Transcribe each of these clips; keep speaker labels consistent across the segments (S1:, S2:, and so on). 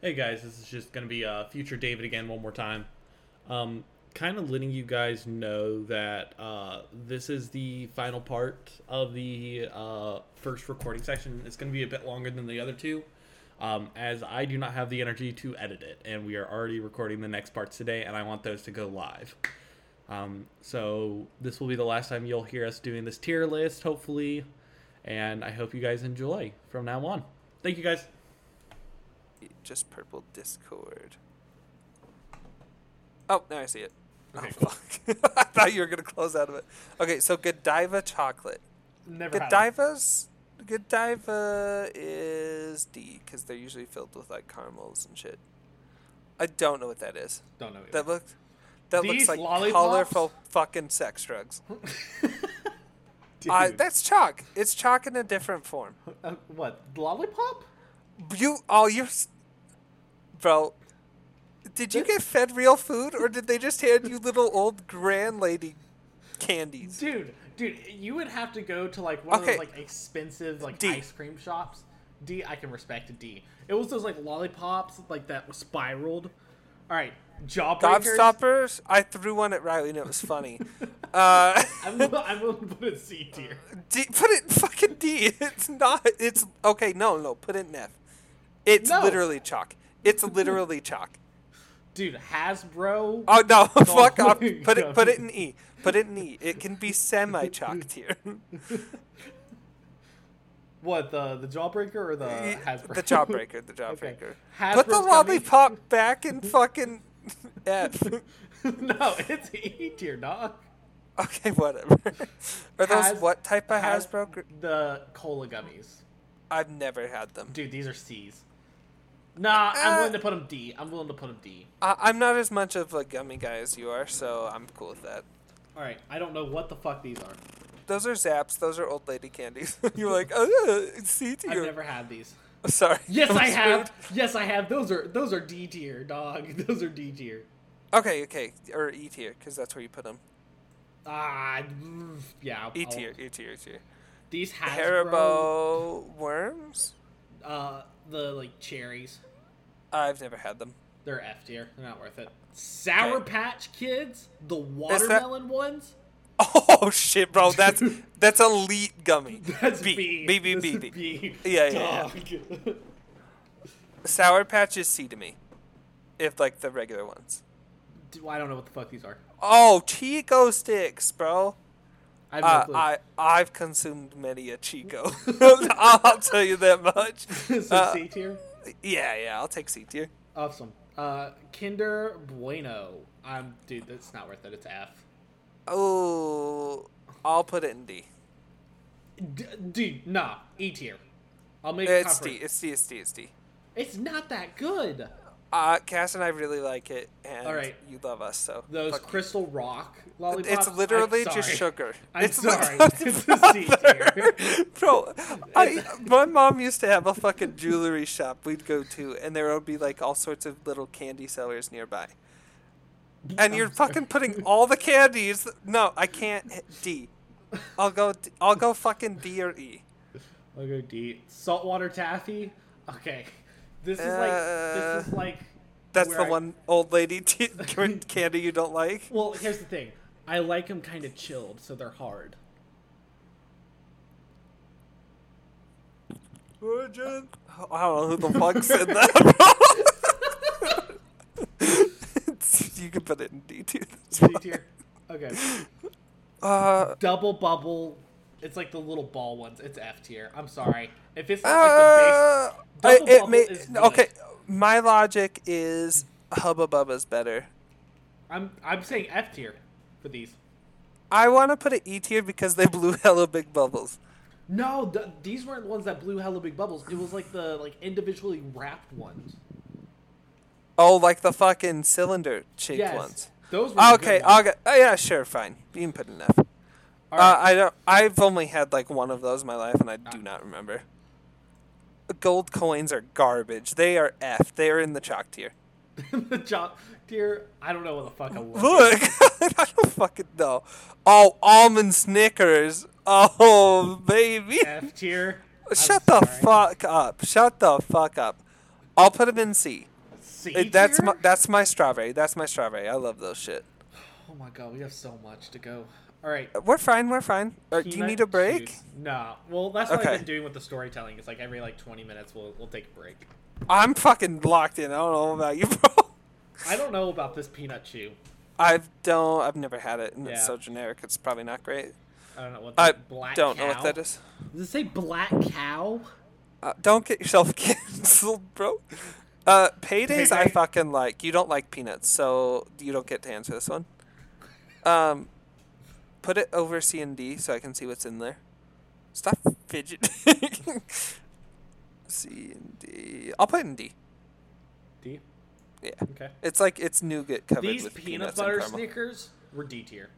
S1: Hey guys, this is just going to be uh, future David again one more time. Um, kind of letting you guys know that uh, this is the final part of the uh, first recording session. It's going to be a bit longer than the other two, um, as I do not have the energy to edit it, and we are already recording the next parts today, and I want those to go live. Um, so this will be the last time you'll hear us doing this tier list, hopefully, and I hope you guys enjoy from now on. Thank you guys.
S2: Just purple Discord. Oh, now I see it.
S1: Okay,
S2: oh, fuck. I thought you were going to close out of it. Okay, so Godiva chocolate.
S3: Never had it.
S2: Godiva's. Godiva is D because they're usually filled with like caramels and shit. I don't know what that is.
S3: Don't know. either.
S2: That looks. That looks
S3: These
S2: like
S3: lollipops?
S2: colorful fucking sex drugs.
S3: Dude.
S2: Uh, that's chalk. It's chalk in a different form.
S3: Uh, what lollipop?
S2: You all you, s- bro. Did you get fed real food, or did they just hand you little old grand lady candies?
S3: Dude, dude, you would have to go to like one
S2: Okay.
S3: of those like expensive like
S2: D.
S3: ice cream shops. D, I can respect a D. It was those like lollipops like that was spiraled. All right, jawbreakers.
S2: Gobstoppers. I threw one at Riley, and it was funny. uh,
S3: I'm, will- I'm willing to put a C tier.
S2: D, put it in fucking D. It's not. It's okay. No, no. Put it in F. It's
S3: No.
S2: literally chalk. It's literally chalk.
S3: Dude, Hasbro.
S2: Oh no! fuck
S3: Oh,
S2: off. Put it. Put it
S3: God.
S2: in E. Put it in E. It can be semi chalk tier.
S3: What the the jawbreaker or the
S2: Y-
S3: Hasbro?
S2: Uh, The jawbreaker, the jawbreaker. Put the
S3: Hasbro's gummy.
S2: lollipop back in fucking F.
S3: no, it's E tier, dog.
S2: Okay, whatever. Are those
S3: Has-
S2: what type of
S3: Has-
S2: Hasbro? gr-
S3: The cola gummies.
S2: I've never had them.
S3: Dude, these are C's. Nah, I'm
S2: Uh,
S3: willing to put them D. I'm willing to put them D.
S2: I- I'm not as much of a gummy guy as you are, so I'm cool with that.
S3: All right, I don't know what the fuck these are.
S2: Those are zaps. Those are old lady candies. You're like, oh, it's C tier.
S3: I've never had these.
S2: Sorry.
S3: Yes,
S2: I'm
S3: I have.
S2: screwed.
S3: Yes, I have. Those are those are D tier, dog. Those are D tier.
S2: Okay, okay, or E tier, because that's where you put them.
S3: Ah, mm, yeah. I'll-
S2: E
S3: I'll-
S2: tier, E tier, E tier.
S3: These Hasbro,
S2: Haribo worms.
S3: uh, the like cherries.
S2: I've never had them.
S3: They're F tier. They're not worth it. Sour
S2: Okay.
S3: Patch Kids, the
S2: that-
S3: watermelon ones.
S2: Oh shit, bro, that's that's elite gummy.
S3: That's B.
S2: B B
S3: This
S2: B
S3: is
S2: B.
S3: B.
S2: Yeah, yeah,
S3: Dog.
S2: Sour Patch is C to me, if like the regular ones.
S3: Dude, I don't know what the fuck these are.
S2: Oh, Chico sticks, bro.
S3: I have no
S2: Uh,
S3: clue.
S2: I I've consumed many a Chico. I'll, I'll tell you that much.
S3: so
S2: Uh,
S3: C tier.
S2: yeah, yeah, I'll take C tier.
S3: Awesome. Uh, Kinder Bueno. Um, dude, that's not worth it. It's F.
S2: Oh, I'll put it in D.
S3: D- dude, nah. E tier. I'll make it
S2: It's D.
S3: compromise.
S2: It's D. It's D. It's D.
S3: It's not that good.
S2: Uh, Cass and I really like it, and
S3: All right.
S2: you love us so.
S3: Those
S2: fuck you.
S3: Crystal Rock lollipops.
S2: It's literally
S3: I'm
S2: just
S3: sorry.
S2: sugar.
S3: I'm
S2: it's
S3: sorry.
S2: literally
S3: It's a C tier.
S2: Bro, I, my mom used to have a fucking jewelry shop we'd go to, and there would be like all sorts of little candy sellers nearby. And you're fucking putting all the candies. No, I can't. hit D. I'll go. D- I'll go fucking D or E.
S3: I'll go D. Saltwater taffy. Okay. This is like this is
S2: Uh,
S3: like.
S2: That's
S3: where
S2: the
S3: I-
S2: one old lady t- candy you don't like.
S3: Well, here's the thing. I like them kind of chilled, so they're hard.
S2: Virgin. I don't know who the fuck said that. It's- you can put it in D two.
S3: C tier. Okay.
S2: Uh,
S3: double bubble. It's like the little ball ones. It's F tier. I'm sorry. If it's not
S2: uh,
S3: like the base,
S2: I-
S3: double
S2: it
S3: bubble
S2: may,
S3: is good.
S2: okay. My logic is Hubba Bubba's better.
S3: I'm I'm saying F tier for these.
S2: I want to put it E tier because they blew hella big bubbles.
S3: No, th- these weren't the ones that blew hella big bubbles. It was like the like individually wrapped ones.
S2: Oh, like the fucking cylinder shaped
S3: Yes,
S2: ones.
S3: those were the
S2: Okay,
S3: good ones.
S2: okay. Oh, yeah, sure, fine. You can put an F. Uh,
S3: All right. Ah.
S2: I don't. I've only had like one of those in my life, and I do not remember. Gold coins are garbage. They are F. They are in the chalk tier.
S3: the job tier. I don't know what the fuck I was.
S2: Look, I don't fucking know. Oh, almond Snickers. Oh, baby.
S3: F tier. I'm
S2: Shut the
S3: sorry.
S2: fuck up. Shut the fuck up. I'll put them in C.
S3: C.
S2: It- that's
S3: tier?
S2: my that's my strawberry. That's my strawberry. I love those shit.
S3: Oh my god, we have so much to go. All right.
S2: We're fine. We're fine. Or, do you
S3: peanut
S2: need a break?
S3: juice. Nah. Well, that's what
S2: Okay.
S3: I've been doing with the storytelling. It's like every like 20 minutes we'll we'll take a break.
S2: I'm fucking locked in. I don't know about you, bro.
S3: I don't know about this peanut chew.
S2: I've don't. I've never had it, and it's
S3: Yeah.
S2: so generic. It's probably not great.
S3: I don't know what.
S2: I
S3: that black
S2: don't know
S3: cow-
S2: what that is.
S3: Does it say black cow?
S2: Uh, don't get yourself canceled, bro. Uh, paydays I
S3: Payday?
S2: fucking like. You don't like peanuts, so you don't get tans for this one. Um, put it over C and D so I can see what's in there. Stop fidgeting. C and D. I'll put it in D.
S3: D.
S2: Yeah,
S3: Okay.
S2: it's like it's nougat covered
S3: These
S2: with
S3: peanut
S2: peanuts
S3: butter
S2: and caramel.
S3: Snickers were D tier.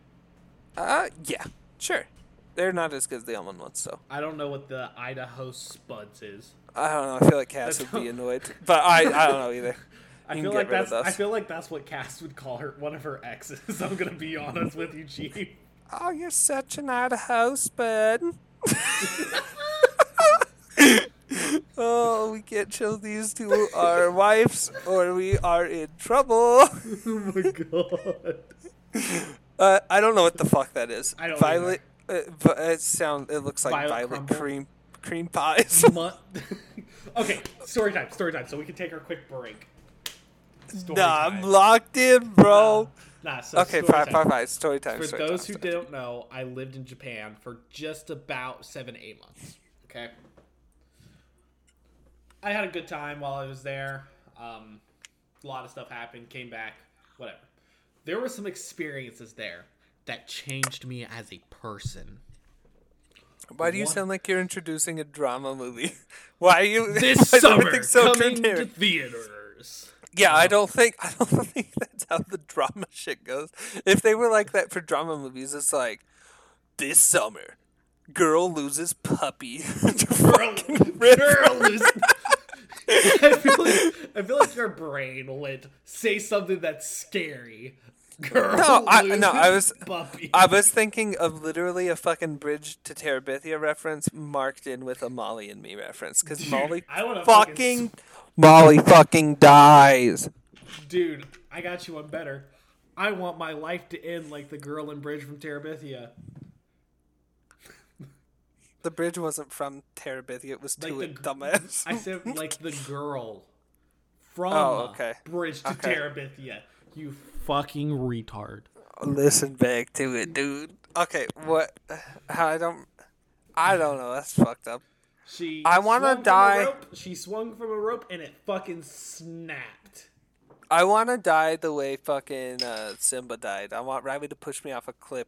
S2: Uh, yeah, sure. They're not as good as the almond ones, so
S3: I don't know what the Idaho Spuds is.
S2: I don't know. I feel like Cass
S3: That's
S2: would be
S3: all-
S2: annoyed, but I I don't know either.
S3: I
S2: You can
S3: feel
S2: get
S3: like
S2: rid of
S3: that's I
S2: those.
S3: feel like that's what Cass would call her one of her exes. I'm gonna be honest with you, Chief.
S2: Oh, you're such an Idaho spud. oh, we can't show these to our wives or we are in trouble.
S3: oh my god.
S2: Uh, I don't know what the fuck that is.
S3: I don't
S2: Violet. Uh, vi- it sound. It looks like
S3: Violet
S2: violet,
S3: crumble?
S2: cream cream pies.
S3: okay, story time, story time. So we can take our quick break. Story
S2: nah, I'm
S3: time.
S2: locked in, bro.
S3: Nah, so
S2: okay,
S3: story
S2: fine,
S3: time.
S2: fine, fine. Story time.
S3: For
S2: story time,
S3: those who
S2: story
S3: didn't know, I lived in Japan for just about seven, eight months. Okay. I had a good time while I was there. Um, a lot of stuff happened, came back, whatever. There were some experiences there that changed me as a person.
S2: time. Why do you
S3: What?
S2: sound like you're introducing a drama movie? Why are you
S3: This
S2: why is
S3: summer,
S2: everything so
S3: coming to
S2: generic?
S3: theaters.
S2: Yeah, I don't think I don't think that's how the drama shit goes. If they were like that for drama movies, it's like this summer, girl loses puppy. to
S3: Girl,
S2: fucking river.
S3: girl is- I feel like I feel like your brain went say something that's scary. Girl,
S2: No, I- no, I
S3: loses
S2: was-
S3: puppy.
S2: I was thinking of literally a fucking Bridge to Terabithia reference marked in with a Molly and Me reference because
S3: Dude,
S2: Molly
S3: I wanna
S2: fucking
S3: fucking
S2: Molly fucking dies.
S3: Dude, I got you one better. I want my life to end like the girl in Bridge from Terabithia.
S2: The bridge wasn't from Terabithia; it was
S3: Like
S2: to
S3: the
S2: a
S3: gr-
S2: dumbass.
S3: I said like the girl from
S2: Oh, okay.
S3: Bridge to
S2: Okay.
S3: Terabithia. You fucking retard.
S2: Listen back to it, dude. Okay, what? I don't. I don't know. That's fucked up.
S3: She
S2: I wanna
S3: swung from a
S2: die.
S3: rope- She swung from a rope and it fucking snapped.
S2: I want to die the way fucking uh, Simba died. I want Ravi to push me off a cliff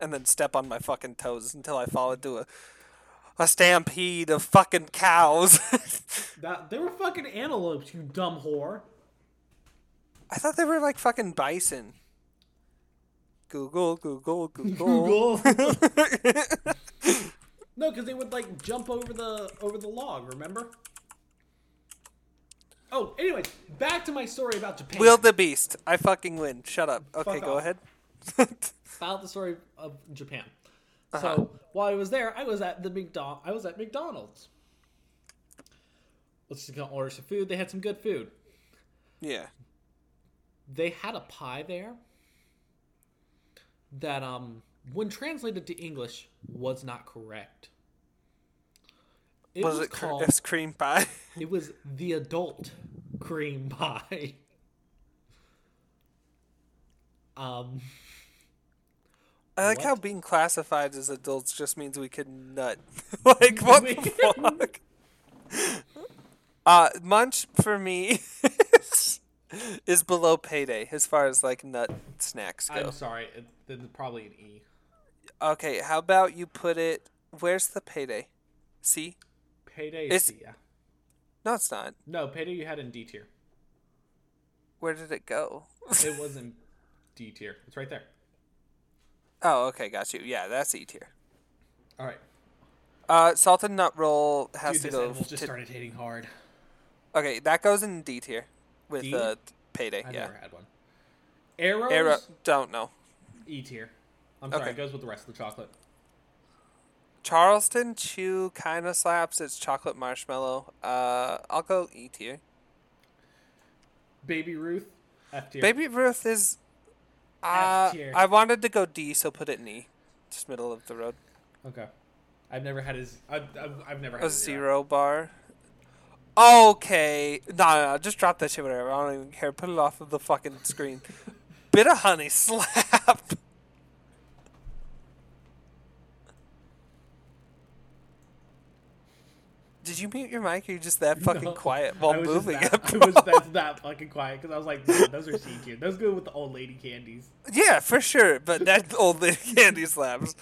S2: and then step on my fucking toes until I fall into a a stampede of fucking cows.
S3: That they were fucking antelopes, you dumb whore.
S2: I thought they were like fucking bison. Google, Google, Google.
S3: Google. no, because they would like jump over the over the log. Remember? Oh, anyways, back to my story about Japan.
S2: Will the beast. I fucking win. Shut up. Okay,
S3: Fuck
S2: go
S3: off.
S2: ahead.
S3: about the story of Japan. So while I was there, I was at the McDon- I was at McDonald's. Let's just go order some food. They had some good food.
S2: yeah.
S3: they had a pie there that um when translated to english was not correct it was,
S2: was it cr-
S3: called
S2: it's cream pie?
S3: it was the adult cream pie um
S2: I like how
S3: What?
S2: being classified as adults just means we can nut. like what
S3: We
S2: the
S3: can
S2: fuck? Uh, munch for me is, is below payday as far as like nut snacks go.
S3: i'm sorry it, then probably an e
S2: Okay, how about you put it? Where's the payday? C?
S3: payday
S2: It's-
S3: is C, yeah
S2: No, it's not.
S3: no payday you had in d tier
S2: Where did it go?
S3: it was in d tier it's right there
S2: oh, okay, got you. Yeah, that's E tier.
S3: all right
S2: Uh, salted nut roll has
S3: dude
S2: to
S3: this
S2: go.
S3: animal just
S2: to-
S3: started hitting hard
S2: okay, that goes in D tier with
S3: D?
S2: uh, payday.
S3: i
S2: yeah,
S3: never had one arrows
S2: Arrow. Don't know.
S3: E tier. I'm
S2: Okay.
S3: sorry, it goes with the rest of the chocolate.
S2: Charleston Chew kind of slaps. It's chocolate marshmallow. Uh, I'll go E tier.
S3: Baby Ruth. F tier.
S2: Baby Ruth is. Uh,
S3: F tier.
S2: I wanted to go D, so put it in E. Just middle of the road.
S3: Okay. I've never had his. I've, I've, I've never had
S2: A zero bar. Okay. No, no, no. Just drop that shit, whatever. I don't even care. Put it off of the fucking screen. Bit of honey slap. Did you mute your mic or you just that fucking
S3: No.
S2: quiet while
S3: I was just
S2: moving
S3: that-
S2: it?
S3: I
S2: bro?
S3: was that's that fucking quiet because I was like, "Man, those are C tier. Those good with the old lady candies.
S2: Yeah, for sure. But that old lady candy slaps.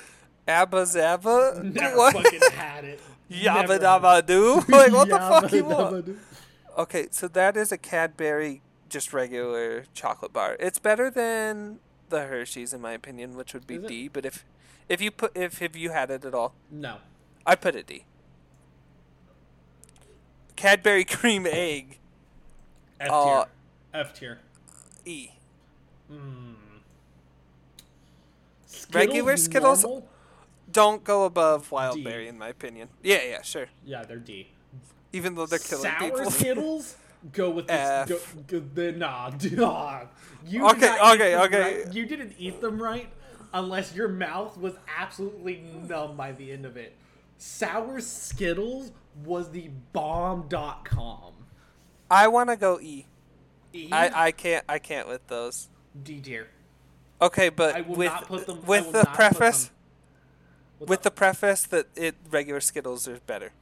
S2: Abba Zabba?
S3: Never
S2: What?
S3: fucking had it.
S2: Yabba
S3: Never.
S2: Dabba Doo? Like, what the
S3: Yabba
S2: fuck you want?
S3: dabba doo.
S2: Okay, so that is a Cadbury just regular chocolate bar. It's better than the Hershey's in my opinion, which would be
S3: Is it?
S2: D, but if if you put if if you had it at all,
S3: No.
S2: I put it D. Cadbury cream egg
S3: F tier.
S2: Uh,
S3: F tier.
S2: E.
S3: Skittles,
S2: regular Skittles-
S3: normal?
S2: Don't go above wild
S3: D.
S2: berry in my opinion. Yeah, yeah, sure.
S3: Yeah, they're D.
S2: Even though they're killing
S3: Sour
S2: people.
S3: Skittles. Go with this.
S2: F.
S3: Go, go, the, nah, dog. You
S2: Okay,
S3: did not eat
S2: okay,
S3: them
S2: okay.
S3: right. You didn't eat them right, unless your mouth was absolutely numb by the end of it. Sour Skittles was the bomb.com.
S2: I want to go E.
S3: E,
S2: I I can't I can't with those.
S3: D tier.
S2: Okay, but
S3: I will
S2: with
S3: not put them. I will
S2: with the
S3: not put
S2: preface
S3: them-
S2: with the preface that it regular Skittles are better.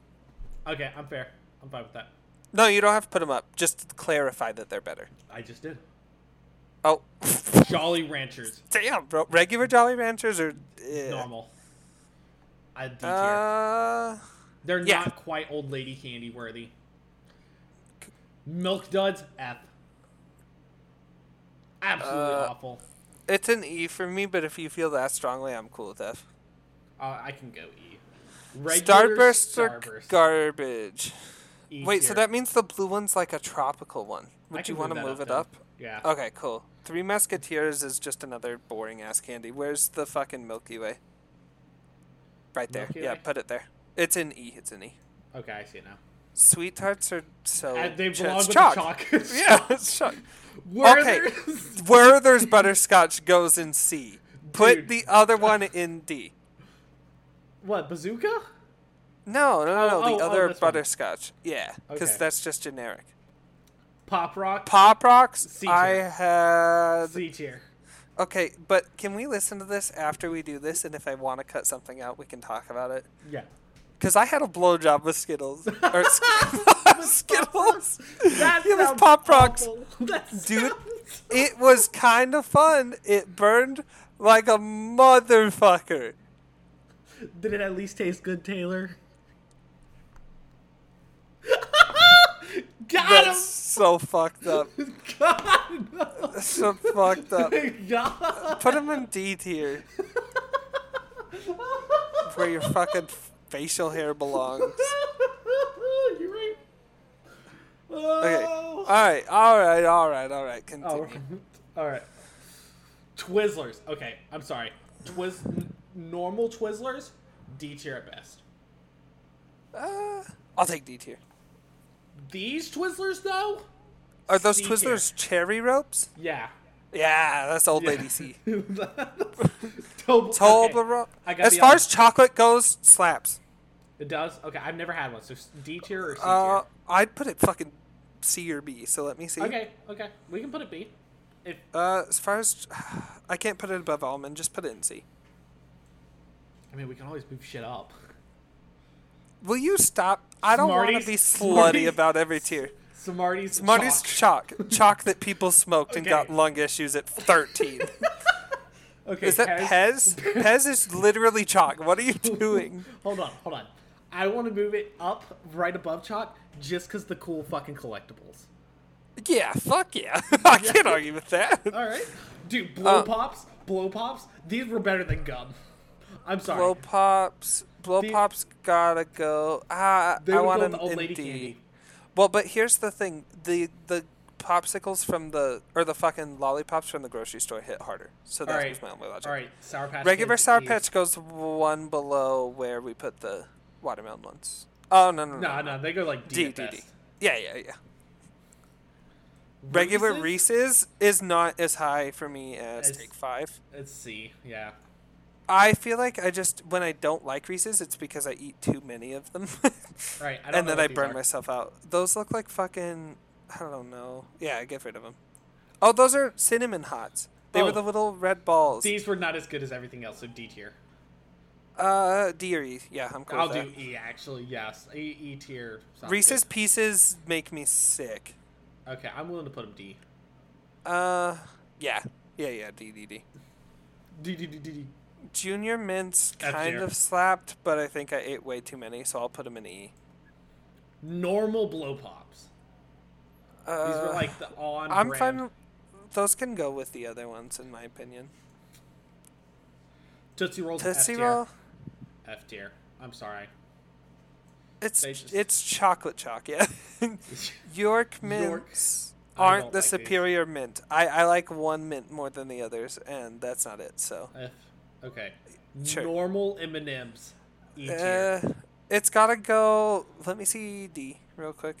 S3: Okay, I'm fair. I'm fine with that.
S2: No, you don't have to put them up. Just clarify that they're better.
S3: I just did.
S2: Oh,
S3: Jolly Ranchers,
S2: damn, bro. Regular Jolly Ranchers are eh.
S3: normal. I D tier.
S2: Uh,
S3: They're
S2: Yeah.
S3: not quite old lady candy worthy. Milk duds, F. Absolutely
S2: Uh,
S3: awful.
S2: it's an E for me, but if you feel that strongly, I'm cool with F.
S3: Uh, I can go E.
S2: Starbursts are garbage.
S3: E
S2: Wait, so
S3: tier.
S2: that means the blue one's like a tropical one.
S3: I
S2: Would
S3: can
S2: you want to
S3: that
S2: move it
S3: then.
S2: up? Uh,
S3: Yeah.
S2: Okay, cool. Three Musketeers is just another boring ass candy. Where's the fucking Milky Way? Right there.
S3: Milky
S2: yeah,
S3: Way?
S2: put it there. It's an E. It's an E.
S3: Okay, I see it now.
S2: Sweet tarts are so.
S3: And Uh, they
S2: ch-
S3: belong
S2: it's
S3: with
S2: chalk.
S3: the chalk.
S2: Yeah, it's chalk.
S3: Where
S2: Okay.
S3: there's-
S2: Where there's butterscotch goes in C. Put
S3: Dude.
S2: the other one in D.
S3: What, bazooka?
S2: No, no, no,
S3: Oh,
S2: no.
S3: oh,
S2: The
S3: oh,
S2: other
S3: this one.
S2: butterscotch. Yeah, because
S3: Okay.
S2: that's just generic.
S3: Pop rock?
S2: Pop Rocks,
S3: C tier.
S2: I had.
S3: C tier.
S2: Okay, but can we listen to this after we do this? And if I want to cut something out, we can talk about it.
S3: Yeah.
S2: Because I had a blowjob with Skittles. Or Sk- Skittles.
S3: That
S2: it was
S3: sounds
S2: Pop Rocks.
S3: awful. That
S2: Dude.
S3: sounds-
S2: It was kind of fun. It burned like a motherfucker.
S3: Did it at least taste good, Taylor? Got
S2: That's so fucked up.
S3: him! God!
S2: So fucked up.
S3: God!
S2: Put him in D tier, where your fucking facial hair belongs.
S3: You're right.
S2: Okay.
S3: Oh.
S2: All right. All right. All right. All right. Continue.
S3: All right. All right. Twizzlers. Okay, I'm sorry. Twiz n- normal Twizzlers, D tier at best.
S2: Uh, I'll take D tier.
S3: These Twizzlers though?
S2: Are those
S3: C tier.
S2: Twizzlers cherry ropes?
S3: Yeah.
S2: Yeah, that's old
S3: Yeah.
S2: lady C.
S3: Tobler-
S2: Toblerone.
S3: I gotta
S2: As
S3: be
S2: far
S3: honest.
S2: as chocolate goes, slaps.
S3: It does. Okay, I've never had one. So D tier or C tier?
S2: Uh, I'd put it fucking C or B. So let me see.
S3: okay, okay, we can put it B. If
S2: Uh, as far as I can't put it above almond, just put it in C.
S3: I mean, we can always move shit up.
S2: Will you stop? I don't want to
S3: Smarties-
S2: be slutty
S3: Smarties-
S2: about every tier.
S3: Smarties.
S2: Smarties
S3: chalk.
S2: chalk. chalk, that people smoked and got
S3: Okay.
S2: lung issues at thirteen.
S3: Okay,
S2: Is that Pez? Pez is literally chalk. What are you doing?
S3: Hold on, hold on. I want to move it up right above chalk just because the cool fucking collectibles.
S2: Yeah, fuck yeah. I can't argue with that.
S3: All right, dude. Blow
S2: Uh,
S3: pops, blow pops. These were better than gum. I'm sorry.
S2: Blow pops, blow
S3: The-
S2: pops gotta go. Ah,
S3: they
S2: I
S3: would
S2: want
S3: go
S2: them
S3: with old
S2: in
S3: lady
S2: D.
S3: candy.
S2: Well, but here's the thing: the the popsicles from the or the fucking lollipops from the grocery store hit harder. So
S3: All
S2: that
S3: right,
S2: was my only logic.
S3: all right. Sour patch.
S2: Regular
S3: Kids,
S2: sour
S3: E.
S2: patch goes one below where we put the watermelon ones. Oh no no no.
S3: No, no, they go like D.
S2: D
S3: at
S2: D D.
S3: best.
S2: Yeah yeah yeah. Regular
S3: Reese's?
S2: Reese's is not as high for me as
S3: As-
S2: Take Five.
S3: Let's see. Yeah.
S2: I feel like I just when I don't like Reese's, it's because I eat too many of them,
S3: Right.
S2: and
S3: I don't know
S2: then
S3: what
S2: I
S3: these
S2: burn
S3: are.
S2: myself out. Those look like fucking. I don't know. Yeah, get rid of them. Oh, those are cinnamon hots. They
S3: Oh.
S2: were the little red balls.
S3: These were not as good as everything else, so D tier.
S2: uh, deary. Yeah, I'm cool.
S3: I'll
S2: with that.
S3: do E actually. Yes, E, e tier. sounds
S2: Reese's
S3: good.
S2: Pieces make me sick.
S3: Okay, I'm willing to put them D.
S2: Uh, yeah, yeah, yeah. D D D.
S3: D D D D D.
S2: Junior mints
S3: F
S2: kind
S3: tier.
S2: of slapped, but I think I ate way too many, so I'll put them in E.
S3: Normal blow pops.
S2: Uh,
S3: These were like the on.
S2: I'm
S3: brand.
S2: fine. Those can go with the other ones, in my opinion.
S3: Tootsie rolls.
S2: Tootsie
S3: F tier.
S2: roll,
S3: F tier. I'm sorry.
S2: it's
S3: They just-
S2: it's chocolate chalk, yeah. York mints
S3: I
S2: aren't
S3: don't
S2: the
S3: like these.
S2: superior mint. I I like one mint more than the others, and that's not it. So,
S3: F. Okay.
S2: Sure.
S3: Normal M and M's. E tier.
S2: uh, it's gotta go. Let me see D real quick.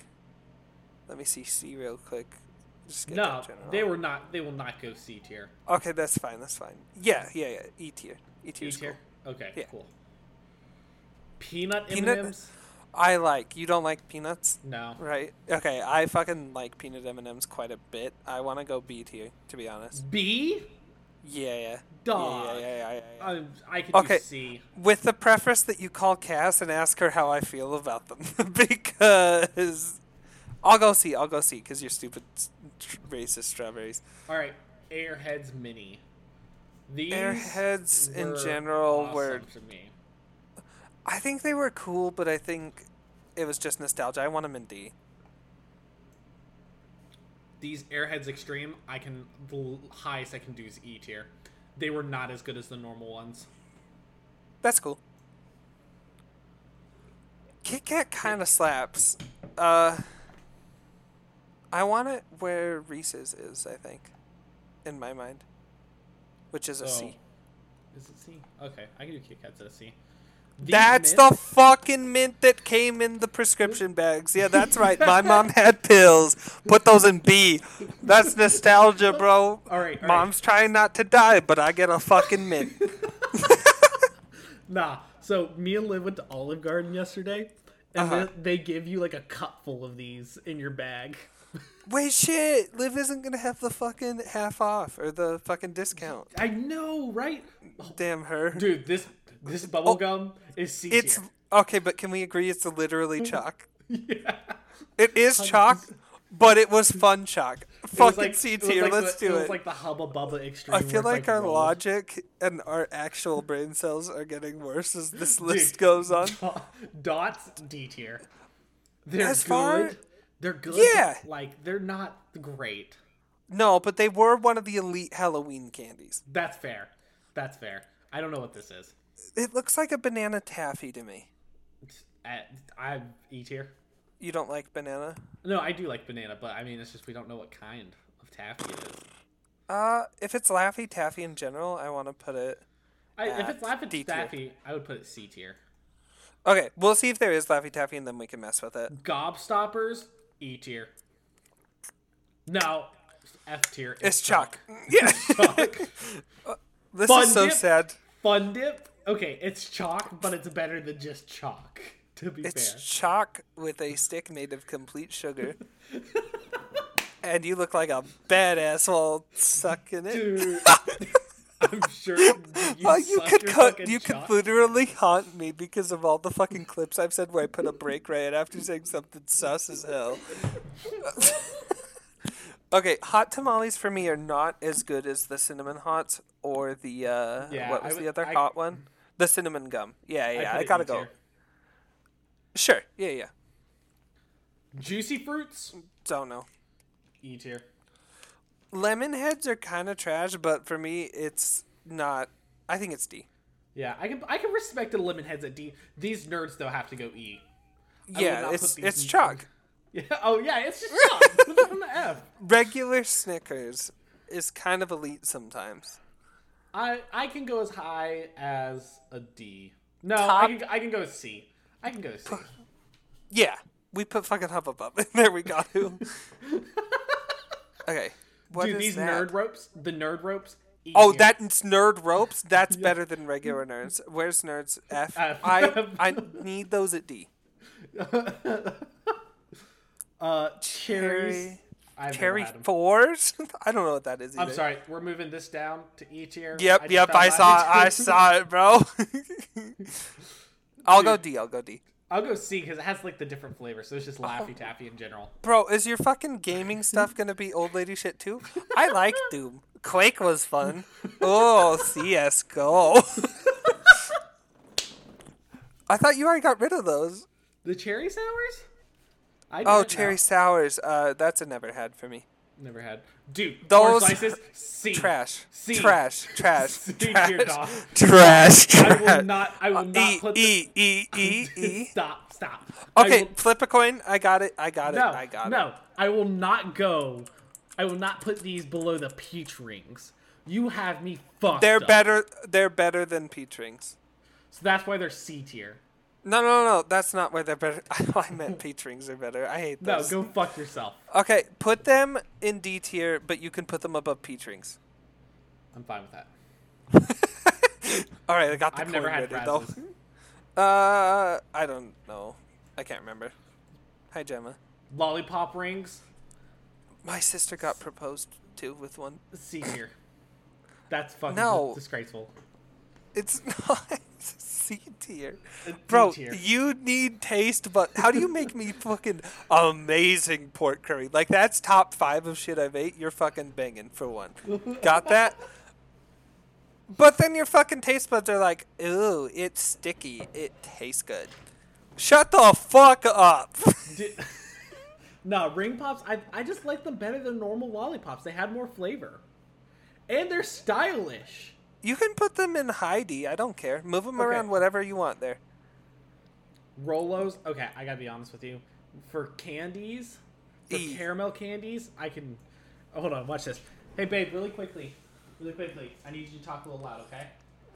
S2: Let me see C real quick. Just get
S3: no,
S2: that general.
S3: they were not. They will not go C tier.
S2: Okay, that's fine. That's fine. Yeah, yeah, yeah. E tier. E tier.
S3: E
S2: is Cool.
S3: tier. Okay.
S2: Yeah.
S3: Cool. Peanut M
S2: Peanut-
S3: and M's.
S2: I like. You don't like peanuts,
S3: No.
S2: right? Okay, I fucking like peanut M and M's quite a bit. I want to go B tier, to be honest.
S3: B.
S2: Yeah. yeah. Yeah,
S3: Dog.
S2: yeah, yeah, yeah, yeah.
S3: I, I could
S2: Okay.
S3: do C.
S2: With the preface that you call Cass and ask her how I feel about them, because I'll go C. I'll go C because you're stupid, s- tr- racist strawberries.
S3: All right, Airheads Mini. These
S2: Airheads in
S3: were
S2: general
S3: awesome
S2: were-
S3: to me.
S2: I think they were cool, but I think it was just nostalgia. I want them in D.
S3: These Airheads Extreme, I can the l- highest I can do is E tier. They were not as good as the normal ones.
S2: That's cool. Kit Kat kind of slaps. Uh, I want it where Reese's is, I think, in my mind, which is a
S3: Oh.
S2: C.
S3: Is it C? Okay, I can do Kit Kats at a C. These
S2: That's
S3: mints-
S2: the fucking mint that came in the prescription bags. Yeah, that's right. My mom had pills. Put those in B. That's nostalgia, bro.
S3: All right, all right.
S2: Mom's trying not to die, but I get a fucking mint.
S3: Nah. So me and Liv went to Olive Garden yesterday, and
S2: Uh-huh.
S3: they, they give you like a cup full of these in your bag.
S2: Wait, shit. Liv isn't going to have the fucking half off or the fucking discount.
S3: I know, right?
S2: Damn her.
S3: Dude, this this bubble gum is C
S2: Oh, it's
S3: tier.
S2: okay, but can we agree it's literally
S3: Mm-hmm.
S2: chalk?
S3: Yeah.
S2: It is chalk, but it was fun chalk.
S3: It was
S2: Fucking
S3: like-
S2: C
S3: it was
S2: tier.
S3: like
S2: Let's
S3: the-
S2: do
S3: It
S2: it.
S3: was like the Hubba Bubba Extreme.
S2: I feel
S3: where it's
S2: like our
S3: rolled.
S2: logic and our actual brain cells are getting worse as this list
S3: Dude,
S2: goes on.
S3: Dot, dots D tier. They're
S2: As
S3: good.
S2: far-
S3: They're good.
S2: Yeah.
S3: but, Like they're not great.
S2: No, but they were one of the elite Halloween candies.
S3: That's fair. That's fair. I don't know what this is.
S2: It looks like a banana taffy to me.
S3: At, I'm uh, E tier.
S2: You don't like banana?
S3: No, I do like banana, but I mean, it's just we don't know what kind of taffy it is.
S2: Uh, if it's Laffy Taffy in general, I want to put it.
S3: I, if
S2: Uh,
S3: it's Laffy
S2: D tier.
S3: Taffy, I would put it C tier.
S2: Okay, we'll see if there is Laffy Taffy and then we can mess with it.
S3: Gobstoppers E tier. No, F tier.
S2: It's chalk. Yeah.
S3: Chalk.
S2: this
S3: Fun
S2: is so
S3: dip.
S2: sad.
S3: Fun dip? Okay, it's chalk, but it's better than just chalk, to be
S2: It's
S3: fair.
S2: chalk with a stick made of complete sugar. and you look like a badass while sucking it.
S3: Dude, I'm sure you,
S2: Oh, you
S3: suck
S2: could
S3: your
S2: cut,
S3: fucking
S2: you could
S3: chalk.
S2: literally haunt me because of all the fucking clips I've said where I put a break right after saying something sus as hell. okay, hot tamales for me are not as good as the cinnamon hots or the uh,
S3: Yeah,
S2: what
S3: I
S2: was the
S3: would-
S2: other
S3: I-
S2: hot one? The cinnamon gum. Yeah,
S3: I'd
S2: yeah,
S3: put
S2: I,
S3: it
S2: gotta
S3: E
S2: go.
S3: tier.
S2: Sure. Yeah, yeah.
S3: Juicy fruits?
S2: Don't know.
S3: E tier.
S2: Lemon heads are kind of trash, but for me, it's not. I think it's D.
S3: Yeah, I can I can respect the lemon heads at D. These nerds though have to go E. would not
S2: Yeah,
S3: put
S2: it's
S3: these
S2: it's
S3: in-
S2: chalk.
S3: Yeah, oh yeah, it's just chalk. Put it on the F.
S2: regular Snickers is kind of elite sometimes.
S3: I I can go as high as a D. No, I
S2: Top-
S3: can I can go as C. I can go as C.
S2: Yeah, we put fucking Hubba Bub in there. We got him. Okay. What is
S3: Dude, these
S2: that?
S3: nerd ropes, the nerd ropes. eat
S2: Oh,
S3: you.
S2: that's nerd ropes. That's better than regular nerds. Where's nerds F? I
S3: F.
S2: I need those at D.
S3: uh, cherries.
S2: Cherry-
S3: I've never
S2: Carry
S3: had 'em.
S2: fours. I don't know what that is. Either.
S3: I'm sorry, we're moving this down to E tier.
S2: Yep,
S3: just
S2: yep.
S3: found
S2: I
S3: mine.
S2: saw. It, I saw it, bro. I'll go D. I'll go D.
S3: I'll go C because it has like the different flavors. So it's
S2: Oh.
S3: just Laffy Taffy in general.
S2: Bro, is your fucking gaming stuff gonna be old lady shit too? I like Doom. Quake was fun. Oh, CS:GO. I thought you already got rid of those.
S3: The cherry sours?
S2: Oh,
S3: I didn't know.
S2: cherry sours. Uh, that's a never had for me.
S3: Never had. Dude,
S2: Those-
S3: those slices. C.
S2: Trash.
S3: C.
S2: Trash. Trash.
S3: C
S2: trash.
S3: tier dog.
S2: Trash.
S3: I will
S2: trash.
S3: not. I will not
S2: E
S3: put the.
S2: E E E E.
S3: Stop! Stop! I
S2: Okay,
S3: will-
S2: flip a coin. I got it. I got it.
S3: no,
S2: I got it.
S3: no. I will not go. I will not put these below the peach rings. You have me fucked.
S2: They're
S3: up.
S2: better. They're better than peach rings.
S3: So that's why they're C tier.
S2: No, no, no, no. That's not where they're better. I meant peach rings are better. I hate
S3: No,
S2: those.
S3: go fuck yourself.
S2: Okay, put them in D tier, but you can put them above peach rings.
S3: I'm fine with that.
S2: All right, I got the
S3: I've
S2: coin
S3: never had
S2: ready though.
S3: Razzles.
S2: Uh, I don't know. I can't remember. Hi, Gemma.
S3: Lollipop rings,
S2: My sister got proposed to with one.
S3: C tier. That's fucking
S2: No.
S3: disgraceful.
S2: It's not it's a C tier.
S3: It's
S2: Bro,
S3: D tier.
S2: you need taste, but how do you make me fucking amazing pork curry? Like that's top five of shit I've ate. You're fucking banging for one. Got that? But then your fucking taste buds are like, ooh, it's sticky. It tastes good. Shut the fuck up.
S3: Di- no, ring pops. I I just like them better than normal lollipops. They had more flavor, and they're stylish.
S2: you can put them in Heidi. I don't care. Move them
S3: Okay.
S2: around whatever you want there.
S3: Rolos. Okay, I gotta be honest with you. For candies, for
S2: E.
S3: caramel candies, I can. Hold on, watch this. Hey, babe, really quickly, really quickly. I need you to talk a little loud, okay?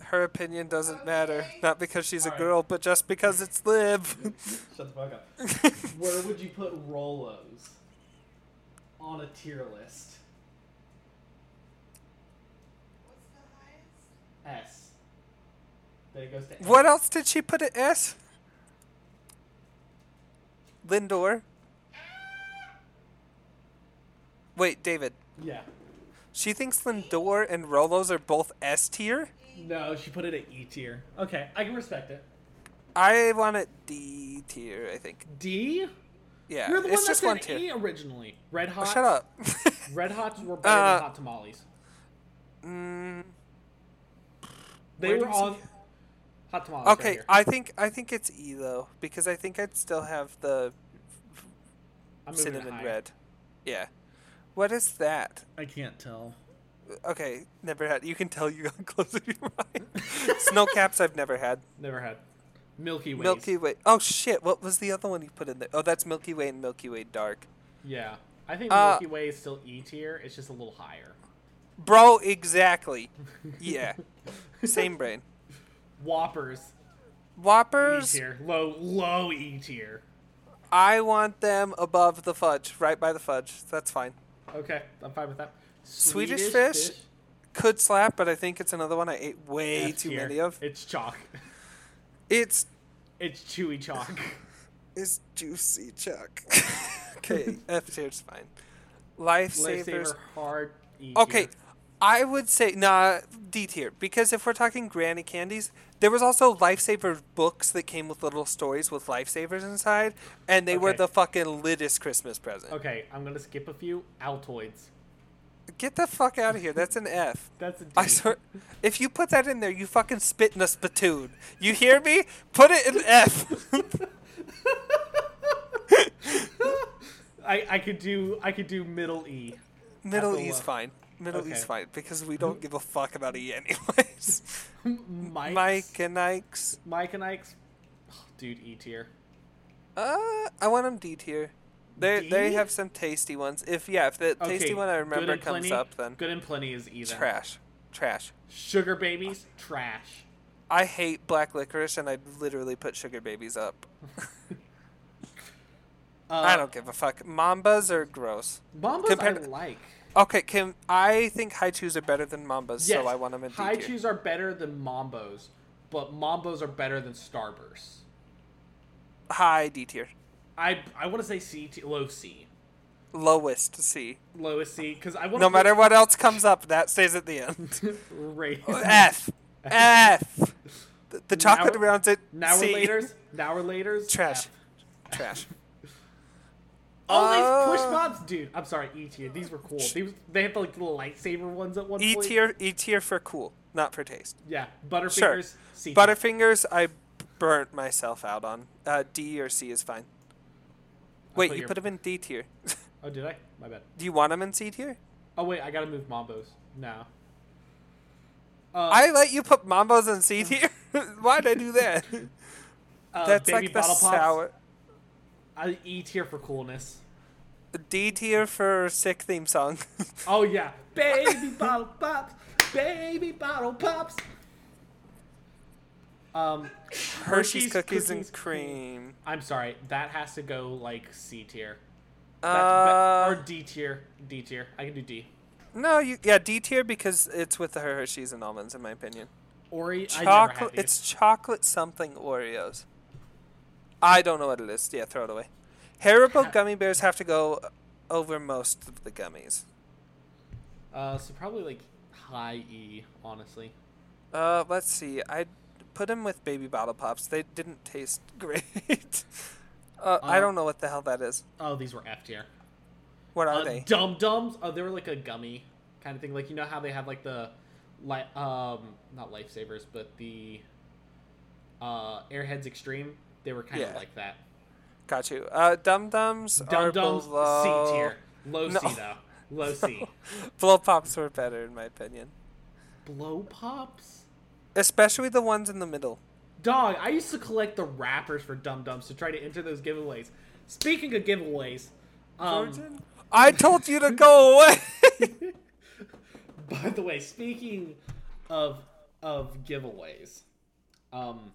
S2: Her opinion doesn't matter. Not because she's a
S3: Alright.
S2: girl, but just because it's Liv.
S3: Shut the fuck up. Where would you put Rolos on a tier list? S. Then it goes to
S2: What else did she put at S? Lindor. Wait, David.
S3: Yeah.
S2: She thinks Lindor and Rolos are both S tier.
S3: No, she put it at E tier. Okay, I can respect it.
S2: I want it D tier, I think.
S3: D?
S2: Yeah,
S3: You're the
S2: Uh, it's just
S3: one that's
S2: one
S3: in
S2: tier. Oh,
S3: E originally. Red hot.
S2: Shut up.
S3: Red hots were better
S2: Uh,
S3: than hot tamales.
S2: Mm,
S3: They
S2: where
S3: were
S2: do you
S3: on
S2: see-
S3: hot tamales. right
S2: okay,
S3: here.
S2: I think I think it's E though because I think I'd still have the
S3: I'm moving it
S2: cinnamon
S3: higher.
S2: red. Yeah. What is that?
S1: I can't tell.
S2: Okay, never had. You can tell you got closer to your mind. Snow caps I've never had.
S3: Never had. Milky Ways.
S2: Milky Way. Oh shit! What was the other one you put in there? Oh, that's Milky Way and Milky Way Dark.
S3: Yeah. I think
S2: Uh,
S3: Milky Way is still E tier. It's just a little higher.
S2: Bro, exactly. Yeah, same brain.
S3: Whoppers. E
S2: Whoppers.
S3: tier. Low, low E tier.
S2: I want them above the fudge, right by the fudge. That's fine.
S3: Okay, I'm fine with that.
S2: Swedish fish? Could slap, but I think it's another one I ate way
S3: F
S2: too
S3: tier.
S2: many of.
S3: It's chalk.
S2: It's
S3: It's chewy chalk.
S2: it's juicy, Chuck. okay, F tier's fine. Lifesavers
S3: Lifesaver hard E
S2: Okay,
S3: tier.
S2: I would say nah D tier because if we're talking granny candies, there was also lifesaver books that came with little stories with lifesavers inside, and they were
S3: Okay.
S2: the fucking litest Christmas present.
S3: Okay, I'm gonna skip a few. Altoids.
S2: Get the fuck out of here. That's an F.
S3: That's a D.
S2: I swear, if you put that in there, you fucking spit in a spittoon. You hear me? Put it in F.
S3: I, I could do I could do middle E.
S2: Middle
S3: That's a
S2: E's
S3: lo-
S2: fine. Middle
S3: Okay.
S2: E's fine because we don't give a fuck about E anyways.
S3: Mike's,
S2: Mike and Ike's.
S3: Mike and Ike's. Oh, dude, E tier.
S2: Uh, I want them D tier. They they
S3: D?
S2: have some tasty ones. If yeah, if the
S3: Okay,
S2: tasty one I
S3: Good
S2: remember
S3: and
S2: comes
S3: Plenty-
S2: up, then
S3: Good and Plenty is E. Then.
S2: trash, trash.
S3: Sugar babies, trash.
S2: I hate black licorice, and I'd literally put sugar babies up.
S3: Uh,
S2: I don't give a fuck. Mambas are gross.
S3: Bombas
S2: compared
S3: I
S2: to-
S3: like.
S2: Okay, Kim, I think haichus are better than mambas,
S3: Yes,
S2: so I want them in D
S3: high
S2: tier.
S3: chews are better than Mambos, but Mambos are better than Starbursts.
S2: High D tier.
S3: I I want to say C to low C,
S2: Lowest C.
S3: lowest C because I want
S2: No matter what else comes up, that stays at the end.
S3: Raise.
S2: F. F. The, the chocolate
S3: Now-
S2: rounds it.
S3: Now
S2: C.
S3: we're later's. Now we're later's.
S2: Trash.
S3: F.
S2: Trash.
S3: All
S2: Uh.
S3: these push pops, dude. I'm sorry, E tier. These were cool. These they had the, like little lightsaber ones at one
S2: E
S3: point.
S2: tier. E tier for cool, not for taste.
S3: Yeah, Butterfingers.
S2: Sure.
S3: C E tier.
S2: Butterfingers, I burnt myself out on. Uh, D or C is fine. Wait,
S3: put
S2: you
S3: your-
S2: put them in D tier.
S3: Oh, did I? My bad.
S2: Do you want them in C tier?
S3: Oh wait, I gotta move Mambos now. Uh,
S2: I let you put Mambos in C tier. Why'd I do that?
S3: um, Uh,
S2: That's
S3: baby
S2: like the
S3: bottle pops.
S2: sour.
S3: I E tier for coolness.
S2: D tier for sick theme song.
S3: Oh yeah, baby bottle pops, baby bottle pops. Um,
S2: Hershey's
S3: Hershey's
S2: cookies,
S3: Cookies
S2: and
S3: Cream.
S2: cream.
S3: I'm sorry, that has to go like C tier. That's be-
S2: Uh,
S3: or D tier, D tier. I can do D.
S2: no, you yeah D tier because it's with the Hershey's and almonds in my opinion.
S3: Ori, I never had
S2: Chocolate.
S3: these.
S2: It's chocolate something Oreos. I don't know what it is. Yeah, throw it away. Haribo gummy bears have to go over most of the gummies.
S3: uh, so probably like high E, honestly.
S2: Uh, let's see. I put them with baby bottle pops. They didn't taste great. uh, I
S3: Um,
S2: don't know what the hell that is.
S3: Oh, these were F tier.
S2: What are
S3: uh,
S2: they?
S3: Dum Dums. Oh, they were like a gummy kind of thing. Like you know how they have like the, like um, not lifesavers, but the, uh, Airheads Extreme. They were kind of
S2: Yeah.
S3: like that.
S2: Got you. Uh, Dum Dums are
S3: Dum Dums
S2: below.
S3: C tier. Low
S2: No.
S3: C though. Low C.
S2: Blow pops were better in my opinion,
S3: Blow pops.
S2: especially the ones in the middle.
S3: Dog, I used to collect the wrappers for Dum Dums to try to enter those giveaways. Speaking of giveaways, um,
S2: I told you to go away.
S3: by the way, speaking of of giveaways, um,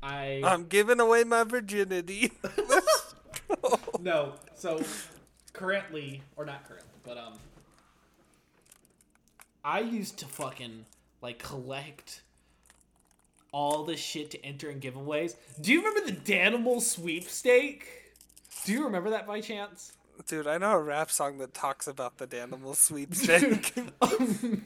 S3: I
S2: I'm giving away my virginity.
S3: No. So currently, or not currently, but um, I used to fucking like collect all this shit to enter in giveaways. Do you remember the Danimal sweepstake? Do you remember that by chance?
S2: Dude, I know a rap song that talks about the Danimal sweepstake.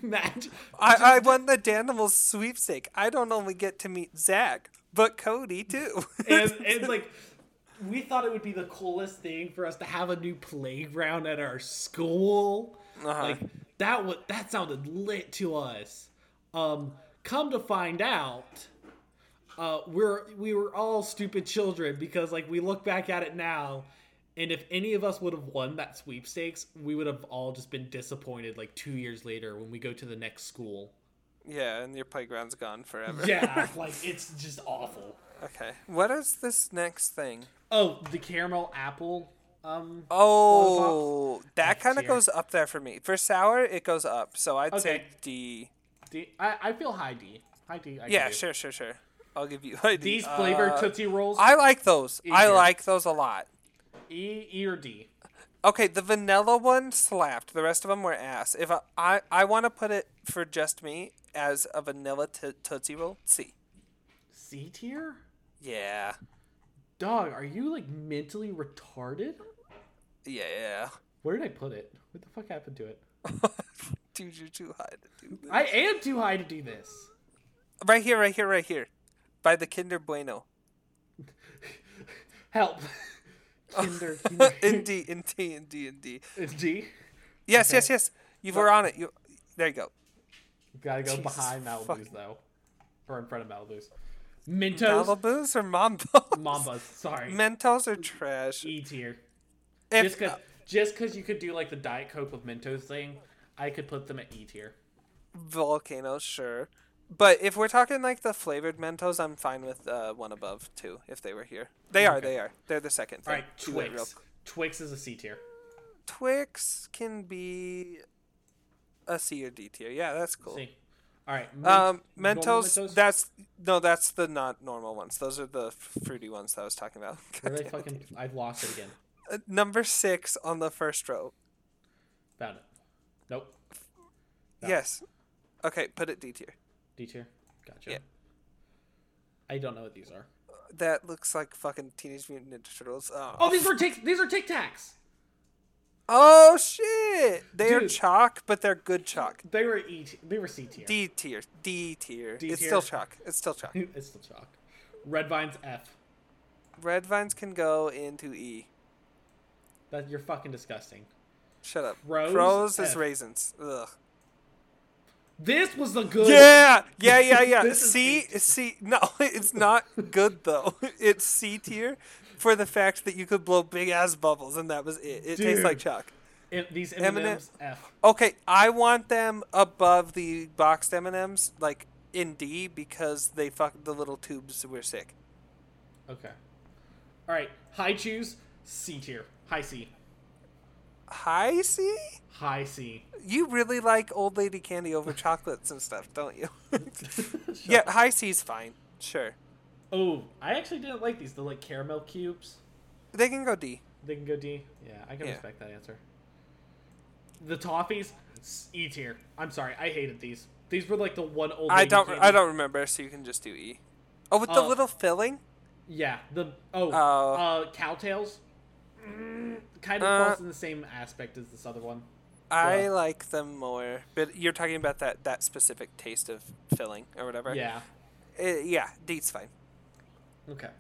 S3: Imagine.
S2: I, I won the Danimal sweepstake. I don't only get to meet Zach, but Cody too.
S3: and, and like we thought it would be the coolest thing for us to have a new playground at our school like that would that sounded lit to us um come to find out uh we're we were all stupid children because like we look back at it now and if any of us would have won that sweepstakes we would have all just been disappointed like two years later when we go to the next school
S2: yeah, and your playground's gone forever.
S3: yeah like it's just awful
S2: Okay. What is this next thing?
S3: oh the caramel apple um
S2: Oh, that
S3: F
S2: kind of
S3: tier.
S2: goes up there for me. For sour, it goes up, so I'd say
S3: Okay.
S2: D.
S3: D, I, I feel high D. High D. I can
S2: Yeah,
S3: do.
S2: sure, sure, sure. I'll give you ID.
S3: These flavor
S2: Uh,
S3: Tootsie Rolls,
S2: I like those. I
S3: Easier.
S2: like those a lot.
S3: E, E or D.
S2: Okay, the vanilla one slapped. The rest of them were ass. If I I, I want to put it for just me as a vanilla to tootsie roll, C.
S3: C tier?
S2: Yeah,
S3: Dog, are you like mentally retarded?
S2: yeah.
S3: Where did I put it? What the fuck happened to it?
S2: Dude, you're too high to do this.
S3: I am too high to do this.
S2: Right here, right here, right here, by the Kinder Bueno.
S3: Help. Kinder, kinder. uh,
S2: in D, in D, in D, in D.
S3: It's G.
S2: Yes, yes, yes. You were on it. You. There you go.
S3: Gotta go
S2: Jesus
S3: behind Malibu's
S2: fuck.
S3: though. Or in front of Malibu's. Mentos.
S2: Malibu's or Mambo?
S3: Mambas, sorry.
S2: Mentos are trash.
S3: E tier.
S2: If,
S3: Just cause, just cause you could do like the Diet Coke with Mentos thing, I could put them at E tier.
S2: volcano, sure. But if we're talking like the flavored Mentos, I'm fine with uh, one above too. If they were here, they are. They are. They're the second.
S3: All
S2: Thing.
S3: right,
S2: You went real
S3: Twix.
S2: quick.
S3: Twix is a C tier.
S2: Twix can be a C or D tier. Yeah, that's cool.
S3: C. All right. Mint-
S2: Um,
S3: normal
S2: Mentos, That's no, that's the not normal ones. Those are the f- fruity ones that I was talking about.
S3: Where did I
S2: Goddamn.
S3: fucking? I've lost it again.
S2: Uh, Number six on the first row.
S3: Found it. Nope.
S2: Yes. Okay, put it D tier.
S3: D tier. Gotcha.
S2: Yeah.
S3: I don't know what these are.
S2: That looks like fucking Teenage Mutant Ninja Turtles. Oh,
S3: Oh, these are tic. These are Tic Tacs.
S2: Oh, shit! They are
S3: Dude.
S2: chalk, but they're good chalk.
S3: They were E. t- They were C tier.
S2: D tier. D tier.
S3: D
S2: It's
S3: tier.
S2: still chalk. It's still chalk.
S3: it's still chalk. Red Vines F.
S2: Red vines can go into E.
S3: That you're fucking disgusting.
S2: Shut up.
S3: Rose
S2: Rose is
S3: F.
S2: raisins. Ugh.
S3: This was the good.
S2: Yeah, yeah, yeah, yeah.
S3: This is E.
S2: C, C. No, it's not good though. It's C tier for the fact that you could blow big ass bubbles and that was it. It tastes like
S3: Dude.
S2: chalk.
S3: M- these M
S2: M&M.
S3: and M's F.
S2: Okay, I want them above the boxed M and M's, like in D, because they fuck the little tubes were sick.
S3: Okay. All right. High choose C tier. High C.
S2: Hi, C.
S3: High C.
S2: You really like old lady candy over chocolates and stuff, don't you? yeah, high C's fine. Sure,
S3: Oh, I actually didn't like these. They're like caramel cubes.
S2: they can go D.
S3: They can go D. Yeah, I can
S2: Yeah.
S3: respect that answer. The toffees, s- E tier. I'm sorry, I hated these. These were like the one old.
S2: I
S3: lady
S2: don't.
S3: candy-
S2: I don't remember, so you can just do E. Oh, with the
S3: Uh,
S2: little filling.
S3: Yeah, the oh,
S2: Oh.
S3: uh, cowtails. Mm, kind of
S2: Uh.
S3: falls in the same aspect as this other one.
S2: I
S3: Well-
S2: like them more, but you're talking about that that specific taste of filling or whatever.
S3: Yeah.
S2: Uh, yeah, date's fine.
S3: Okay.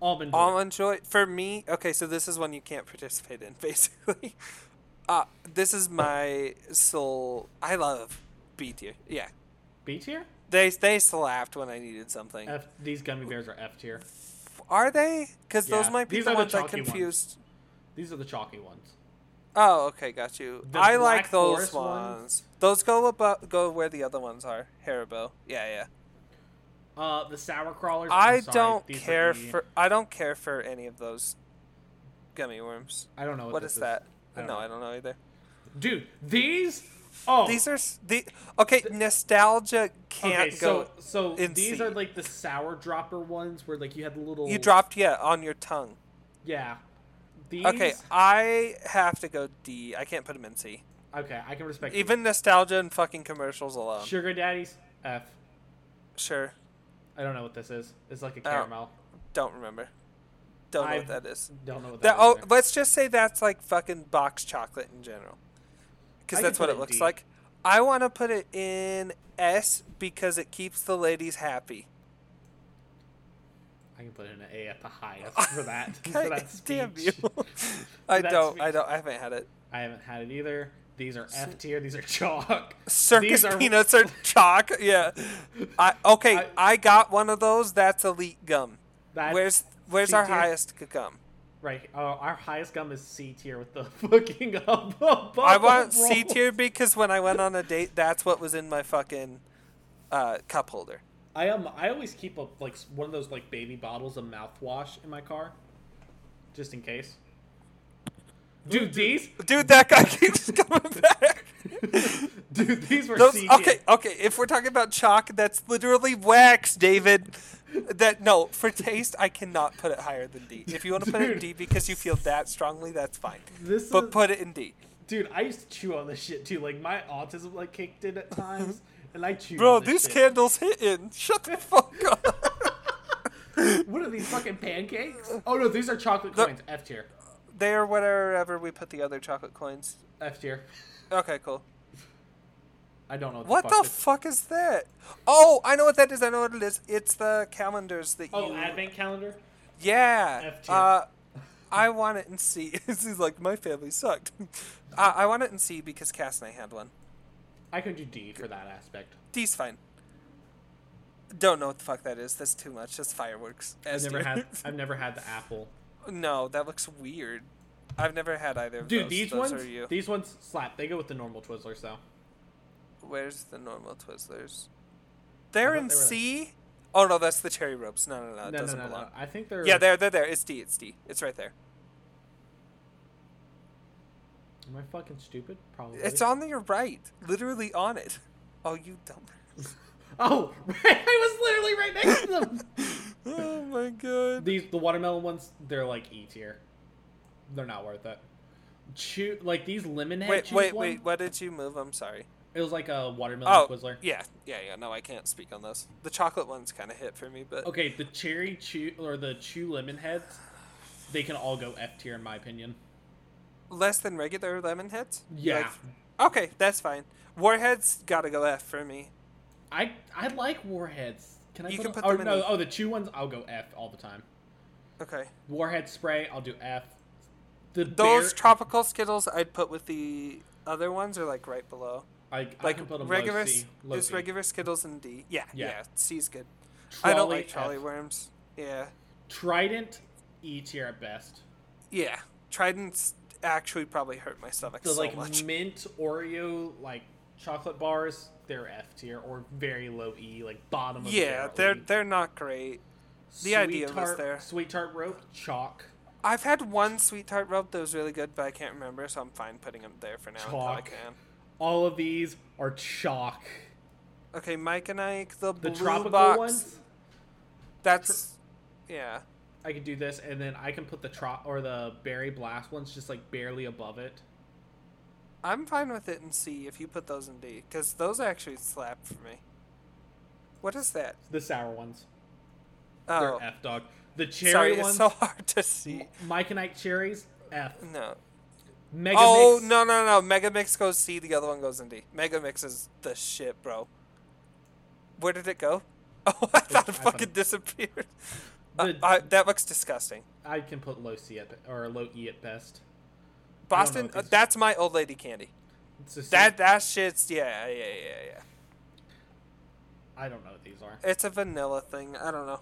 S3: Almond. joy.
S2: Almond joy for me. Okay, so this is one you can't participate in, basically. Uh, this is my soul. I love B tier. Yeah,
S3: B tier.
S2: they they slapped when I needed something.
S3: F. These gummy bears are F tier.
S2: Are they? Because those
S3: Yeah,
S2: might be
S3: these
S2: the
S3: are the
S2: ones I
S3: chalky ones.
S2: confused.
S3: These are the chalky ones.
S2: Oh, okay, got you.
S3: The
S2: I like
S3: Black
S2: those
S3: Forest
S2: ones.
S3: ones?
S2: Those go above, go where the other ones are. Haribo. Yeah, yeah.
S3: Uh, the sour crawlers. I'm
S2: I
S3: sorry,
S2: don't
S3: these are
S2: care
S3: E.
S2: for I don't care for any of those gummy worms.
S3: I don't know what,
S2: What
S3: this
S2: is that?
S3: I don't
S2: no,
S3: know.
S2: I don't know either.
S3: dude. These. Oh,
S2: These are s- the okay. Nostalgia can't
S3: okay. So
S2: go.
S3: so
S2: in
S3: these
S2: C.
S3: are like the sour dropper ones where like you had the little.
S2: You dropped yeah on your tongue.
S3: Yeah. These.
S2: Okay, I have to go D. I can't put them in C.
S3: Okay, I can respect these.
S2: Even nostalgia and fucking commercials alone. Sure.
S3: sugar daddies. F. I don't know what this is. It's like a
S2: Oh.
S3: caramel.
S2: Don't remember. Don't know
S3: I-
S2: what that is.
S3: Don't know what
S2: That,
S3: that.
S2: oh,
S3: is either.
S2: let's just say that's like fucking box chocolate in general, because
S3: I
S2: that's
S3: could
S2: what
S3: put
S2: it
S3: it
S2: looks
S3: D.
S2: like. I want to put it in S because it keeps the ladies happy.
S3: I can put in an A at the highest for that. for that speech.
S2: Damn you! I
S3: that
S2: don't. I
S3: speech.
S2: don't. I haven't had it.
S3: I haven't had it either. These are F tier. These are chalk.
S2: Circus
S3: These are-
S2: peanuts are chalk. Yeah. I okay. I,
S3: I-
S2: got one of those. That's elite gum.
S3: That's
S2: where's Where's
S3: C
S2: our
S3: tier?
S2: highest g- gum?
S3: Right. Uh, our highest gum is C tier with the fucking up.
S2: I want C tier because when I went on a date, that's what was in my fucking uh, cup holder.
S3: I am. I always keep a like s- one of those like baby bottles of mouthwash in my car, just in case. Dude, these,
S2: Dude, that guy keeps coming back.
S3: dude, these were
S2: Those-
S3: C tier.
S2: okay, okay. If we're talking about chalk, that's literally wax, David. That no, for taste, I cannot put it higher than D. If you want to put it in
S3: Dude.
S2: D because you feel that strongly, that's fine.
S3: This
S2: but
S3: is-
S2: put it in D,
S3: dude. I used to chew on this shit too. Like my autism like kicked in at times, and I chewed.
S2: bro.
S3: on this
S2: These
S3: shit.
S2: candles hitting. Shut the fuck up.
S3: What are these fucking pancakes? Oh no, these are chocolate
S2: The-
S3: coins. F tier.
S2: they are whatever we put the other chocolate coins.
S3: F tier.
S2: Okay, cool.
S3: I don't know
S2: What
S3: the
S2: the
S3: fuck. this-
S2: fuck is that? Oh, I know what that is. I know what it is. It's the calendars that
S3: oh,
S2: you.
S3: advent calendar.
S2: Yeah.
S3: F tier.
S2: Uh, I want it in C. this is like my family sucked. uh, I want it in C because Cass and I had one.
S3: I can do D for that aspect.
S2: D's fine. Don't know what the fuck that is. That's too much. That's fireworks.
S3: I've
S2: S
S3: never
S2: tier.
S3: had. I've never had the apple.
S2: no, that looks weird. I've never had either of
S3: Dude,
S2: those.
S3: these
S2: Those
S3: ones,
S2: Are you.
S3: these ones slap. They go with the normal Twizzlers though.
S2: Where's the normal Twizzlers? They're
S3: thought
S2: in
S3: they were-
S2: C. Oh no, that's the cherry ropes. No, no, no, it
S3: No, no,
S2: doesn't
S3: no,
S2: belong.
S3: no. I think they're.
S2: Yeah, they're they're there. It's D. It's D. It's right there.
S3: Am I fucking stupid? Probably.
S2: It's on your right. Literally on it. Oh, you dumb.
S3: Oh, right. I was literally right next to them.
S2: oh my god.
S3: these the watermelon ones. They're like E tier. They're not worth it. chew like these lemonhead.
S2: Wait,
S3: juice
S2: wait,
S3: one-
S2: wait. What did you move? I'm sorry.
S3: It was like a watermelon
S2: Oh,
S3: Twizzler.
S2: yeah, yeah, yeah. No, I can't speak on those. The chocolate one's kind of hit for me, but
S3: Okay, the cherry chew or the chew lemon heads, they can all go F tier in my opinion.
S2: less than regular lemon heads. You
S3: Yeah,
S2: like- okay, that's fine. Warheads gotta go F for me.
S3: I I like warheads. Can I
S2: You
S3: put,
S2: can
S3: them-
S2: put
S3: or
S2: them in
S3: no,
S2: the-
S3: oh the chew ones I'll go F all the time.
S2: Okay,
S3: Warhead spray, I'll do F. The
S2: those
S3: bear-
S2: tropical Skittles I'd put with the other ones are like right below.
S3: I, I
S2: Like
S3: can put them
S2: regular,
S3: low
S2: s-
S3: C, low
S2: it's
S3: C.
S2: regular Skittles and D. Yeah, yeah,
S3: Yeah.
S2: C's good. I don't like
S3: F.
S2: trolley worms. Yeah,
S3: Trident E tier at best.
S2: yeah. Tridents actually probably hurt my stomach
S3: The
S2: so
S3: like
S2: much.
S3: mint Oreo like chocolate bars, they're F tier or very low E, like bottom of the
S2: Yeah,
S3: barrel
S2: they're
S3: E.
S2: they're not great. the
S3: Sweet
S2: idea was
S3: tart,
S2: there.
S3: Sweet tart rope, chalk,
S2: I've had one sweet tart rub that was really good, but I can't remember, so I'm fine putting them there for now until I
S3: Chalk.
S2: can.
S3: all of these are chalk.
S2: Okay, Mike and Ike, the,
S3: The
S2: blue
S3: tropical
S2: box.
S3: ones,
S2: That's yeah.
S3: I could do this, and then I can put the tro or the berry blast ones just like barely above it.
S2: I'm fine with it in C if you put those in D, because those actually slap for me. What is that?
S3: The sour ones, they're
S2: Oh,
S3: F dog. The cherry
S2: sorry,
S3: ones,
S2: it's so hard to see.
S3: Mike and Ike cherries, F.
S2: No.
S3: Mega
S2: oh
S3: Mix,
S2: no no no! Mega Mix goes C. The other one goes in D. Mega Mix is the shit, bro. Where did it go? Oh, I thought it
S3: iPhone.
S2: fucking disappeared. Uh,
S3: The-
S2: I, that looks disgusting.
S3: I can put low C at or low E at best.
S2: Boston.
S3: what
S2: Uh,
S3: these-
S2: that's my old lady candy.
S3: It's the same-
S2: That that shit's yeah yeah yeah yeah.
S3: I don't know what these are.
S2: It's a vanilla thing. I don't know.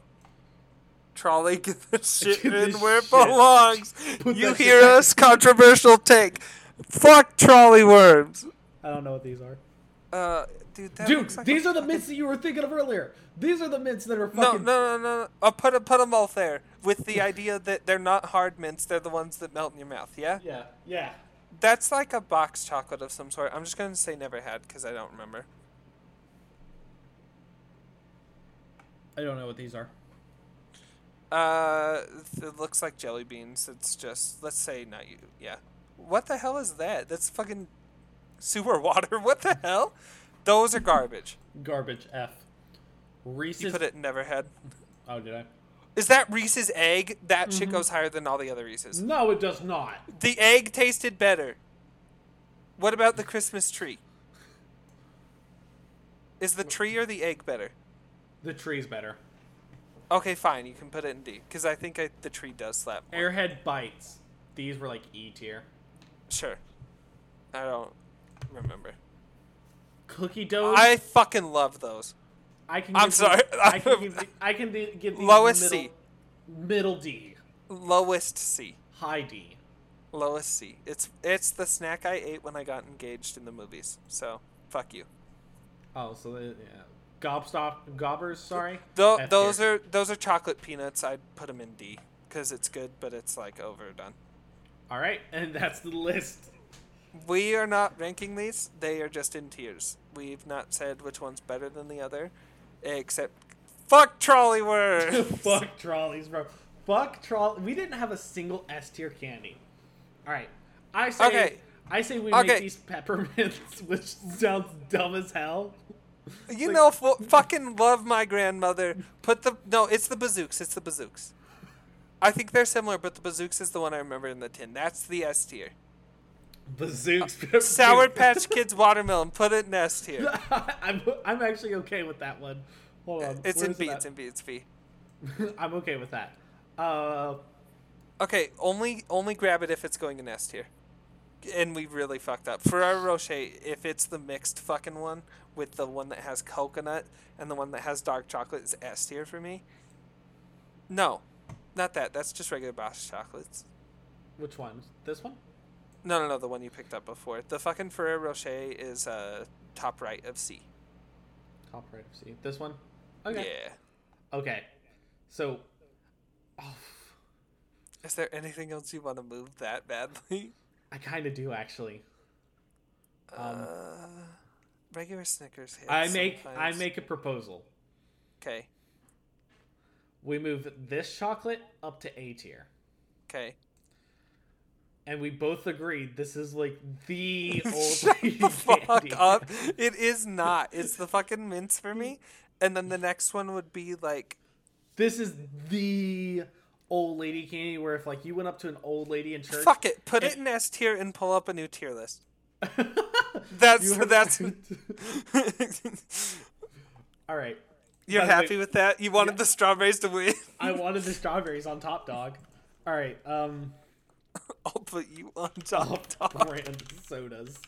S2: Trolley, get the shit
S3: Get
S2: in
S3: the
S2: where it
S3: shit.
S2: belongs.
S3: Put
S2: you
S3: that shit
S2: hear
S3: back.
S2: us? Controversial take. Fuck trolley worms.
S3: I don't know what these are.
S2: Uh, dude, that
S3: Dude,
S2: looks like
S3: these
S2: a
S3: are the
S2: fucking-
S3: mints that you were thinking of earlier. These are the mints that are
S2: No,
S3: fucking.
S2: no, no, no, no. I'll put put them both there with the idea that they're not hard mints. They're the ones that melt in your mouth. Yeah,
S3: Yeah, yeah.
S2: that's like a box chocolate of some sort. I'm just gonna say never had because I don't remember.
S3: I don't know what these are.
S2: Uh, it looks like jelly beans. It's just let's say not you. Yeah. What the hell is that? That's fucking sewer water. What the hell? Those are garbage.
S3: Garbage F.
S2: You
S3: Reese's.
S2: put it in never had.
S3: Oh, did I?
S2: Is that Reese's egg? That shit goes higher than all the other Reese's.
S3: No, it does not.
S2: The egg tasted better. What about the Christmas tree? Is the tree or the egg better?
S3: The tree's better.
S2: Okay, fine. You can put it in D because I think I, the tree does slap. More.
S3: Airhead bites. These were like E tier.
S2: Sure. I don't remember.
S3: Cookie dough.
S2: I fucking love those.
S3: I can.
S2: I'm
S3: give
S2: sorry.
S3: These, I can give. the- I can the- give these
S2: Lowest
S3: middle,
S2: C.
S3: Middle D.
S2: Lowest C.
S3: High D.
S2: Lowest C. It's it's the snack I ate when I got engaged in the movies. So fuck you.
S3: Oh, so the, yeah. Gobstop gobbers. Sorry.
S2: Tho-
S3: F
S2: those
S3: tier.
S2: are those are chocolate peanuts. I'd put them in D because it's good, but it's like overdone.
S3: All right, and that's the list.
S2: We are not ranking these. They are just in tiers. We've not said which one's better than the other, except fuck trolley worms.
S3: Fuck trolleys, bro. Fuck trolley. We didn't have a single S tier candy. All right, I say.
S2: Okay.
S3: I say we
S2: Okay.
S3: make these peppermints, which sounds dumb as hell.
S2: you know, fu- fucking love my grandmother. Put the no. It's the bazooks. It's the bazooks. I think they're similar, but the bazooks is the one I remember in the tin. That's the S tier.
S3: Bazooks.
S2: Uh, Sour
S3: peppermints.
S2: Patch Kids watermelon. Put it in S tier.
S3: I'm, I'm actually okay with that one. Hold on.
S2: It's
S3: where
S2: in
S3: is
S2: B.
S3: it
S2: It's
S3: at?
S2: in B. It's B.
S3: I'm okay with that. Uh,
S2: Okay, only only grab it if it's going in S tier. And we really fucked up. Ferrero Rocher, if it's the mixed fucking one with the one that has coconut and the one that has dark chocolate, is S tier for me. No, not that. That's just regular Bosch chocolates.
S3: which one? This one?
S2: No, no, no, the one you picked up before. The fucking Ferrero Rocher is uh, top right of C.
S3: Top right of C. This one? Okay.
S2: Yeah.
S3: Okay. So, oh,
S2: Is there anything else you want to move that badly?
S3: I kind of do actually. Um,
S2: uh, regular Snickers. hits
S3: I make I
S2: sometimes.
S3: make a proposal.
S2: Okay,
S3: We move this chocolate up to A tier.
S2: okay.
S3: and we both agreed this is like the old
S2: Shut
S3: lady
S2: the fuck
S3: candy.
S2: up. It is not. It's the fucking mints for me. And then the next one would be like,
S3: This is the old lady candy where if like you went up to an old lady in church,
S2: fuck it, put it in S tier and pull up a new tier list. That's that's.
S3: all right.
S2: You're
S3: By the way-
S2: happy with that? You wanted the strawberries to win.
S3: I wanted the strawberries on top, dog. All right, um,
S2: I'll put you on top. top.
S3: brand sodas.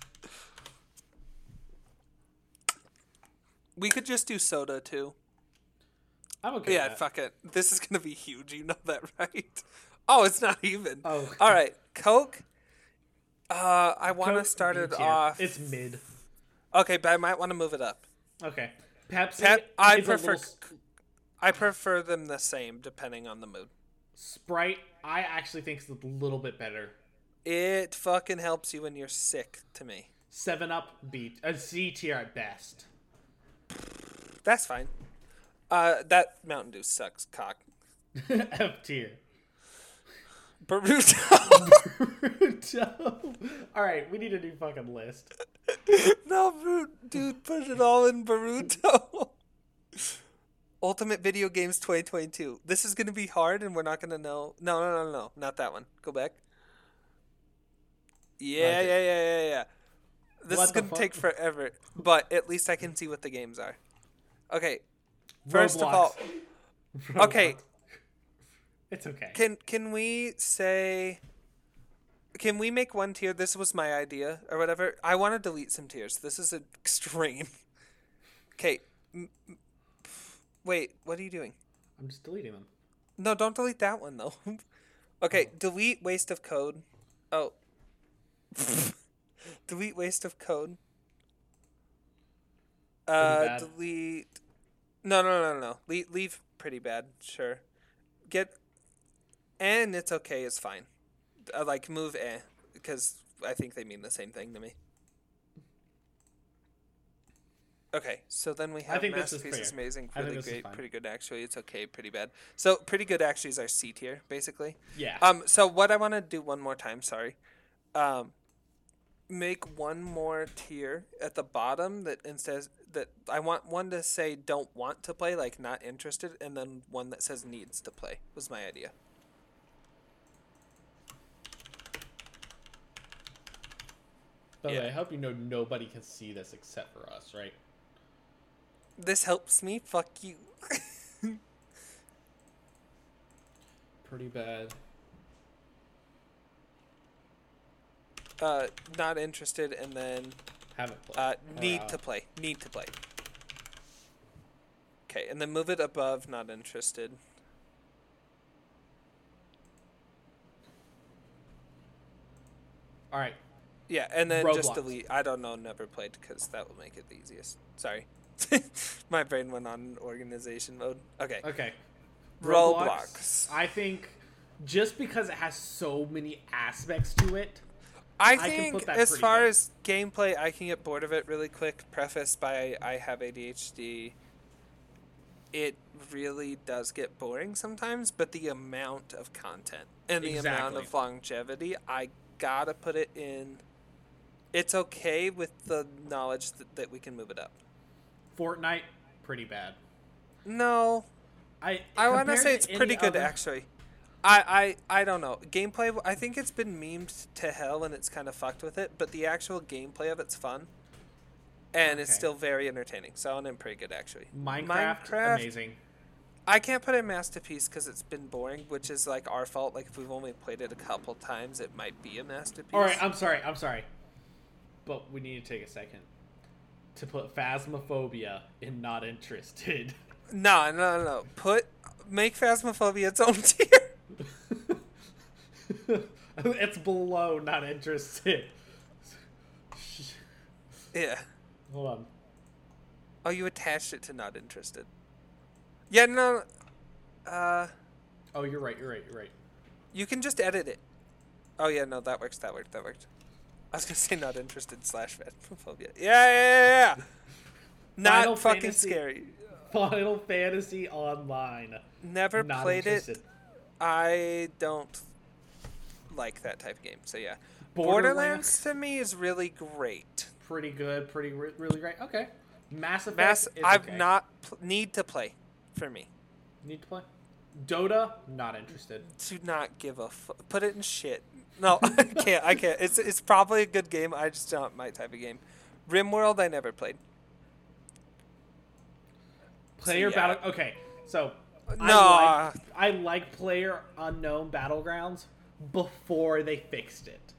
S2: We could just do soda too.
S3: I'm okay.
S2: Yeah,
S3: with that.
S2: fuck it. This is gonna be huge. You know that, right? Oh, it's not even.
S3: Oh.
S2: All right, Coke. Uh, I want to
S3: Coke,
S2: start it
S3: B tier.
S2: off.
S3: It's mid.
S2: Okay, but I might want to move it up.
S3: Okay. Pepsi.
S2: Pep, I
S3: is a
S2: prefer.
S3: little s-
S2: I prefer them the same depending on the mood.
S3: Sprite. I actually think is a little bit better.
S2: It fucking helps you when you're sick. To me,
S3: Seven Up B a C tier at best.
S2: that's fine. Uh, that Mountain Dew sucks, cock.
S3: F tier.
S2: Baruto.
S3: All right, we need a new fucking list.
S2: No, Bru- dude, put it all in Baruto. Ultimate Video Games 2022. This is going to be hard and we're not going to know. No, no, no, no. Not that one. Go back. Yeah,
S3: Okay.
S2: yeah, yeah, yeah, yeah. This
S3: What
S2: is
S3: the
S2: going to
S3: fuck?
S2: take forever, but at least I can see what the games are. Okay. First of
S3: Roblox.
S2: all, okay,
S3: Roblox. It's okay.
S2: can can we say can we make one tier? This was my idea or whatever. I want to delete some tiers. This is extreme. Okay. Wait, what are you doing?
S3: I'm just deleting them.
S2: No, don't delete that one though. okay, delete waste of code. Oh. delete waste of code. Uh
S3: bad.
S2: delete No, no, no, no, no. Leave, leave pretty bad, sure. Get and it's okay is fine. I like move eh because I think they mean the same thing to me. Okay, so then we have
S3: think this is
S2: masterpiece is
S3: fair.
S2: amazing,
S3: I think
S2: really
S3: this is
S2: great,
S3: fine.
S2: pretty pretty good actually. It's okay, pretty bad. So pretty good actually is our C tier, basically.
S3: Yeah.
S2: Um. So what I want to do one more time, sorry, um, make one more tier at the bottom that instead that I want one to say don't want to play, like not interested, and then one that says needs to play was my idea.
S1: By the
S2: Yeah.
S1: way, I hope you know nobody can see this except for us, right?
S2: This helps me. Fuck you.
S1: Pretty bad.
S2: uh, not interested, and then
S1: Haven't played.
S2: uh,
S1: Or,
S2: need
S1: uh,
S2: to play. Need to play. Okay, and then move it above. Not interested. uh,
S3: All right.
S2: Yeah, and then
S3: Roblox.
S2: just delete. I don't know, never played because that will make it the easiest. Sorry, my brain went on organization mode. Okay,
S3: Okay.
S2: Roblox.
S3: I think just because it has so many aspects to it,
S2: I
S3: can
S2: think
S3: put that
S2: as
S3: pretty
S2: far
S3: low.
S2: as gameplay, I can get bored of it really quick. Preface by I have ADHD. It really does get boring sometimes, but the amount of content and the amount
S3: Exactly.
S2: of longevity, I gotta put it in. It's okay with the knowledge that, that we can move it up.
S3: Fortnite pretty bad.
S2: No,
S3: I
S2: I want to
S3: compared
S2: say it's
S3: any
S2: pretty good,
S3: other-
S2: actually. I, I I don't know gameplay. I think it's been memed to hell and it's kind of fucked with it, but the actual gameplay of it's fun, and it's
S3: Okay.
S2: still very entertaining. So I'm in pretty good actually.
S3: Minecraft, amazing.
S2: I can't put it in masterpiece because it's been boring, which is like our fault. Like if we've only played it a couple times, it might be a masterpiece.
S3: All right, I'm sorry. I'm sorry. But we need to take a second to put phasmophobia in not interested.
S2: no, no, no, no. Put make Phasmophobia its own tier.
S3: it's below not interested.
S2: yeah.
S3: Hold on.
S2: Oh, you attached it to not interested. Yeah. No. Uh.
S3: Oh, you're right. You're right. You're right.
S2: You can just edit it. Oh yeah, no, that works. That worked. That worked. I was gonna say not interested slash phobia. Yeah, yeah, yeah. yeah. Not
S3: Final
S2: fucking
S3: Fantasy-
S2: scary.
S3: Final Fantasy Online.
S2: Never
S3: Not
S2: played
S3: interested.
S2: it. I don't like that type of game. So yeah, Borderlands, to me is really great.
S3: Pretty good. Pretty re- really great. Okay. Mass Effect.
S2: Mass,
S3: is
S2: I've
S3: okay.
S2: not pl- need to play for me.
S3: need to play. Dota, not interested.
S2: Do not give a fu- put it in shit. No, I can't. I can't. It's it's probably a good game. I just not my type of game. RimWorld, I never played.
S3: Player
S2: yeah.
S3: battle. Okay, so I
S2: Nah.
S3: like, I like player unknown battlegrounds before they fixed it.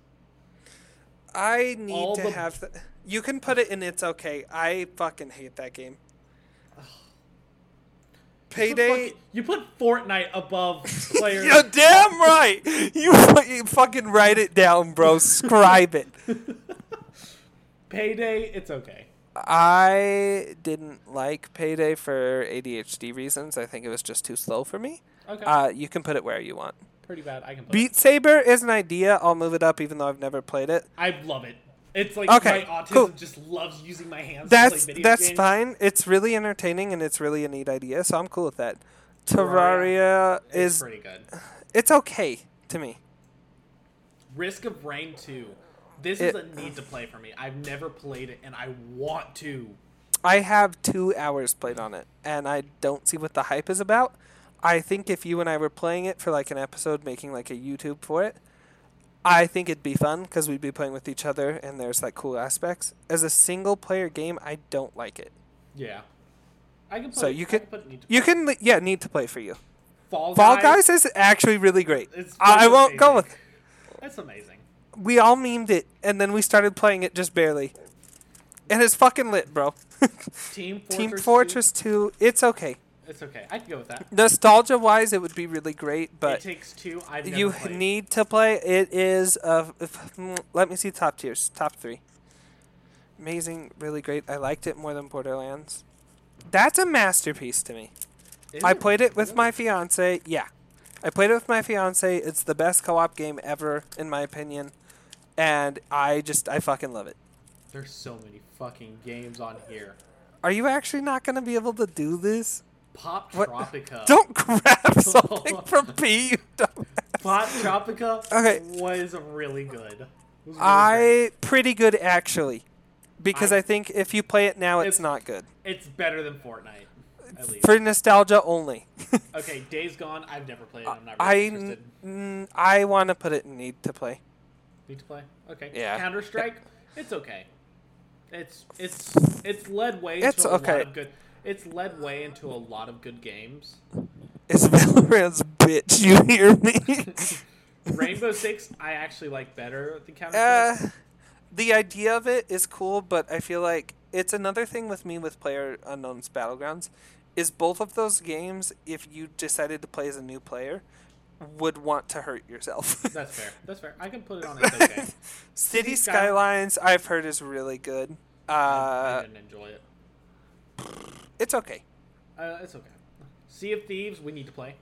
S2: I need
S3: All
S2: to
S3: the-
S2: have. The, you can put it in. It's okay. I fucking hate that game.
S3: You put
S2: Payday.
S3: fucking- You put Fortnite above player.
S2: You're damn right. You, fu- you fucking write it down, bro. Scribe it.
S3: Payday, it's okay.
S2: I didn't like Payday for ADHD reasons. I think it was just too slow for me.
S3: Okay,
S2: Uh, you can put it where you want.
S3: pretty bad. I can play. it.
S2: Beat Saber is an idea. I'll move it up, even though I've never played it.
S3: I love it. It's like
S2: Okay,
S3: my autism
S2: cool.
S3: just loves using my hands.
S2: That's
S3: to play video
S2: that's
S3: games.
S2: fine. It's really entertaining and it's really a neat idea, so I'm cool with that. Terraria
S3: It's
S2: is
S3: pretty good.
S2: it's okay to me.
S3: Risk of Rain 2. This
S2: It-
S3: is a need to play for me. I've never played it, and I want to.
S2: I have two hours played on it, and I don't see what the hype is about. I think if you and I were playing it for like an episode, making like a YouTube for it, I think it'd be fun because we'd be playing with each other, and there's like cool aspects. As a single player game, I don't like it.
S3: Yeah, I can play.
S2: So you
S3: I
S2: can
S3: put need to
S2: you can li- yeah need to play for you.
S3: Fall,
S2: Fall Guys is actually really great.
S3: It's
S2: I, I
S3: fucking
S2: won't go
S3: amazing.
S2: with.
S3: That's amazing.
S2: We all memed it, and then we started playing it just barely, and it's fucking lit, bro.
S3: Team Fortress.
S2: Team
S3: 2,
S2: Fortress Two, it's okay.
S3: It's okay. I can go with that.
S2: Nostalgia wise, it would be really great,
S3: it
S2: but
S3: takes two. I've never
S2: you
S3: played.
S2: need to play. It is uh, f- mm, let me see top tiers, top three. Amazing, really great. I liked it more than Borderlands. That's a masterpiece to me.
S3: Is
S2: I
S3: it
S2: played it with
S3: really?
S2: my fiance. Yeah, I played it with my fiance. It's the best co-op game ever, in my opinion, and I just I fucking love it.
S3: There's so many fucking games on here.
S2: Are you actually not gonna be able to do this?
S3: Pop
S2: What?
S3: Tropica.
S2: Don't grab something from P. You dumbass.
S3: Pop Tropica.
S2: Okay.
S3: Was really good. It was really great.
S2: I pretty good actually, because I,
S3: I-
S2: think if you play it now, it's
S3: It's-
S2: not good
S3: It's better than Fortnite. At least.
S2: for nostalgia only.
S3: okay, Days Gone. I've never played it. I'm not
S2: I
S3: really interested.
S2: n- I want to put it in need to play.
S3: Need to play. Okay.
S2: Yeah.
S3: Counter Strike. It's okay. It's it's it's led way
S2: It's
S3: into a
S2: okay.
S3: lot of good. It's led way into a lot of good games.
S2: It's Valorant's bitch. You hear me?
S3: Rainbow Six, I actually like better than Counter
S2: uh,
S3: Strike.
S2: the idea of it is cool, but I feel like it's another thing with me with Player Unknown's Battlegrounds is both of those games. If you decided to play as a new player, would want to hurt yourself.
S3: That's fair. That's fair. I can put it on. It's okay.
S2: City
S3: City Sky-
S2: Skylines, I've heard, is really good.
S3: I
S2: Uh,
S3: didn't enjoy it.
S2: it's okay.
S3: Uh, it's okay. Sea of Thieves, we need to play.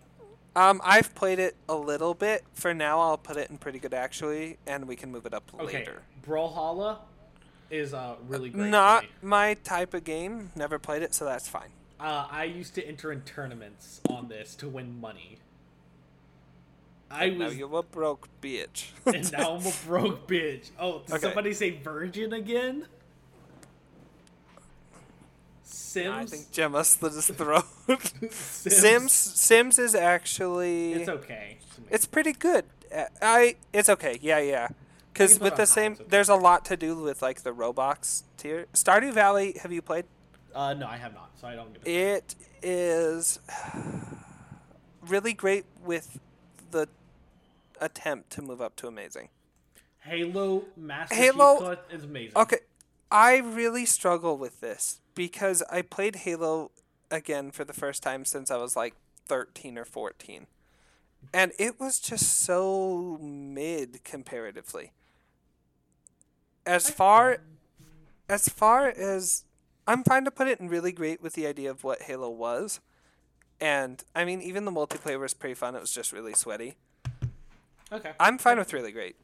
S2: Um, I've played it a little bit. For now, I'll put it in pretty good actually, and we can move it up
S3: Okay.
S2: later.
S3: Brawlhalla is uh, really great. for
S2: Not
S3: me.
S2: my type of game. Never played it, so that's fine.
S3: Uh, I used to enter in tournaments on this to win money. I
S2: Now
S3: was
S2: you a broke bitch.
S3: and now I'm a broke bitch. Oh, did
S2: Okay.
S3: somebody say virgin again? Sims.
S2: I think Gemma slit his throat.
S3: Sims.
S2: Sims Sims is actually
S3: It's okay. to me.
S2: It's pretty good. Uh, I it's okay. Yeah, yeah.
S3: You
S2: Because
S3: can put
S2: with
S3: it
S2: the
S3: on high,
S2: same,
S3: it's okay.
S2: there's a lot to do with like the Roblox tier. Stardew Valley, have you played?
S3: uh, no, I have not, so I don't give a
S2: It is really great with the attempt to move up to amazing.
S3: Halo Master
S2: Halo-
S3: Chief Collection is amazing.
S2: Okay, I really struggle with this because I played Halo again for the first time since I was like 13 or 14. And it was just so mid comparatively. As far as far as I'm fine to put it in really great with the idea of what Halo was. And I mean even the multiplayer was pretty fun. It was just really sweaty.
S3: Okay.
S2: I'm fine with really great.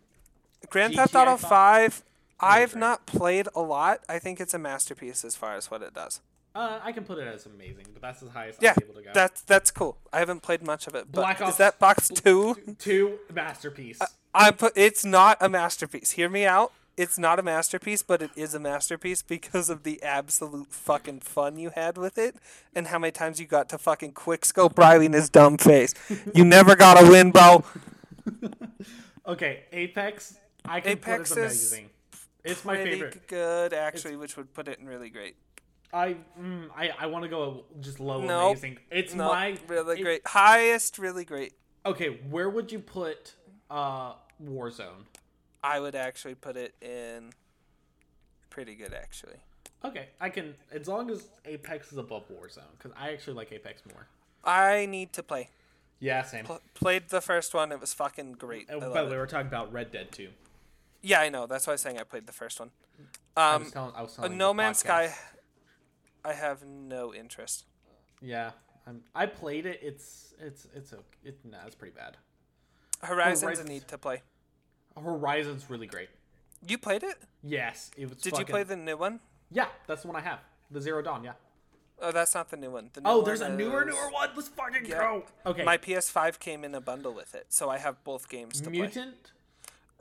S2: Grand Theft
S3: GTA
S2: Auto
S3: five?
S2: Five. I've
S3: great.
S2: not played a lot. I think it's a masterpiece as far as what it does.
S3: Uh, I can put it as amazing, but that's as high as
S2: Yeah,
S3: I'm able to go.
S2: that's that's cool. I haven't played much of it, but
S3: Black Ops
S2: is that box two?
S3: two masterpiece.
S2: I put it's not a masterpiece. Hear me out. It's not a masterpiece, but it is a masterpiece because of the absolute fucking fun you had with it and how many times you got to fucking quick scope Riley in his dumb face. You never got a win, bro.
S3: okay, Apex. I can
S2: Apex
S3: put it as
S2: is
S3: amazing. It's my
S2: Pretty
S3: favorite.
S2: good, actually, which would put it in really great.
S3: I mm, I, I want to go just low
S2: Nope.
S3: amazing. It's
S2: No,
S3: my
S2: really
S3: it-
S2: great. Highest, really great.
S3: Okay, where would you put uh Warzone?
S2: I would actually put it in pretty good, actually.
S3: Okay, I can as long as Apex is above Warzone because I actually like Apex more.
S2: I need to play.
S3: Yeah, same.
S2: Pl- played the first one. It was fucking great. I
S3: And
S2: love
S3: Oh, by the way,
S2: it.
S3: we're talking about Red Dead 2.
S2: Yeah, I know. That's why I was saying I played the first one.
S3: I
S2: Um,
S3: was telling, I was
S2: a
S3: telling
S2: No
S3: the
S2: Man's
S3: podcast.
S2: Sky, I have no interest.
S3: Yeah, I'm, I played it. It's it's it's okay. It, nah, it's pretty bad.
S2: Horizon's a
S3: Horizon.
S2: need to play.
S3: Horizon's really great.
S2: You played it?
S3: Yes, it was.
S2: Did
S3: fucking,
S2: you play the new one?
S3: Yeah, that's the one I have. The Zero Dawn. Yeah.
S2: Oh, that's not the new one. The new
S3: Oh, there's a
S2: one
S3: newer,
S2: is-
S3: newer one. Let's fucking
S2: Yeah.
S3: go. Okay.
S2: My PS5 came in a bundle with it, so I have both games to play.
S3: Mutant.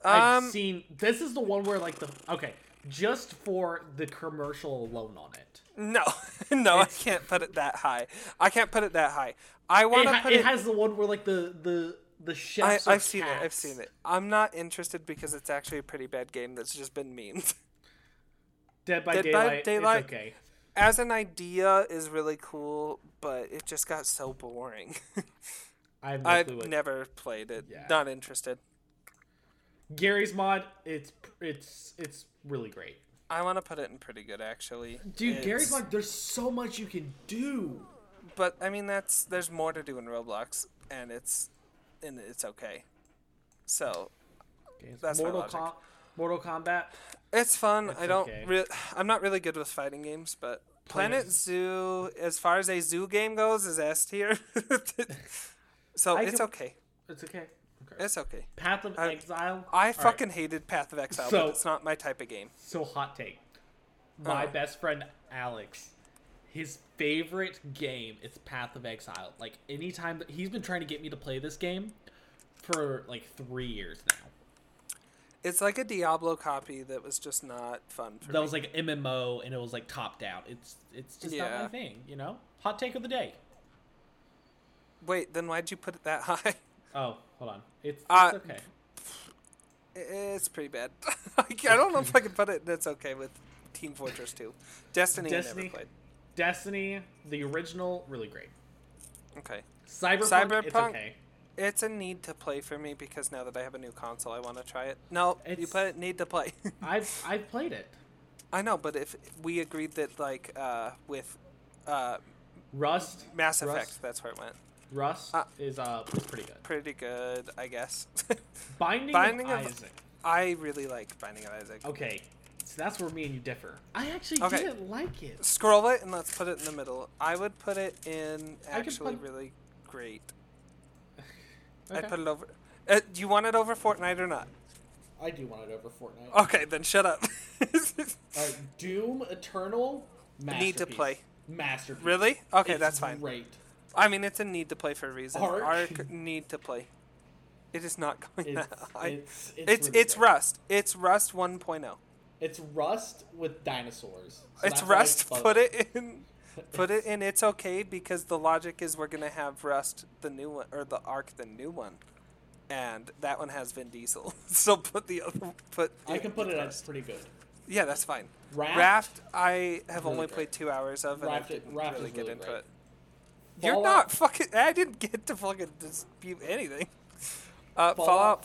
S3: I've
S2: Um,
S3: seen. This is the one where like the okay, just for the commercial alone on it.
S2: No, no, I can't put it that high. I can't put it that high. I want
S3: It,
S2: to
S3: ha-
S2: put
S3: it
S2: it.
S3: has the one where like the the the
S2: I,
S3: chefs. are
S2: I've seen it. I've
S3: cats.
S2: seen it. I'm not interested because it's actually a pretty bad game that's just been memed.
S3: Dead by
S2: Dead by
S3: Daylight.
S2: Daylight.
S3: It's okay.
S2: As an idea, is really cool, but it just got so boring.
S3: I have no clue.
S2: I've
S3: What...
S2: never played it.
S3: Yeah.
S2: Not interested.
S3: Gary's mod. It's it's it's really great.
S2: I want to put it in pretty good actually.
S3: Dude, Gary's
S2: It's-
S3: mod. There's so much you can do.
S2: But I mean, that's there's more to do in Roblox, and it's and it's okay. So
S3: Okay, it's
S2: That's my
S3: Mortal
S2: logic.
S3: Com- Mortal Kombat.
S2: It's fun. I don't
S3: okay.
S2: re- I'm not really good with fighting games, but Planet Zoo, as far as a zoo game goes, is S tier. so
S3: I
S2: it's
S3: can-
S2: okay.
S3: It's okay. okay.
S2: It's okay.
S3: Path of
S2: I-
S3: Exile.
S2: I
S3: All right,
S2: fucking hated Path of Exile,
S3: So-
S2: but it's not my type of game.
S3: so hot take. My
S2: Oh.
S3: best friend Alex, his favorite game is Path of Exile. Like anytime that he's been trying to get me to play this game for like three years now.
S2: It's like a Diablo copy that was just not fun for
S3: That
S2: me.
S3: was like MMO and it was like top down. It's it's just not my
S2: Yeah.
S3: thing, you know. Hot take of the day.
S2: Wait, then why'd you put it that high?
S3: Oh, hold on. It's, it's
S2: Uh,
S3: okay.
S2: It's pretty bad. I don't know if I can put it. That's okay with Team Fortress 2. Destiny, I
S3: Destiny.
S2: never played.
S3: Destiny, the original, really great.
S2: Okay.
S3: Cyberpunk, it's
S2: Cyberpunk,
S3: okay.
S2: It's a need to play for me because now that I have a new console, I want to try it. No, you
S3: It's-
S2: put it need to play.
S3: I've I've played it.
S2: I know, but if we agreed that like uh, with uh,
S3: Rust,
S2: Mass
S3: Rust.
S2: Effect, that's where it went.
S3: Rust
S2: Ah.
S3: is uh is pretty good.
S2: Pretty good, I guess.
S3: Binding,
S2: Binding
S3: of
S2: of-
S3: Isaac.
S2: I really like Binding of Isaac.
S3: Okay, so that's where me and you differ. I actually
S2: Okay.
S3: didn't like it.
S2: Scroll it and let's put it in the middle. I would put it in
S3: I could
S2: actually
S3: put-
S2: really great.
S3: Okay.
S2: I'd put it over. Uh, do you want it over Fortnite or not?
S3: I do want it over Fortnite.
S2: Okay, then shut up.
S3: All right, Doom Eternal. Masterpiece.
S2: Need to play.
S3: Masterpiece.
S2: really? Okay,
S3: It's
S2: that's fine.
S3: Great.
S2: I mean, it's a need to play for a reason.
S3: Arc?
S2: Arc, need to play. It is not going
S3: It's
S2: that high.
S3: it's it's,
S2: It's
S3: really
S2: it's
S3: great.
S2: Rust. It's Rust 1.0.
S3: It's Rust with dinosaurs. So
S2: it's
S3: that's why
S2: Rust.
S3: low.
S2: Put it in. Put it in. It's okay because the logic is we're gonna have Rust the new one or the Arc the new one, and that one has Vin Diesel. so put the other. Put.
S3: I can put it as
S2: Rust.
S3: pretty good.
S2: Yeah, that's fine.
S3: Raft?
S2: Raft. I have
S3: Really
S2: only
S3: great.
S2: played two hours of, and
S3: Raft-
S2: I didn't
S3: Raft
S2: really
S3: is
S2: get
S3: really
S2: into
S3: great.
S2: it. You're
S3: Fallout-
S2: not fucking. I didn't get to fucking dispute anything. Uh,
S3: Fallout-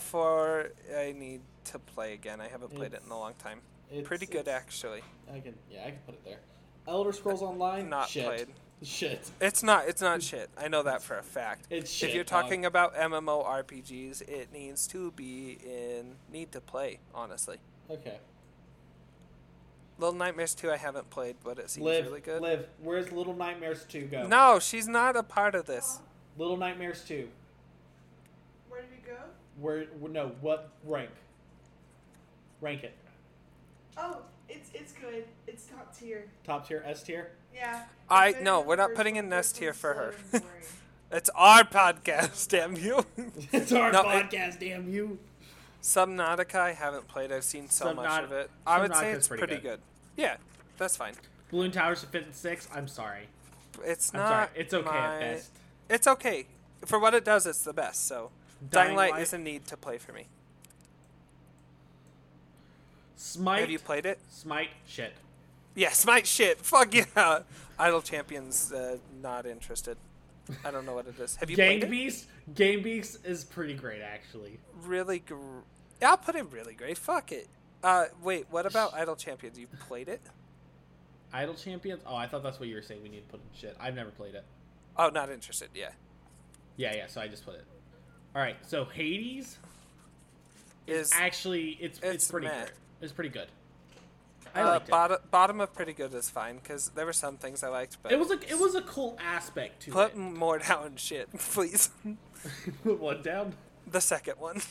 S2: Fallout 4, I need to play again. I haven't played it in a long time.
S3: It's-
S2: Pretty good,
S3: it's-
S2: actually.
S3: I can yeah I can put it there. Elder Scrolls Online.
S2: Not
S3: shit.
S2: played.
S3: Shit.
S2: It's not. It's not shit. I know that for a fact.
S3: It's shit,
S2: if you're
S3: dog.
S2: talking about MMORPGs, it needs to be in need to play. Honestly,
S3: Okay.
S2: Little Nightmares 2, I haven't played, but it seems
S3: Live.
S2: really good.
S3: Live. Where's Little Nightmares two go?
S2: No, she's not a part of this.
S3: Little Nightmares two.
S4: Where did it go?
S3: Where no what rank? Rank it.
S4: Oh, It's it's good. It's top tier.
S3: Top tier, S tier.
S4: Yeah.
S2: I-
S4: It's better
S2: no,
S4: than the
S2: we're not
S4: first
S2: putting
S4: one.
S2: in
S4: First
S2: S tier
S4: one's
S2: for
S4: slow
S2: her.
S4: and boring.
S2: It's our podcast, damn you.
S3: It's our
S2: No, it-
S3: podcast, damn you.
S2: Subnautica, I haven't played. I've seen so much
S3: Subnaut-
S2: of it. I would say
S3: Subnautica's
S2: it's pretty,
S3: pretty
S2: good.
S3: good.
S2: Yeah, that's fine.
S3: Balloon Towers to fifth and sixth. I'm sorry.
S2: It's
S3: I'm
S2: not.
S3: sorry. It's okay
S2: my-
S3: at best.
S2: It's okay. For what it does, it's the best. So, Dying,
S3: Dying
S2: Light,
S3: Light-
S2: is a need to play for me.
S3: Smite.
S2: Have you played it?
S3: Smite. Shit.
S2: Yeah, Smite shit. Fuck yeah. Idle Champions, uh, not interested. I don't know what it is. Have you
S3: Gang
S2: played it?
S3: Beast. Game Beast is pretty great actually.
S2: Really gr- Yeah, I'll put it really great. Fuck it. Uh, wait, what about Idle Champions? You played it?
S3: Idol Champions. Oh, I thought that's what you were saying. We need to put in shit. I've never played it.
S2: Oh, not interested. Yeah.
S3: Yeah, yeah. So I just put it. All right. So Hades.
S2: Is
S3: Actually, it's it's,
S2: It's
S3: pretty
S2: meh.
S3: good. It's pretty good. I
S2: uh,
S3: liked it.
S2: bottom bottom of pretty good is fine because there were some things I liked, but
S3: It was a it was a cool aspect to
S2: put
S3: it.
S2: more down shit, please.
S3: Put one down.
S2: the second one,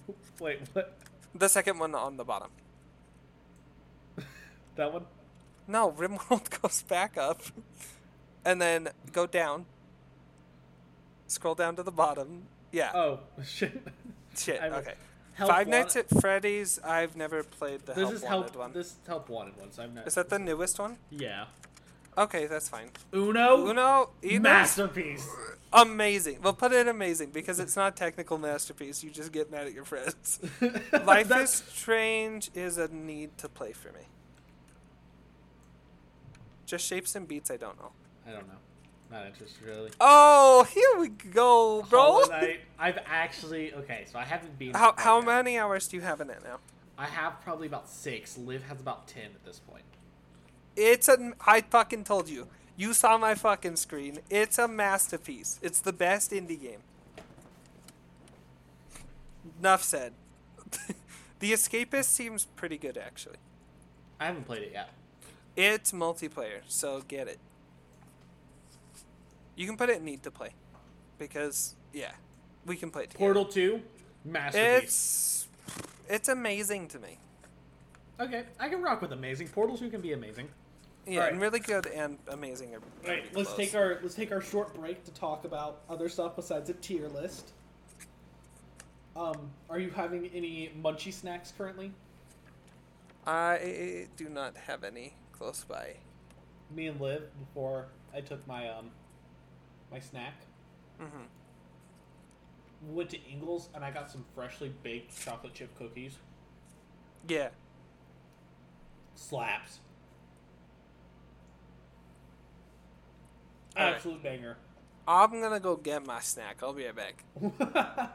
S3: Wait, what?
S2: the second one on the bottom.
S3: That one?
S2: No, Rimworld goes back up, and then go down. Scroll down to the bottom. Yeah.
S3: Oh shit.
S2: shit.
S3: I-
S2: okay.
S3: Help
S2: Five Nights
S3: wanted-
S2: at Freddy's. I've never played the
S3: This
S2: help
S3: is
S2: wanted
S3: help.
S2: one.
S3: This is help wanted one. So I've never.
S2: Is that the newest one?
S3: Yeah.
S2: Okay, that's fine.
S3: Uno.
S2: Uno, Uno's
S3: Masterpiece.
S2: amazing. We'll put it amazing because it's not a technical masterpiece. You just get mad at your friends. Life is
S3: That's-
S2: Strange is a need to play for me. Just shapes and beats I don't know.
S3: I don't know. Not interested really.
S2: Oh, here we go, bro.
S3: Hollow Knight, I've actually okay. So I haven't been.
S2: How how many hours do you have in it now?
S3: I have probably about six. Liv has about ten at this point.
S2: It's a I fucking told you. You saw my fucking screen. It's a masterpiece. It's the best indie game. Enough said. the Escapist seems pretty good actually.
S3: I haven't played it yet.
S2: It's multiplayer, so get it. You can put it in need to play. Because yeah, we can play it. together.
S3: Portal Two. Masterpiece.
S2: It's it's amazing to me.
S3: Okay, I can rock with amazing. Portal Two can be amazing.
S2: Yeah,
S3: Alright.
S2: and really good and amazing. Are
S3: All right,
S2: pretty
S3: let's
S2: close.
S3: take our let's take our short break to talk about other stuff besides a tier list. Um, are you having any munchy snacks currently?
S2: I do not have any close by.
S3: Me and Liv before I took my um my snack.
S2: Mhm.
S3: We went to Ingles and I got some freshly baked chocolate chip cookies.
S2: Yeah,
S3: Slaps.
S2: All right.
S3: Absolute banger.
S2: I'm gonna go get my snack. I'll be right back.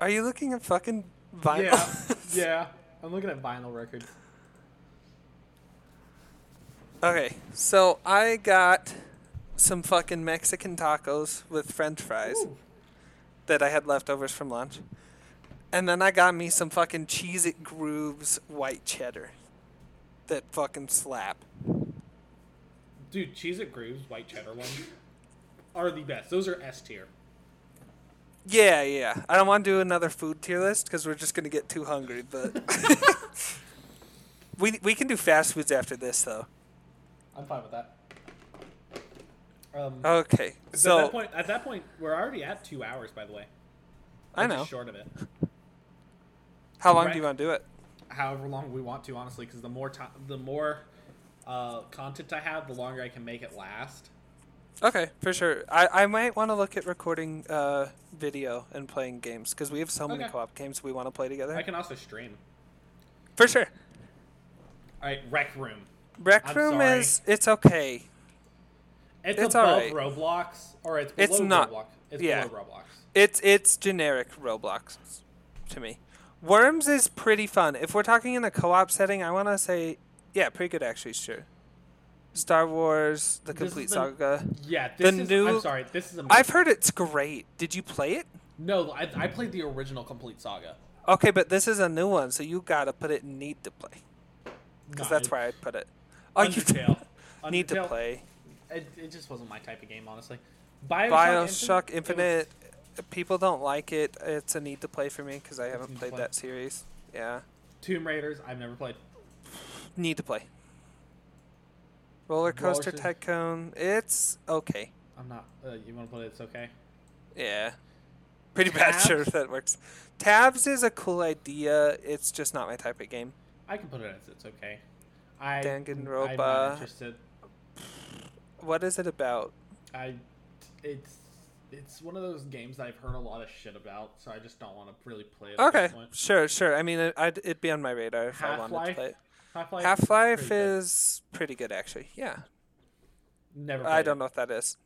S2: Are you looking at fucking vinyl?
S3: yeah, yeah. I'm looking at vinyl records.
S2: Okay, so I got some fucking Mexican tacos with French fries
S3: Ooh.
S2: that I had leftovers from lunch, and then I got me some fucking Cheez It Grooves white cheddar that fucking slap.
S3: Dude, Cheez It Grooves, white cheddar ones, are the best. Those are S tier.
S2: Yeah, yeah. I don't want to do another food tier list because we're just gonna get too hungry. But we we can do fast foods after this though.
S3: I'm fine with that. Um,
S2: Okay,
S3: so at that
S2: so
S3: point, at that point, we're already at two hours. By the way,
S2: I
S3: We're
S2: know.
S3: just short of it.
S2: How long
S3: Right.
S2: do you want to do it?
S3: However long we want to, honestly, because the more time, the more uh, content I have, the longer I can make it last.
S2: Okay, for sure. I, I might want to look at recording uh, video and playing games because we have so many
S3: Okay.
S2: co-op games we want to play together.
S3: I can also stream.
S2: For sure.
S3: All right, Rec Room.
S2: Rec
S3: I'm
S2: Room
S3: sorry.
S2: is it's okay.
S3: It's,
S2: It's
S3: above
S2: alright.
S3: Roblox, or it's below
S2: It's not-
S3: Roblox. It's
S2: yeah.
S3: below Roblox.
S2: It's it's generic Roblox to me. Worms is pretty fun. If we're talking in a co-op setting, I want to say yeah, pretty good actually. Sure. Star Wars: The
S3: This is
S2: Complete
S3: the-
S2: Saga.
S3: Yeah, this
S2: The
S3: is.
S2: new-
S3: I'm sorry, this is. Amazing.
S2: I've heard it's great. Did you play it?
S3: no. I, I played the original Complete Saga.
S2: Okay, but this is a new one, so you gotta put it in need to play because that's
S3: Nice.
S2: where I put it. Oh, you
S3: Undertale.
S2: need to
S3: Undertale,
S2: play
S3: It, it just wasn't my type of game, honestly. Bioshock,
S2: Bioshock
S3: it was-
S2: Infinite. People don't like it. It's a need to play for me because I haven't
S3: need to
S2: played
S3: play.
S2: that series. Yeah.
S3: Tomb Raiders. I've never played.
S2: Need to play. Roller Coaster
S3: Coaster-
S2: Tycoon. It's okay.
S3: I'm not. Uh, you want to play? it? It's okay.
S2: Yeah. Pretty bad sure
S3: Tabs?
S2: if that works. Tabs is a cool idea. It's just not my type of game.
S3: I can put it as it's okay. I I'm
S2: Danganronpa.
S3: not interested.
S2: What is it about?
S3: I it's it's one of those games that I've heard a lot of shit about, so I just don't want to really play it.
S2: Okay, sure, sure. I mean, it, I'd, it'd be on my radar if I wanted to
S3: Half-Life.
S2: play it.
S3: Half-Life.
S2: Half Life
S3: pretty good.
S2: is pretty good, actually. Yeah.
S3: never.
S2: I
S3: played
S2: don't
S3: it.
S2: know if that is.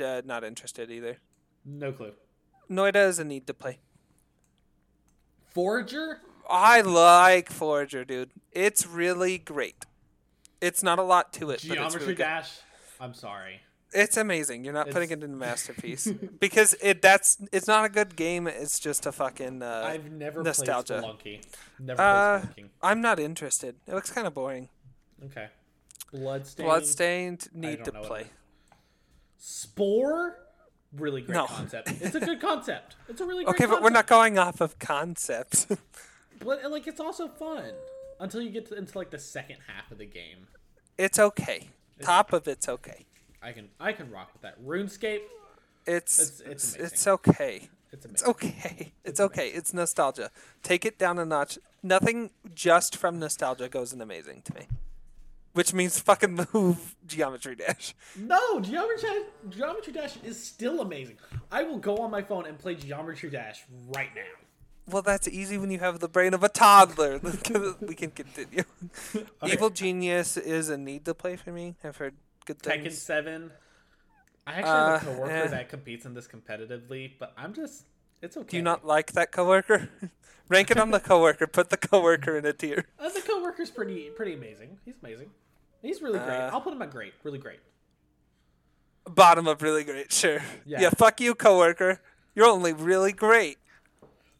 S2: Uh, not interested either.
S3: No clue.
S2: Noida is a need to play.
S3: Forager.
S2: I like Forager, dude. It's really great. It's not a lot to it, but it's
S3: Geometry
S2: really good.
S3: Dash. I'm sorry.
S2: It's amazing. You're not putting it
S3: It's-
S2: in a masterpiece because it that's it's not a good game. It's just a fucking. Uh,
S3: I've never
S2: nostalgia.
S3: played Spelunky. Never
S2: uh,
S3: played
S2: I'm not interested. It looks kind of boring.
S3: Spelunking. Okay. Bloodstained.
S2: Bloodstained
S3: I
S2: need
S3: don't
S2: to
S3: know what it
S2: play.
S3: is. Spore. Really great
S2: No.
S3: concept. It's a good concept. It's a really great
S2: Okay, but we're
S3: concept.
S2: not going off of concepts.
S3: But like, it's also fun until you get to, into like the second half of the game.
S2: it's okay. Top of it's okay.
S3: I can I can rock with that. RuneScape.
S2: It's
S3: It's-
S2: it's
S3: it's
S2: it's
S3: amazing.
S2: okay.
S3: It's
S2: It's
S3: amazing.
S2: okay. It's okay. It's nostalgia. Take it down a notch. Nothing just from nostalgia goes in amazing to me. Which means fucking move Geometry Dash.
S3: No, Geometry Dash, Geometry Dash is still amazing. I will go on my phone and play Geometry Dash right now.
S2: Well, that's easy when you have the brain of a toddler. we can continue. Evil Genius is a need to play for me. I've heard good
S3: Tekken
S2: things.
S3: Seven. I actually have
S2: Uh,
S3: a coworker
S2: eh.
S3: that competes in this competitively, but I'm just it's okay.
S2: Do you not like that coworker? Rank it on the coworker. Put the coworker in a tier.
S3: Uh, the coworker's pretty pretty amazing. He's amazing. He's really great.
S2: Uh,
S3: I'll put him at great. Really great.
S2: Bottom up, really great. Sure. Yeah.
S3: Yeah.
S2: fuck you, coworker. You're only really great.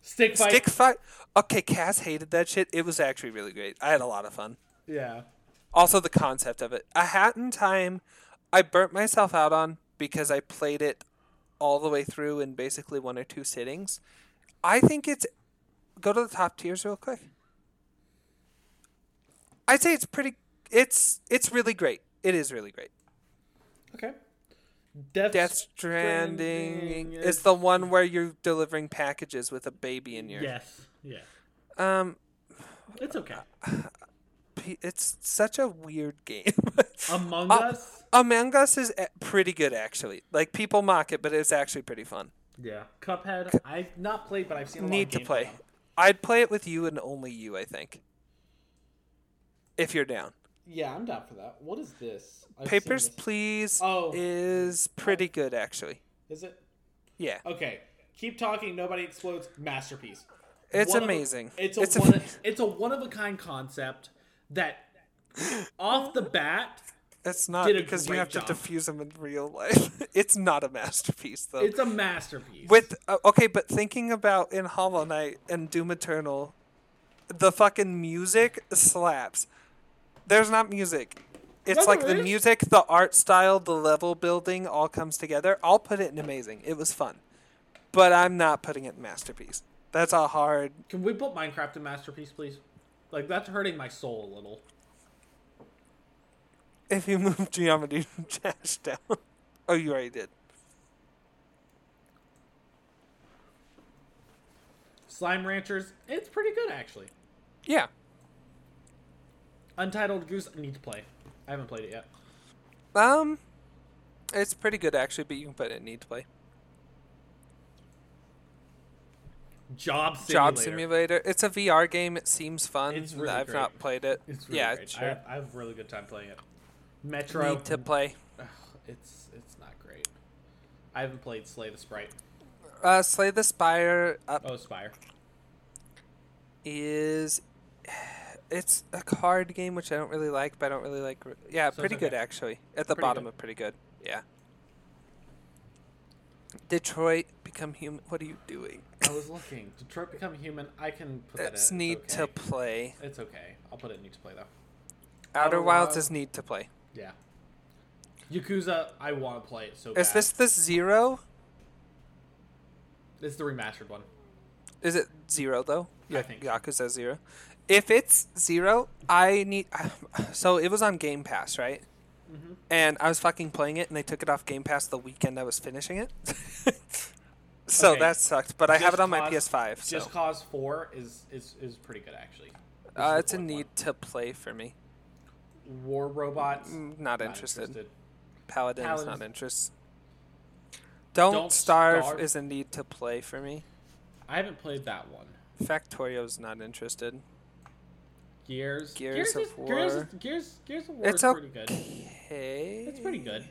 S3: Stick fight.
S2: Stick fight. Okay, Cass hated that shit. It was actually really great. I had a lot of fun.
S3: Yeah.
S2: Also, the concept of it. A Hat in Time, I burnt myself out on because I played it all the way through in basically one or two sittings. I think it's. Go to the top tiers real quick. I'd say it's pretty. It's it's really great. It is really great.
S3: Okay. Death,
S2: Death Stranding
S3: Stranding
S2: is the one where you're delivering packages with a baby in your.
S3: Yes. Yeah.
S2: Um,
S3: It's okay.
S2: p- it's such a weird game.
S3: Among
S2: Uh,
S3: Us.
S2: Among Us is a- pretty good actually. Like people mock it, but it's actually pretty fun.
S3: Yeah. Cuphead. I've not played, but I've seen a lot
S2: Need to
S3: of gameplay
S2: play.
S3: on it.
S2: I'd play it with you and only you, I think. If you're down.
S3: Yeah, I'm down for that. What is this? I've seen
S2: Papers
S3: this.
S2: Please
S3: Oh.
S2: is pretty good actually.
S3: Is it?
S2: Yeah.
S3: Okay. Keep talking. Nobody explodes. Masterpiece.
S2: It's
S3: One of a-
S2: amazing.
S3: it's a
S2: It's
S3: one.
S2: am-
S3: it's a one of a kind concept that, off the bat,
S2: It's not
S3: Did a
S2: because you
S3: great
S2: have
S3: job.
S2: to diffuse them in real life. it's not a masterpiece though.
S3: it's a masterpiece.
S2: with uh, okay, but thinking about in Hollow Knight and Doom Eternal, the fucking music slaps. There's not music. It's
S3: No,
S2: like
S3: there
S2: the
S3: is.
S2: music, the art style, the level building all comes together. I'll put it in amazing. It was fun, but I'm not putting it in masterpiece. That's a hard.
S3: Can we put Minecraft in masterpiece, please? Like that's hurting my soul a little.
S2: If you move geometry dash down, oh, you already did.
S3: Slime Ranchers. It's pretty good actually.
S2: Yeah,
S3: Untitled Goose. I need to play. I haven't played it yet.
S2: um, it's pretty good actually, but you can put it in need to play.
S1: Job Simulator.
S2: Job Simulator. It's a VR game. It seems fun.
S3: It's really
S2: I've
S3: great.
S2: not played it.
S3: It's really
S2: yeah,
S3: great.
S2: sure.
S3: I, have- I have a really good time playing it. Metro.
S2: need to play.
S3: Ugh, it's it's not great. I haven't played Slay the Sprite.
S2: Uh, Slay the Spire up
S3: Oh, Spire.
S2: is it's a card game which I don't really like, but I don't really like. Yeah,
S3: So it's
S2: pretty good
S3: okay.
S2: actually. At the
S3: Pretty
S2: bottom
S3: good.
S2: of pretty good. Yeah. Detroit become human. What are you doing?
S3: I was looking. Detroit Become Human. I can put that in.
S2: It's need
S3: it's
S2: to
S3: okay.
S2: play.
S3: It's okay. I'll put it in need to play though. Outer
S2: Outer Wilds
S3: Wilds.
S2: is need to play.
S3: Yeah. Yakuza. I want to play it so bad.
S2: Is this the zero?
S3: It's the remastered one.
S2: Is it zero though?
S3: I
S2: Ya-
S3: think so.
S2: Yakuza zero. If it's zero, I need. so it was on Game Pass, right?
S3: Mm-hmm.
S2: And I was fucking playing it, and they took it off Game Pass the weekend I was finishing it. so
S3: Okay.
S2: that sucked. But I have
S3: Just
S2: it on my
S3: Cause-
S2: PS5, so
S3: Just Cause Four is is is pretty good actually. This
S2: uh,
S3: is the
S2: it's a
S3: fourth
S2: need to play for me.
S3: one. War robots.
S2: Mm, Not, interested. Paladin's,
S3: Paladin's-
S2: not interest. Don't,
S3: Don't
S2: starve,
S3: Starve.
S2: is a need to play for me.
S3: I haven't played that one.
S2: Factorio's not interested.
S3: Gears.
S2: Gears
S3: Gears
S2: of
S3: is, Gears,
S2: War.
S3: is, Gears, Gears of War
S2: It's
S3: is pretty good.
S2: okay.
S3: It's pretty good.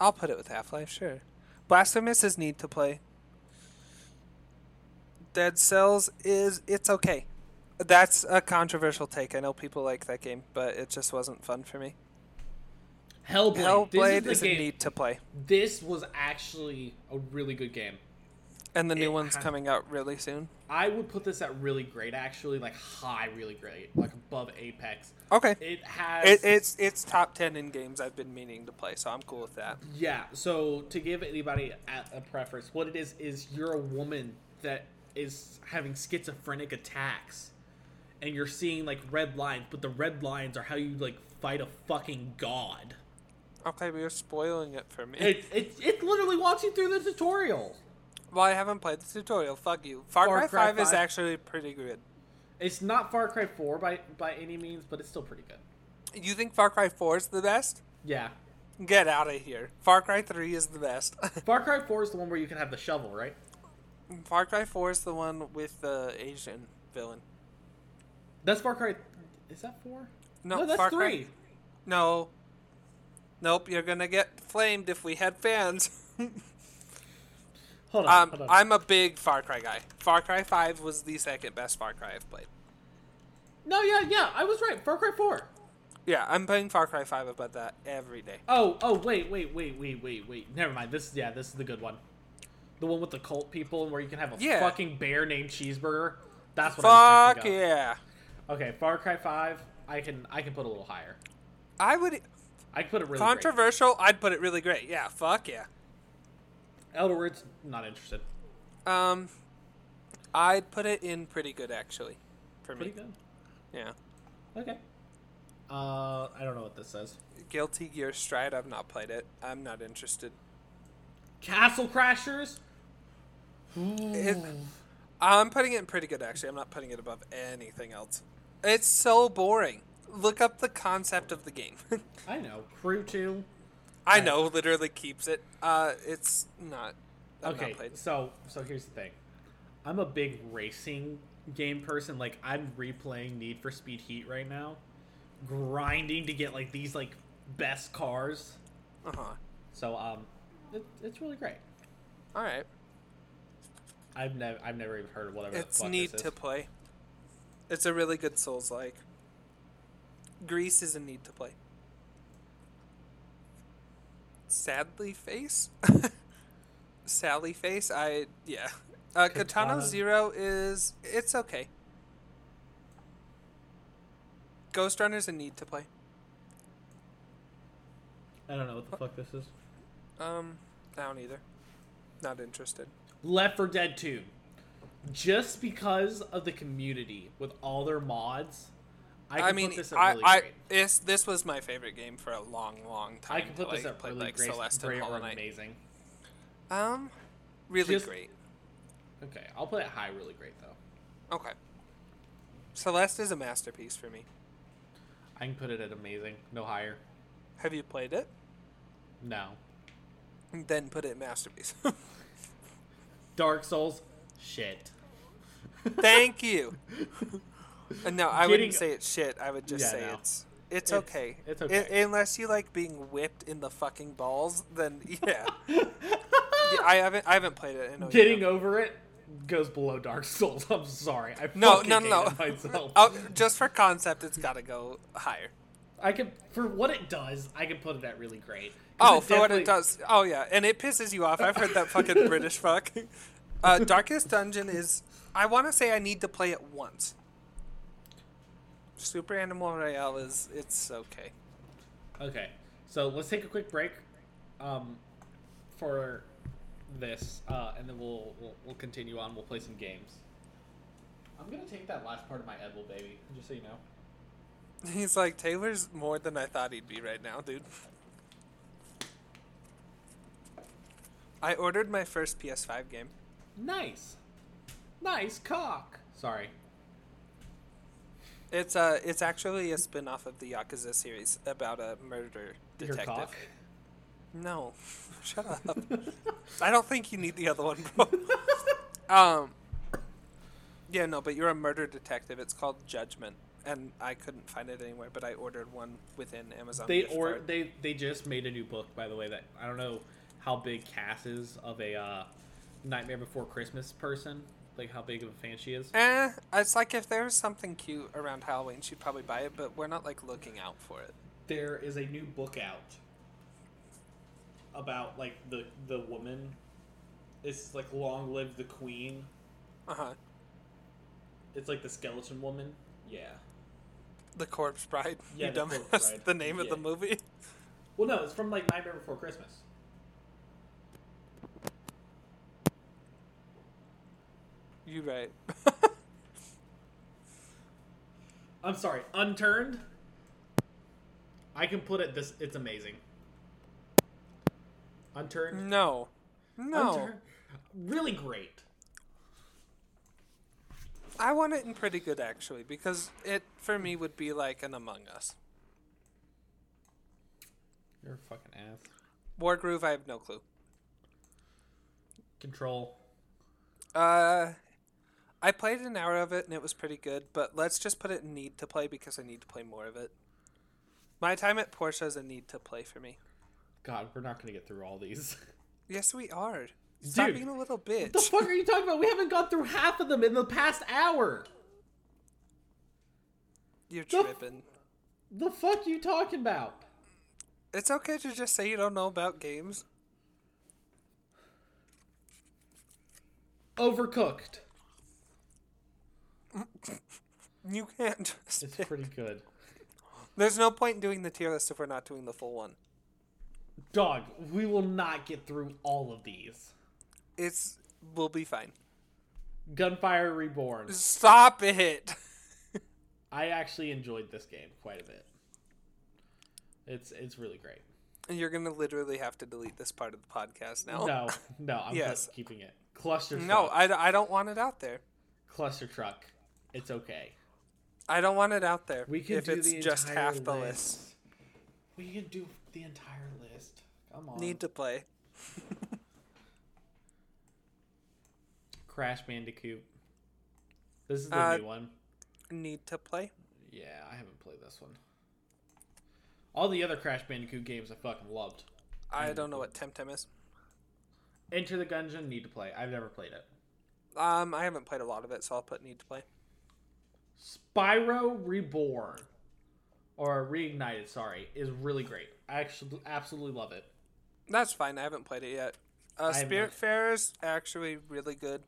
S2: I'll put it with Half Life, sure. Blasphemous is need to play. Dead Cells is it's okay. That's a controversial take. I know people like that game, but it just wasn't fun for me.
S3: Hellblade.
S2: Hellblade
S3: this is
S2: is
S3: the
S2: a
S3: game.
S2: need to play,
S3: This was actually a really good game.
S2: and the new
S3: It
S2: one's
S3: has-
S2: coming out really soon.
S3: I would put this at really great, actually, like high, really great, like above Apex.
S2: Okay,
S3: It has.
S2: it, it's it's top ten in games I've been meaning to play, so I'm cool with that.
S3: Yeah. So to give anybody a, a preference, what it is is you're a woman that is having schizophrenic attacks, and you're seeing like red lines, but the red lines are how you like fight a fucking god.
S2: Okay, but you're spoiling it for me.
S3: It it it literally walks you through the tutorial.
S2: well, I haven't played the tutorial. Fuck you. Far,
S3: Far
S2: Cry,
S3: Cry
S2: 5 is
S3: 5.
S2: actually pretty good.
S3: It's not Far Cry 4 by by any means, but it's still pretty good.
S2: You think Far Cry 4 is the best?
S3: Yeah.
S2: Get out of here. Far Cry 3 is the best.
S3: Far Cry 4 is the one where you can have the shovel, right?
S2: Far Cry 4 is the one with the Asian villain.
S3: That's Far Cry. Is that 4?
S2: No,
S3: that's
S2: Far
S3: 3.
S2: Cry- No. Nope, you're going to get flamed if we had fans.
S3: Hold on.
S2: um,
S3: hold on.
S2: I'm a big Far Cry guy. Far Cry 5 was the second best Far Cry I've played.
S3: No, yeah, yeah. I was right. Far Cry 4.
S2: Yeah, I'm playing Far Cry 5 about that every day.
S3: Oh, oh, wait, wait, wait, wait, wait, wait. Never mind. This, yeah, this is the good one. The one with the cult people and where you can have a
S2: Yeah.
S3: fucking bear named Cheeseburger. That's what I was
S2: Fuck
S3: thinking of.
S2: yeah.
S3: Okay, Far Cry 5. I can I can put a little higher.
S2: I would.
S3: I can put it really great.
S2: Controversial, I'd put it really great. Yeah, fuck yeah.
S3: Elder Words, not interested.
S2: Um, I'd put it in pretty good, actually. For me.
S3: Pretty good.
S2: Yeah.
S3: Okay. Uh, I don't know what this says.
S2: Guilty Gear Stride, I've not played it. I'm not interested.
S3: Castle Crashers.
S2: It, I'm putting it in pretty good, actually. I'm not putting it above anything else. It's so boring. Look up the concept of the game.
S3: I know. Crew Two.
S2: I know, literally keeps it. Uh, it's not. I've
S3: Okay,
S2: Not played.
S3: so so here's the thing. I'm a big racing game person. Like I'm replaying Need for Speed Heat right now, grinding to get like these like best cars.
S2: Uh huh.
S3: So um, it, it's really great.
S2: All right.
S3: I've never I've never even heard of whatever.
S2: It's
S3: the fuck
S2: need
S3: this
S2: to
S3: is.
S2: play. It's a really good Souls like. Greece is a need to play. Sadly, face. Sally face. I yeah. Uh, Katana,
S3: Katana.
S2: Zero is it's okay. Ghost Runner's a need to play.
S3: I don't know what the fuck this is.
S2: Um, I don't either. Not interested.
S3: Left for Dead 2. Just because of the community with all their mods, I
S2: I,
S3: can
S2: mean,
S3: put this at
S2: I,
S3: really
S2: I
S3: great.
S2: this this was my favorite game for a long, long time.
S3: I can put
S2: till
S3: this at
S2: played,
S3: really
S2: like
S3: great,
S2: Celeste and
S3: great
S2: Hollow
S3: or
S2: Knight.
S3: amazing.
S2: Um, really
S3: Just-
S2: great.
S3: Okay, I'll put it high really great though.
S2: Okay. Celeste is a masterpiece for me.
S3: I can put it at amazing, no higher.
S2: Have you played it?
S3: No.
S2: Then put it masterpiece.
S3: Dark Souls, shit.
S2: Thank you. And no, I
S3: Getting-
S2: wouldn't say it's shit. I would just
S3: Yeah,
S2: say
S3: no.
S2: it's it's
S3: It's-
S2: okay.
S3: it's
S2: I-
S3: okay.
S2: unless you like being whipped in the fucking balls, then yeah. Yeah, I haven't I haven't played it. I know you
S3: Getting
S2: haven't.
S3: over it goes below Dark Souls. I'm sorry. I
S2: no
S3: fucking
S2: no
S3: hated
S2: no no.
S3: Myself.
S2: Oh, just for concept, it's got to go higher.
S3: I could for what it does. I could put it at really great. 'Cause
S2: Oh, for what
S3: definitely-
S2: it does. Oh yeah, and it pisses you off. I've heard that fucking British fuck. Uh, Darkest Dungeon is. I want to say I need to play it once. Super Animal Royale is it's okay.
S3: Okay, so let's take a quick break um, for this, uh, and then we'll, we'll we'll continue on. We'll play some games. I'm gonna take that last part of my edible, baby, just so you know.
S2: He's like Taylor's more than I thought he'd be right now, dude. I ordered my first PS5 game.
S3: Nice, nice cock. Sorry.
S2: It's uh it's actually a spin-off of the Yakuza series about a murder detective.
S3: Your cock.
S2: No. Shut up. I don't think you need the other one, bro. um Yeah, no, but you're a murder detective. It's called Judgment. And I couldn't find it anywhere, but I ordered one within Amazon.
S3: They
S2: gift
S3: or
S2: card.
S3: they they just made a new book, by the way. That I don't know how big Cass is of a uh, Nightmare Before Christmas person, like how big of a fan she is.
S2: Eh, it's like if there was something cute around Halloween, she'd probably buy it, but we're not like looking out for it.
S3: there is a new book out about like the the woman it's like long live the queen
S2: Uh huh.
S3: it's like the skeleton woman yeah
S2: The Corpse Bride.
S3: Yeah,
S2: you
S3: The
S2: dumbass.
S3: Corpse Bride.
S2: the name of the
S3: Yeah.
S2: movie.
S3: well no it's from like nightmare before christmas
S2: You right.
S3: i'm sorry unturned i can put it this it's amazing unturned
S2: no. No.
S3: unturned really great
S2: I want it in pretty good actually, because it for me would be like an Among Us.
S3: you're a fucking ass
S2: Wargroove, I have no clue.
S3: control
S2: Uh I played an hour of it and it was pretty good, but let's just put it in need to play because I need to play more of it. My time at Porsche is a need to play for me.
S3: god we're not gonna get through all these
S2: Yes, we are. Stop
S3: Dude.
S2: being a little bitch.
S3: the fuck are you talking about we haven't gone through half of them in the past hour
S2: You're
S3: The f-
S2: tripping.
S3: The fuck you talking about?
S2: It's okay to just say you don't know about games.
S3: Overcooked.
S2: You can't just.
S3: It's pretty good.
S2: There's no point in doing the tier list if we're not doing the full one.
S3: Dog, we will not get through all of these.
S2: It's we'll be fine.
S3: Gunfire Reborn.
S2: Stop it.
S3: I actually enjoyed this game quite a bit. It's it's really great.
S2: You're gonna literally have to delete this part of the podcast now.
S3: No, no, I'm
S2: Yes.
S3: just keeping it. Cluster truck.
S2: No, I, I don't want it out there.
S3: cluster truck. It's okay.
S2: I don't want it out there.
S3: We can
S2: if
S3: do
S2: it's
S3: the
S2: just
S3: entire
S2: half the list.
S3: list. We can do the entire list. Come on.
S2: Need to play.
S3: Crash Bandicoot. This is the
S2: Uh,
S3: new one.
S2: Need to play.
S3: Yeah, I haven't played this one. All the other Crash Bandicoot games I fucking loved.
S2: I don't know what Temtem is.
S3: Enter the Gungeon, need to play. I've never played it.
S2: Um, I haven't played a lot of it, so I'll put need to play.
S3: Spyro Reborn, or Reignited, sorry, is really great. I actually absolutely love it.
S2: That's fine. I haven't played it yet. Uh,
S3: haven't either.
S2: Spiritfarer's actually really good.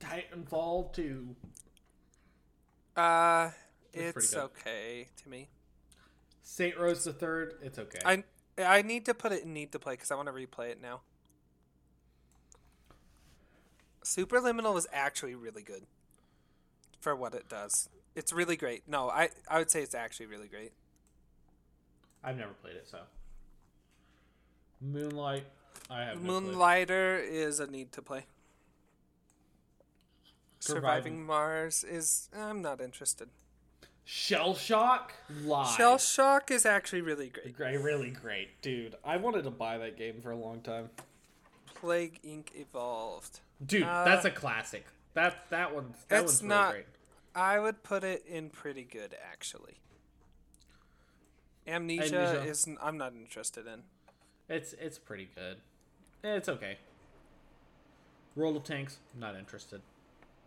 S3: Titanfall 2,
S2: Uh,
S3: It's pretty
S2: it's
S3: good.
S2: okay to me.
S3: St. Rose the Third, it's okay.
S2: I I need to put it in need to play because I want to replay it now. Superliminal was actually really good for what it does. It's really great. No, I I would say it's actually really great.
S3: I've never played it, so. Moonlight, I have no clue.
S2: Moonlighter is a need to play.
S3: Surviving.
S2: Surviving Mars is I'm not interested.
S3: Shell Shock, live.
S2: Shell Shock is actually really great.
S3: Great, really great, dude. I wanted to buy that game for a long time.
S2: Plague Inc. Evolved.
S3: Dude, that's a classic. That that one. That
S2: It's
S3: one's really
S2: Uh, not-
S3: great.
S2: I would put it in pretty good, actually. Amnesia,
S3: Amnesia.
S2: is I'm not interested in.
S3: It's it's pretty good. Eh, It's okay. World of Tanks, not interested.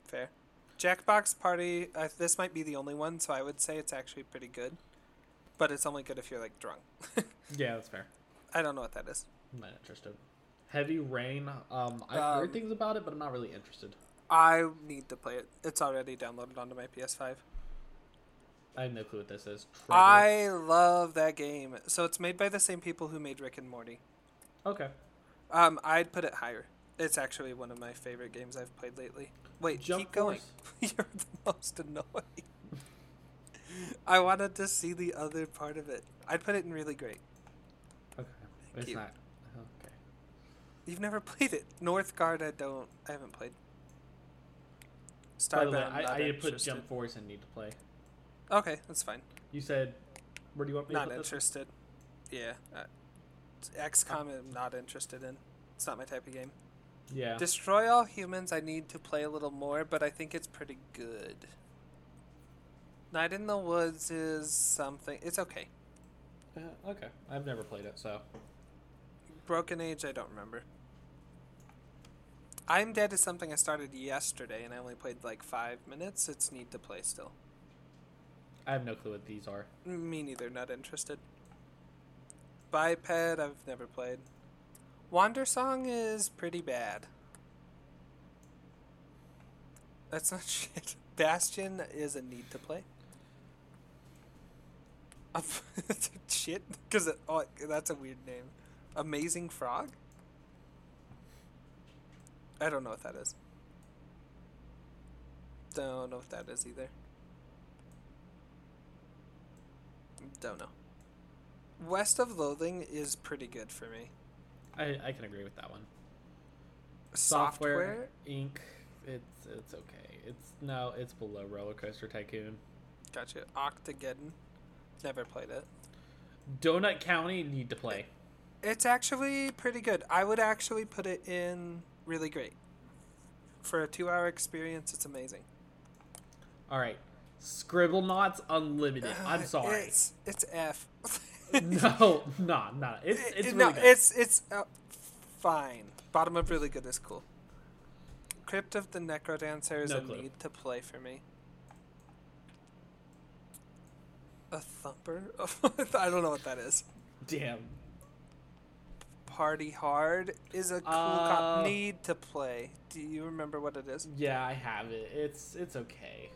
S2: Fair. Jackbox Party. Uh, this might be the only one, so I would say it's actually pretty good. But it's only good if you're like drunk.
S3: Yeah, that's fair.
S2: I don't know what that is.
S3: not interested. Heavy Rain, um, I've
S2: Um,
S3: heard things about it, but I'm not really interested.
S2: I need to play it. It's already downloaded onto my PS5.
S3: I have no clue what this is. Trevor.
S2: I love that game. So it's made by the same people who made Rick and Morty.
S3: okay.
S2: Um, I'd put it higher. It's actually one of my favorite games I've played lately. Wait,
S3: Jump
S2: keep going. You're the most annoying. I wanted to see the other part of it. I'd put it in really great.
S3: Okay. It's
S2: you.
S3: not. Okay.
S2: You've never played it. Northgard, I don't. I haven't played.
S3: By the way,
S2: Starbound,
S3: I,
S2: not
S3: I did put
S2: interested.
S3: Jump Force and Need to Play.
S2: Okay, that's fine.
S3: You said, where do you want me
S2: Not
S3: to put this?
S2: interested. Yeah. Uh, XCOM, I'm not interested in. It's not my type of game.
S3: Yeah.
S2: Destroy All Humans, I need to play a little more, but I think it's pretty good. Night in the Woods is something. It's okay.
S3: Uh, okay. I've never played it, so.
S2: Broken Age, I don't remember. I'm Dead is something I started yesterday and I only played like five minutes. It's need to play still.
S3: I have no clue what these are.
S2: Me neither, not interested. Biped, I've never played. Wander Song is pretty bad. That's not shit. Bastion is a need to play. Um, shit, because oh, that's a weird name. Amazing Frog. I don't know what that is. Don't know what that is either. Don't know. West of Loathing is pretty good for me.
S3: I, I can agree with that one.
S2: Software,
S3: Inc. It's it's okay. It's no, it's below Roller Coaster Tycoon.
S2: gotcha. Octageddon, never played it.
S3: Donut County need to play.
S2: It's actually pretty good. I would actually put it in really great. For a two-hour experience, it's amazing.
S3: All right, Scribble Knots Unlimited. I'm sorry.
S2: Ah, It's it's F.
S3: No, no, no. It's
S2: It-
S3: it's
S2: it-
S3: really
S2: Eh, no,
S3: good.
S2: it's it's uh, fine. Bottom up really good is cool. Crypt of the Necrodancer is
S3: No
S2: a
S3: clue.
S2: need to play for me. A thumper? I don't know what that is.
S3: damn.
S2: Party Hard is a cool
S3: Uh,
S2: cop need to play. Do you remember what it is?
S3: Yeah, I have it. It's it's okay.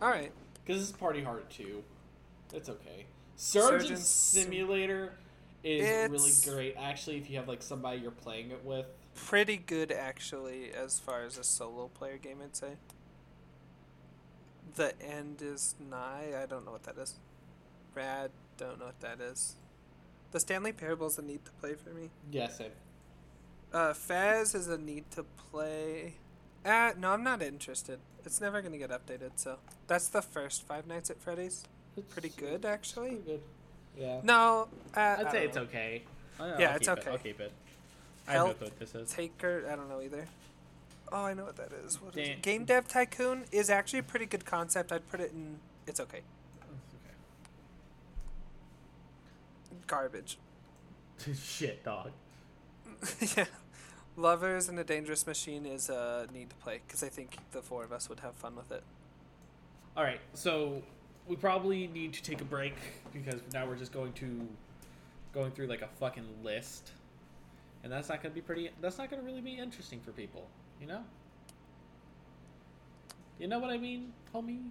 S2: All right.
S3: Cause it's Party Hard too. It's okay. Surgeon,
S2: Surgeon Sim-
S3: Simulator is
S2: It's-
S3: really great. Actually, if you have like somebody you're playing it with,
S2: Pretty good actually as far as a solo player game I'd say. The end is nigh. I don't know what that is. Rad, don't know what that is. The Stanley Parable is a need to play for me.
S3: yeah, same.
S2: Uh, Fez is a need to play. Uh, no, I'm not interested. It's never gonna get updated, so that's the first Five Nights at Freddy's.
S3: It's
S2: Pretty good, actually.
S3: Pretty good. Yeah.
S2: No, uh,
S3: I'd say it's
S2: okay.
S3: okay. I- Oh. I'll
S2: Yeah, it's
S3: keep It.
S2: okay.
S3: I'll keep it. I have no
S2: Help.
S3: clue what this is.
S2: Taker, I don't know either. Oh, I know what that is. What is
S3: Dan-
S2: it? Game Dev Tycoon is actually a pretty good concept. I'd put it in. It's okay. Garbage.
S3: Okay. Shit, dog.
S2: yeah. Lovers and a Dangerous Machine is a need to play because I think the four of us would have fun with it.
S3: All right, so we probably need to take a break because now we're just going to going through like a fucking list, and that's not gonna be pretty. That's not gonna really be interesting for people, you know. You know what I mean, homie?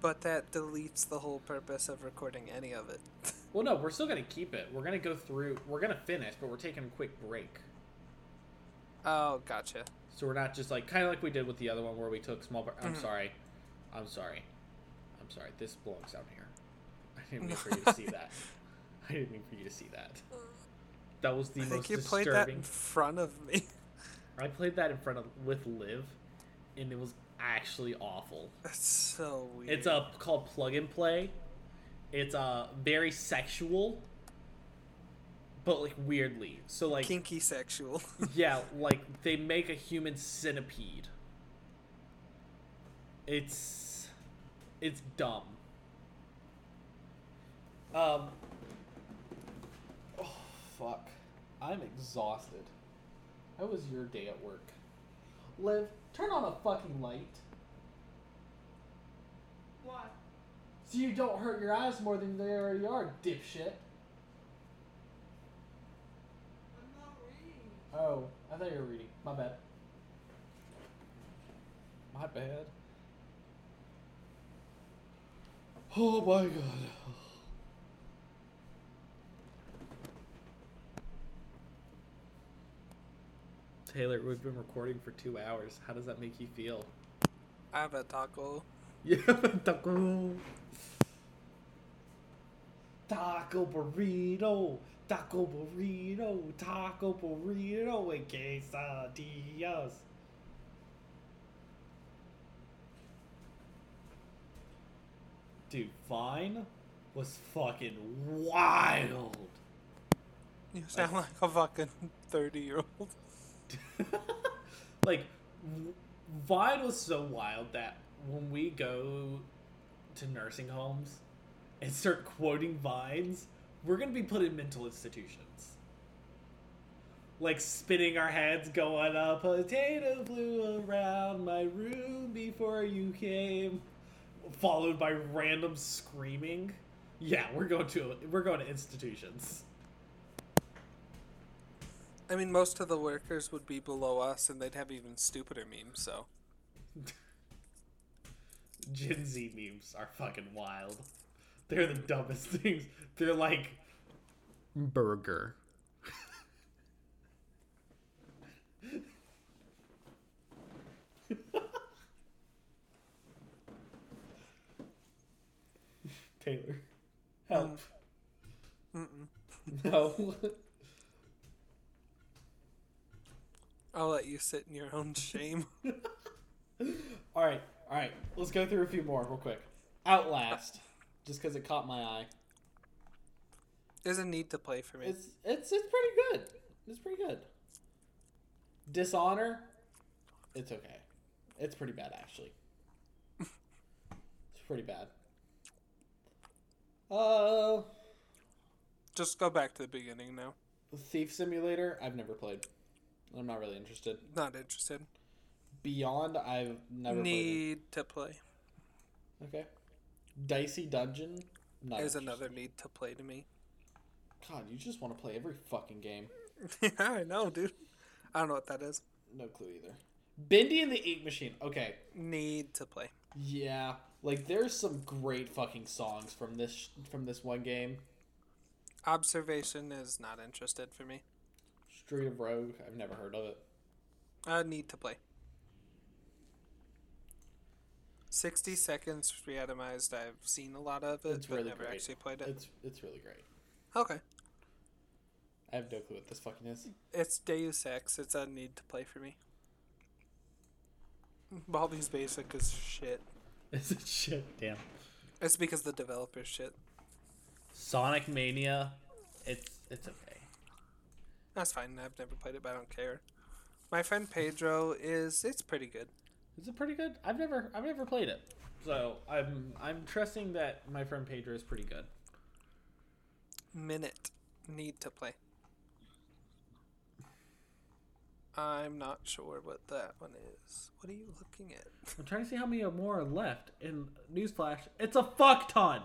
S2: But that deletes the whole purpose of recording any of it.
S3: Well, no, we're still gonna keep it. We're gonna go through. We're gonna finish, but we're taking a quick break.
S2: oh, gotcha.
S3: So we're not just like kind of like we did with the other one where we took small. Br-
S2: Mm.
S3: I'm sorry, I'm sorry, I'm sorry. This belongs down here. I didn't mean for you to see that. I didn't mean for you to see that. That was the
S2: Mm. I
S3: most
S2: think you played that
S3: disturbing.
S2: in front of me.
S3: I played that in front of with Liv, and it was actually awful.
S2: That's so weird.
S3: It's uh, called Plug and Play. It's uh, very sexual, but like weirdly. So like
S2: Kinky sexual.
S3: yeah, like they make a human centipede. It's it's dumb. Um Oh fuck. I'm exhausted. How was your day at work? Liv, turn on a fucking light.
S4: Why?
S3: So you don't hurt your eyes more than they already are, dipshit.
S4: I'm not reading.
S3: Oh, I thought you were reading. My bad. My bad. Oh my god. Taylor, we've been recording for two hours. How does that make you feel?
S2: I have a taco.
S3: Yeah, taco. Taco burrito, taco burrito, taco burrito, and quesadillas. Dude, Vine was fucking wild.
S2: You sound like a fucking thirty year old.
S3: like, v- Vine was so wild that when we go to nursing homes and start quoting Vines, we're going to be put in mental institutions. Like, spinning our heads, going, a potato flew around my room before you came, followed by random screaming. Yeah, we're going to we're going to institutions.
S2: I mean, most of the workers would be below us, and they'd have even stupider memes. So
S3: Gen Z memes are fucking wild. They're the dumbest things. They're like
S1: Burger.
S3: Taylor. Help. No.
S2: I'll let you sit in your own shame.
S3: all right, all right. Let's go through a few more real quick. Outlast, just because it caught my eye.
S2: There's a need to play for me.
S3: It's it's it's pretty good. It's pretty good. Dishonor, it's okay. It's pretty bad actually. It's pretty bad. Uh,
S2: Just go back to the beginning now.
S3: Thief Simulator, I've never played. I'm not really interested.
S2: Not interested.
S3: Beyond, I've never played.
S2: Need to play.
S3: it. Okay. Dicey Dungeon, not
S2: There's
S3: interested.
S2: another need to play to me.
S3: God, you just want to play every fucking game.
S2: yeah, I know, dude. I don't know what that is.
S3: No clue either. Bendy and the Ink Machine. Okay.
S2: Need to play.
S3: Yeah. Like there's some great fucking songs from this from this one game.
S2: Observation is not interested for me.
S3: Street of Rogue. I've never heard of it.
S2: I need to play. 60 Seconds Reatomized. I've seen a lot of it,
S3: It's
S2: but
S3: really
S2: never
S3: great.
S2: actually played it.
S3: It's it's really great.
S2: Okay.
S3: I have no clue what this fucking is.
S2: It's Deus Ex. It's a need to play for me. Baldur's Basic is shit.
S3: Is it shit? Damn.
S2: It's because the developer shit.
S1: Sonic Mania. It's it's okay.
S2: That's fine. I've never played it, but I don't care. My friend Pedro is. It's pretty good.
S3: Is it pretty good? I've never I've never played it. So I'm I'm trusting that my friend Pedro is pretty good.
S2: Minute. Need to play. I'm not sure what that one is. What are you looking at?
S3: I'm trying to see how many more are left. And newsflash, it's a fuck ton.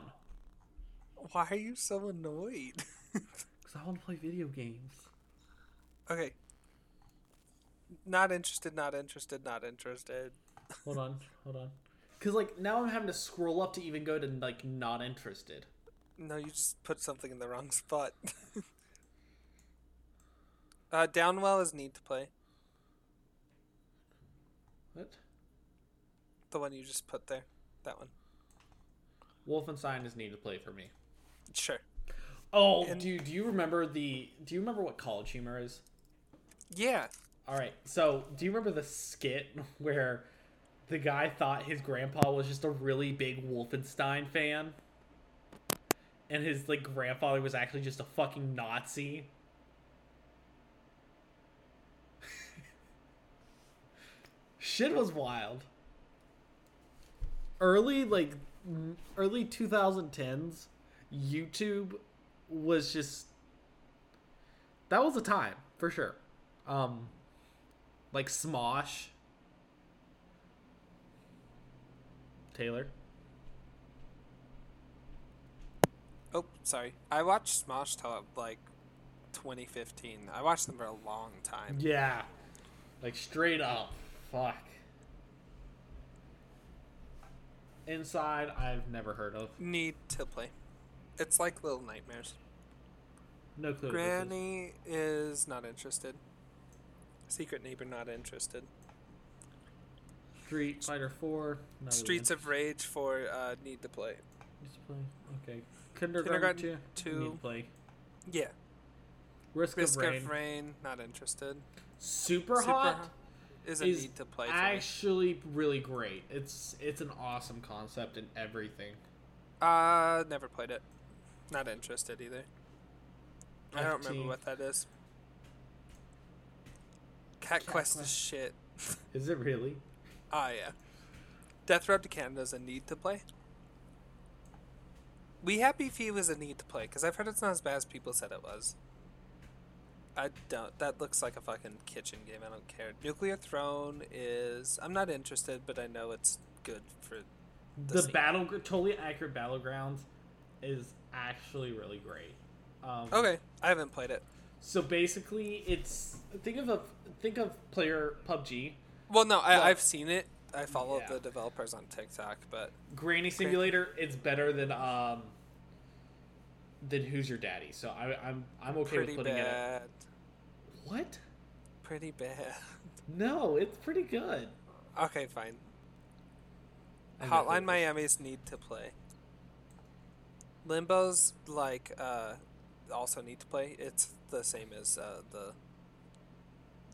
S2: Why are you so annoyed?
S3: Cause I want to play video games.
S2: okay. Not interested, not interested, not interested.
S3: Hold on, hold on. Cause like now I'm having to scroll up to even go to like not interested.
S2: No, you just put something in the wrong spot. uh, Downwell is need to play.
S3: What?
S2: The one you just put there. That one.
S3: Wolfenstein is need to play for me.
S2: Sure.
S3: Oh,
S2: And-
S3: dude, do you remember the? Do you remember what college humor is?
S2: Yeah.
S3: All right, so do you remember the skit where the guy thought his grandpa was just a really big Wolfenstein fan, and his like grandfather was actually just a fucking Nazi?
S1: Shit was wild. Early like n- early 2010s, YouTube was just that was a time for sure. Um, like Smosh, Taylor.
S2: Oh, sorry. I watched Smosh till like 2015. I watched them for a long time.
S1: Yeah, like straight up. Fuck. Inside, I've never heard of.
S2: Need to play. It's like Little Nightmares.
S1: No clue. what this is.
S2: Granny is not interested. Secret Neighbor not
S1: Oh,
S2: interested.
S1: Street Fighter Four. no,
S2: Streets
S1: then.
S2: of Rage for uh, Need to Play.
S1: Need to play. Okay. Kindergarten,
S2: Kindergarten
S1: two.
S2: two.
S1: Need to play.
S2: Yeah.
S1: Risk,
S2: Risk
S1: of Rain.
S2: of Rain, not interested.
S1: Super,
S2: Super
S1: hot.
S2: Hot is a
S1: is
S2: Need to Play for me.
S1: actually really great. It's it's an awesome concept and everything.
S2: Uh, never played it. Not interested either. I don't remember
S1: FT.
S2: what that is. Cat, Quest, is
S1: Quest.
S2: shit.
S1: Is it really?
S2: Ah, yeah. Death Road to Canada is a need to play. We Happy Few is a need to play because I've heard it's not as bad as people said it was. I don't. That looks like a fucking kitchen game. I don't care. Nuclear Throne is. I'm not interested, but I know it's good for.
S1: The,
S2: scene.
S1: battle totally accurate battlegrounds is actually really great. Um,
S2: Okay, I haven't played it.
S1: So basically, it's think of a think of player PUBG,
S2: Well, no, I,
S1: Well-
S2: I've seen it. I follow
S1: Yeah.
S2: the developers on TikTok, but
S1: Granny Simulator. It's better than um than Who's Your Daddy. So I, I'm I'm okay
S2: pretty
S1: with putting it. At,
S2: bad.
S1: what?
S2: Pretty bad.
S1: No, it's pretty good.
S2: Okay, fine.
S1: I'm not
S2: Hotline
S1: focused.
S2: Miami's need to play. Limbo's like uh, also need to play. It's the same as uh, the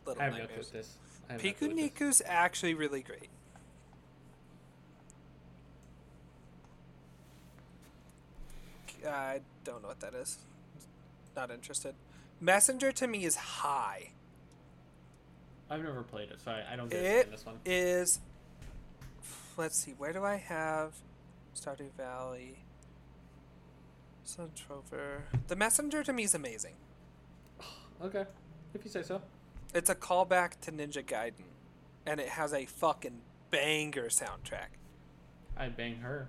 S2: Little
S1: I have no clue
S2: Nightmares.
S1: with this. I have no clue
S2: Piku
S1: with this.
S2: Niku's actually really great. I don't know what that is. Not interested. Messenger to me is high.
S1: I've never played it, so I, I don't get it
S2: It
S1: in this one.
S2: is. Let's see. Where do I have Stardew Valley? Sun Trover. The Messenger to me is amazing.
S1: Okay, if you say so.
S2: It's a callback to Ninja Gaiden, and it has a fucking banger soundtrack.
S1: I bang her.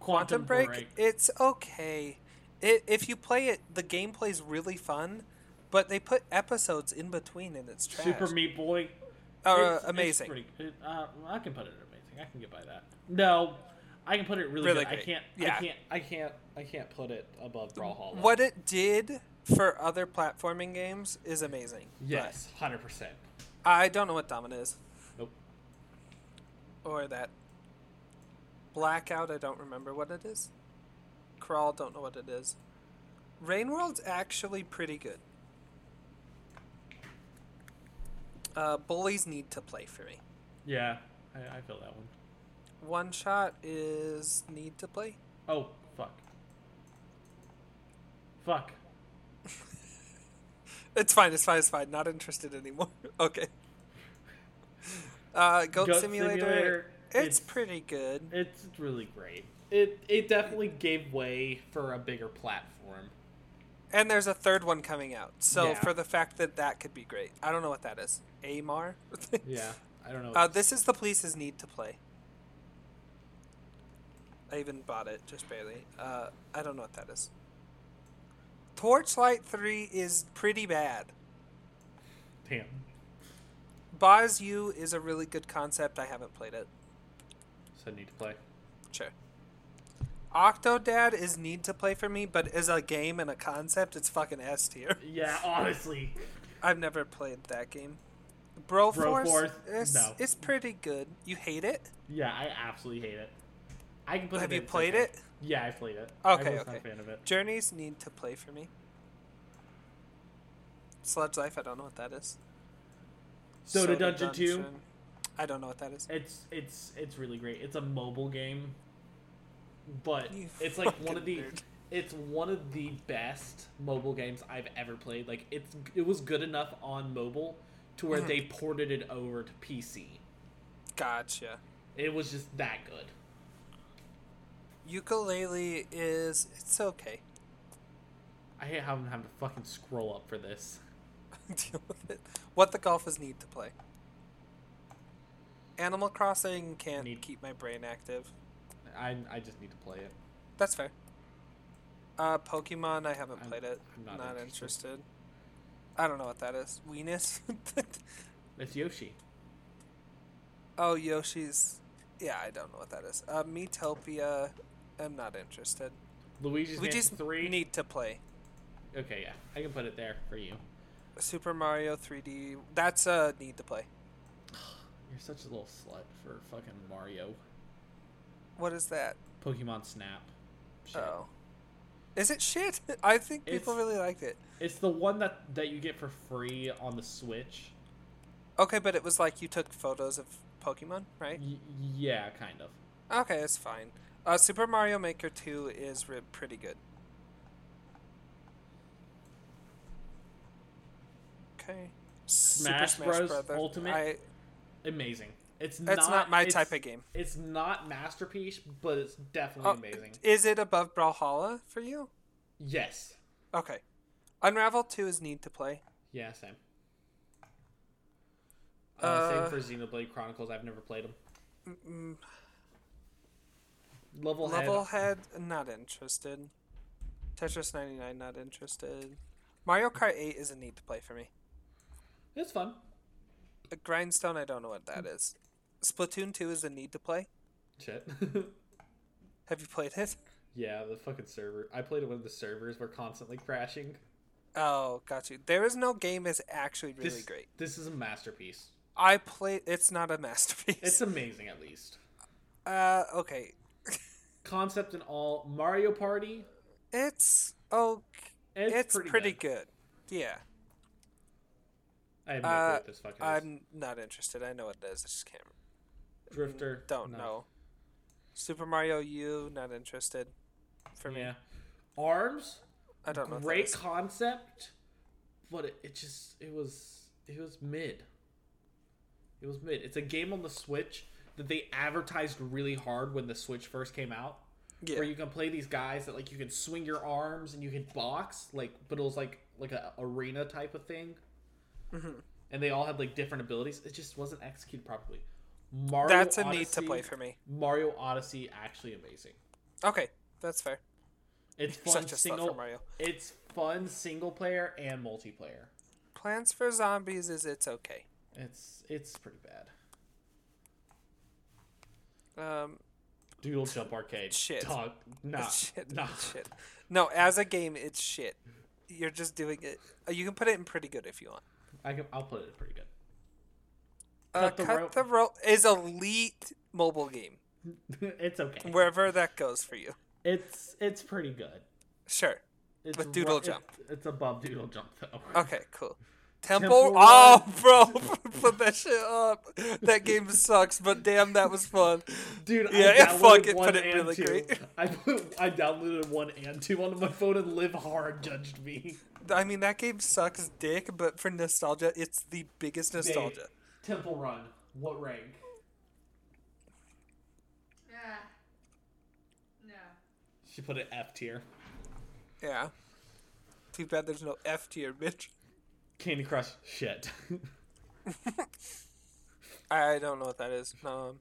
S2: Quantum Break, it's okay. It, if you play it, the gameplay's really fun, but they put episodes in between, and it's trash.
S1: Super Meat Boy.
S2: Uh,
S1: It's- it's
S2: amazing.
S1: pretty good. Uh, I can put it in amazing. I can get by that. No, I can put it really,
S2: Really
S1: good. I
S2: great.
S1: can't.
S2: Yeah.
S1: I can't. I can't. I can't put it above Brawlhalla.
S2: what it did for other platforming games is amazing. but
S1: Yes, hundred percent.
S2: I don't know what Domina is.
S1: Nope.
S2: Or that Blackout, I don't remember what it is. Crawl, don't know what it is. Rain World's actually pretty good. Uh, bullies need to play for me.
S1: Yeah, I, I feel that one.
S2: One shot is need to play.
S1: Oh fuck. Fuck.
S2: It's fine, it's fine, it's fine. Not interested anymore. okay. Uh, Goat,
S1: Goat
S2: Simulator,
S1: Simulator,
S2: it's,
S1: it's-
S2: pretty good.
S1: It's really great. It it definitely gave way for a bigger platform.
S2: And there's a third one coming out. So
S1: Yeah.
S2: for the fact that that could be great, I don't know what that is. Amar.
S1: Yeah, I don't know.
S2: Uh, this is the police's need to play. I even bought it just barely. Uh, I don't know what that is. Torchlight three is pretty bad.
S1: Damn.
S2: Boz U is a really good concept. I haven't played it.
S1: So I need to play.
S2: Sure. Octodad is need to play for me, but as a game and a concept, it's fucking S tier.
S1: Yeah, honestly.
S2: I've never played that game. Broforce,
S1: Broforce?
S2: It's,
S1: No.
S2: it's pretty good. You hate it?
S1: Yeah, I absolutely hate it. I can put
S2: Have
S1: it
S2: you
S1: in, it's
S2: played
S1: okay.
S2: it?
S1: Yeah, I played it.
S2: Okay,
S1: I was
S2: okay.
S1: not a fan of it.
S2: Journeys need to play for me. Sludge Life, I don't know what that is.
S1: Soda
S2: Soda
S1: Dungeon Eh. 2?
S2: I don't know what that is.
S1: It's it's it's really great. It's a mobile game, but
S2: You
S1: it's like one of the
S2: fucking nerd.
S1: it's one of the best mobile games I've ever played. Like it's it was good enough on mobile
S5: to
S2: Mm-hmm.
S5: where they ported it over to PC.
S2: Gotcha.
S5: It was just that good.
S2: Ukulele is it's okay.
S5: I hate having having to fucking scroll up for this.
S2: Deal with it. What the golfers need to play. Animal Crossing can't
S5: Need-
S2: keep my brain active.
S5: I I just need to play it.
S2: That's fair. Uh, Pokemon, I haven't
S5: I'm-
S2: played it.
S5: I'm
S2: not,
S5: not
S2: interested.
S5: interested.
S2: I don't know what that is. Weenus?
S5: It's Yoshi.
S2: oh, Yoshi's. Yeah, I don't know what that is. Uh, Metopia, I'm not interested.
S5: Luigi's
S2: we
S5: Mansion
S2: just
S5: Three.
S2: need to play
S5: okay, yeah, I can put it there for you.
S2: Super Mario 3D. That's a need to play.
S5: You're such a little slut for fucking Mario.
S2: What is that?
S5: Pokemon Snap. Shit.
S2: Oh. Is it shit? I think people
S5: It's-
S2: really liked it.
S5: It's the one that that you get for free on the Switch.
S2: Okay, but it was like you took photos of Pokemon, right?
S5: Y- yeah, kind of.
S2: Okay, it's fine. Uh, Super Mario Maker 2 is re- pretty good. Okay.
S5: Smash Bros.
S2: Brother-
S5: Ultimate?
S2: I,
S5: Amazing. It's not.
S2: That's not my
S5: it's-
S2: type of game.
S5: It's not masterpiece, but it's definitely
S2: oh,
S5: amazing.
S2: Is it above Brawlhalla for you?
S5: yes.
S2: Okay. Unravel 2 is need to play.
S5: Yeah, same. Uh,
S2: Uh,
S5: same for Xenoblade Chronicles. I've never played them.
S2: Mm,
S5: Level,
S2: Level
S5: head.
S2: head, not interested. Tetris 99, not interested. Mario Kart 8 is a need to play for me.
S5: It's fun.
S2: Uh, Grindstone, I don't know what that is. Splatoon 2 is a need to play.
S5: Shit.
S2: Have you played it?
S5: yeah, the fucking server. I played it when the servers were constantly crashing.
S2: Oh, got you. There is no game is actually really
S5: This,
S2: great.
S5: This is a masterpiece.
S2: I play. It's not a masterpiece.
S5: It's amazing, at least.
S2: uh okay.
S5: Concept and all. Mario Party.
S2: It's oh,
S5: It's,
S2: it's,
S5: pretty,
S2: pretty,
S5: good.
S2: good. Yeah,
S5: I have no
S2: Uh,
S5: clue what this fucking is.
S2: I'm not interested. I know what it is. I just can't.
S5: Drifter.
S2: Don't
S5: no.
S2: know. Super Mario U, not interested. For me,
S5: Yeah. Arms.
S2: I don't know. what that
S5: Great
S2: is.
S5: concept, but it, it just it was it was mid. It was mid. It's a game on the Switch that they advertised really hard when the Switch first came out.
S2: Yeah.
S5: Where you can play these guys that like you can swing your arms and you can box like, but it was like like a arena type of thing.
S2: Mm-hmm.
S5: And they all had like different abilities. It just wasn't executed properly. Mario
S2: That's a need to
S5: Odyssey-
S2: play for me.
S5: Mario Odyssey actually amazing.
S2: Okay, that's fair.
S5: It's
S2: You're
S5: fun
S2: such a slut for
S5: single.
S2: Mario.
S5: It's fun single player and multiplayer.
S2: Plants for Zombies is it's okay.
S5: It's it's pretty bad.
S2: Um,
S5: Doodle Jump Arcade.
S2: Shit.
S5: Dog. Nah.
S2: shit,
S5: Nah.
S2: shit. No, as a game, it's shit. You're just doing it. uh, You can put it in pretty good if you want.
S5: I can, I'll put it pretty good.
S2: Uh,
S5: Cut the
S2: Cut
S5: Rope.
S2: the Rope is elite mobile game.
S5: it's okay.
S2: Wherever that goes for you.
S5: It's it's pretty good.
S2: Sure.
S5: It's
S2: With Doodle
S5: ru-
S2: Jump.
S5: It's, it's above Doodle Jump though.
S2: Okay, cool. Temple.
S5: Temple
S2: oh, bro, put that shit up. That game sucks, but damn, that was fun.
S5: Dude,
S2: Yeah,
S5: I
S2: it
S5: downloaded
S2: fucking
S5: one
S2: put it
S5: and
S2: really
S5: two.
S2: great.
S5: I put, I downloaded one and two onto my phone and Live Hard judged me.
S2: I mean, that game sucks, dick. But for nostalgia, it's the biggest nostalgia.
S5: Babe, Temple Run. What rank?
S4: Nah. No.
S5: She put it F tier.
S2: Yeah. Too bad there's no F tier, bitch.
S5: Candy Crush. Shit.
S2: I don't know what that is. Um,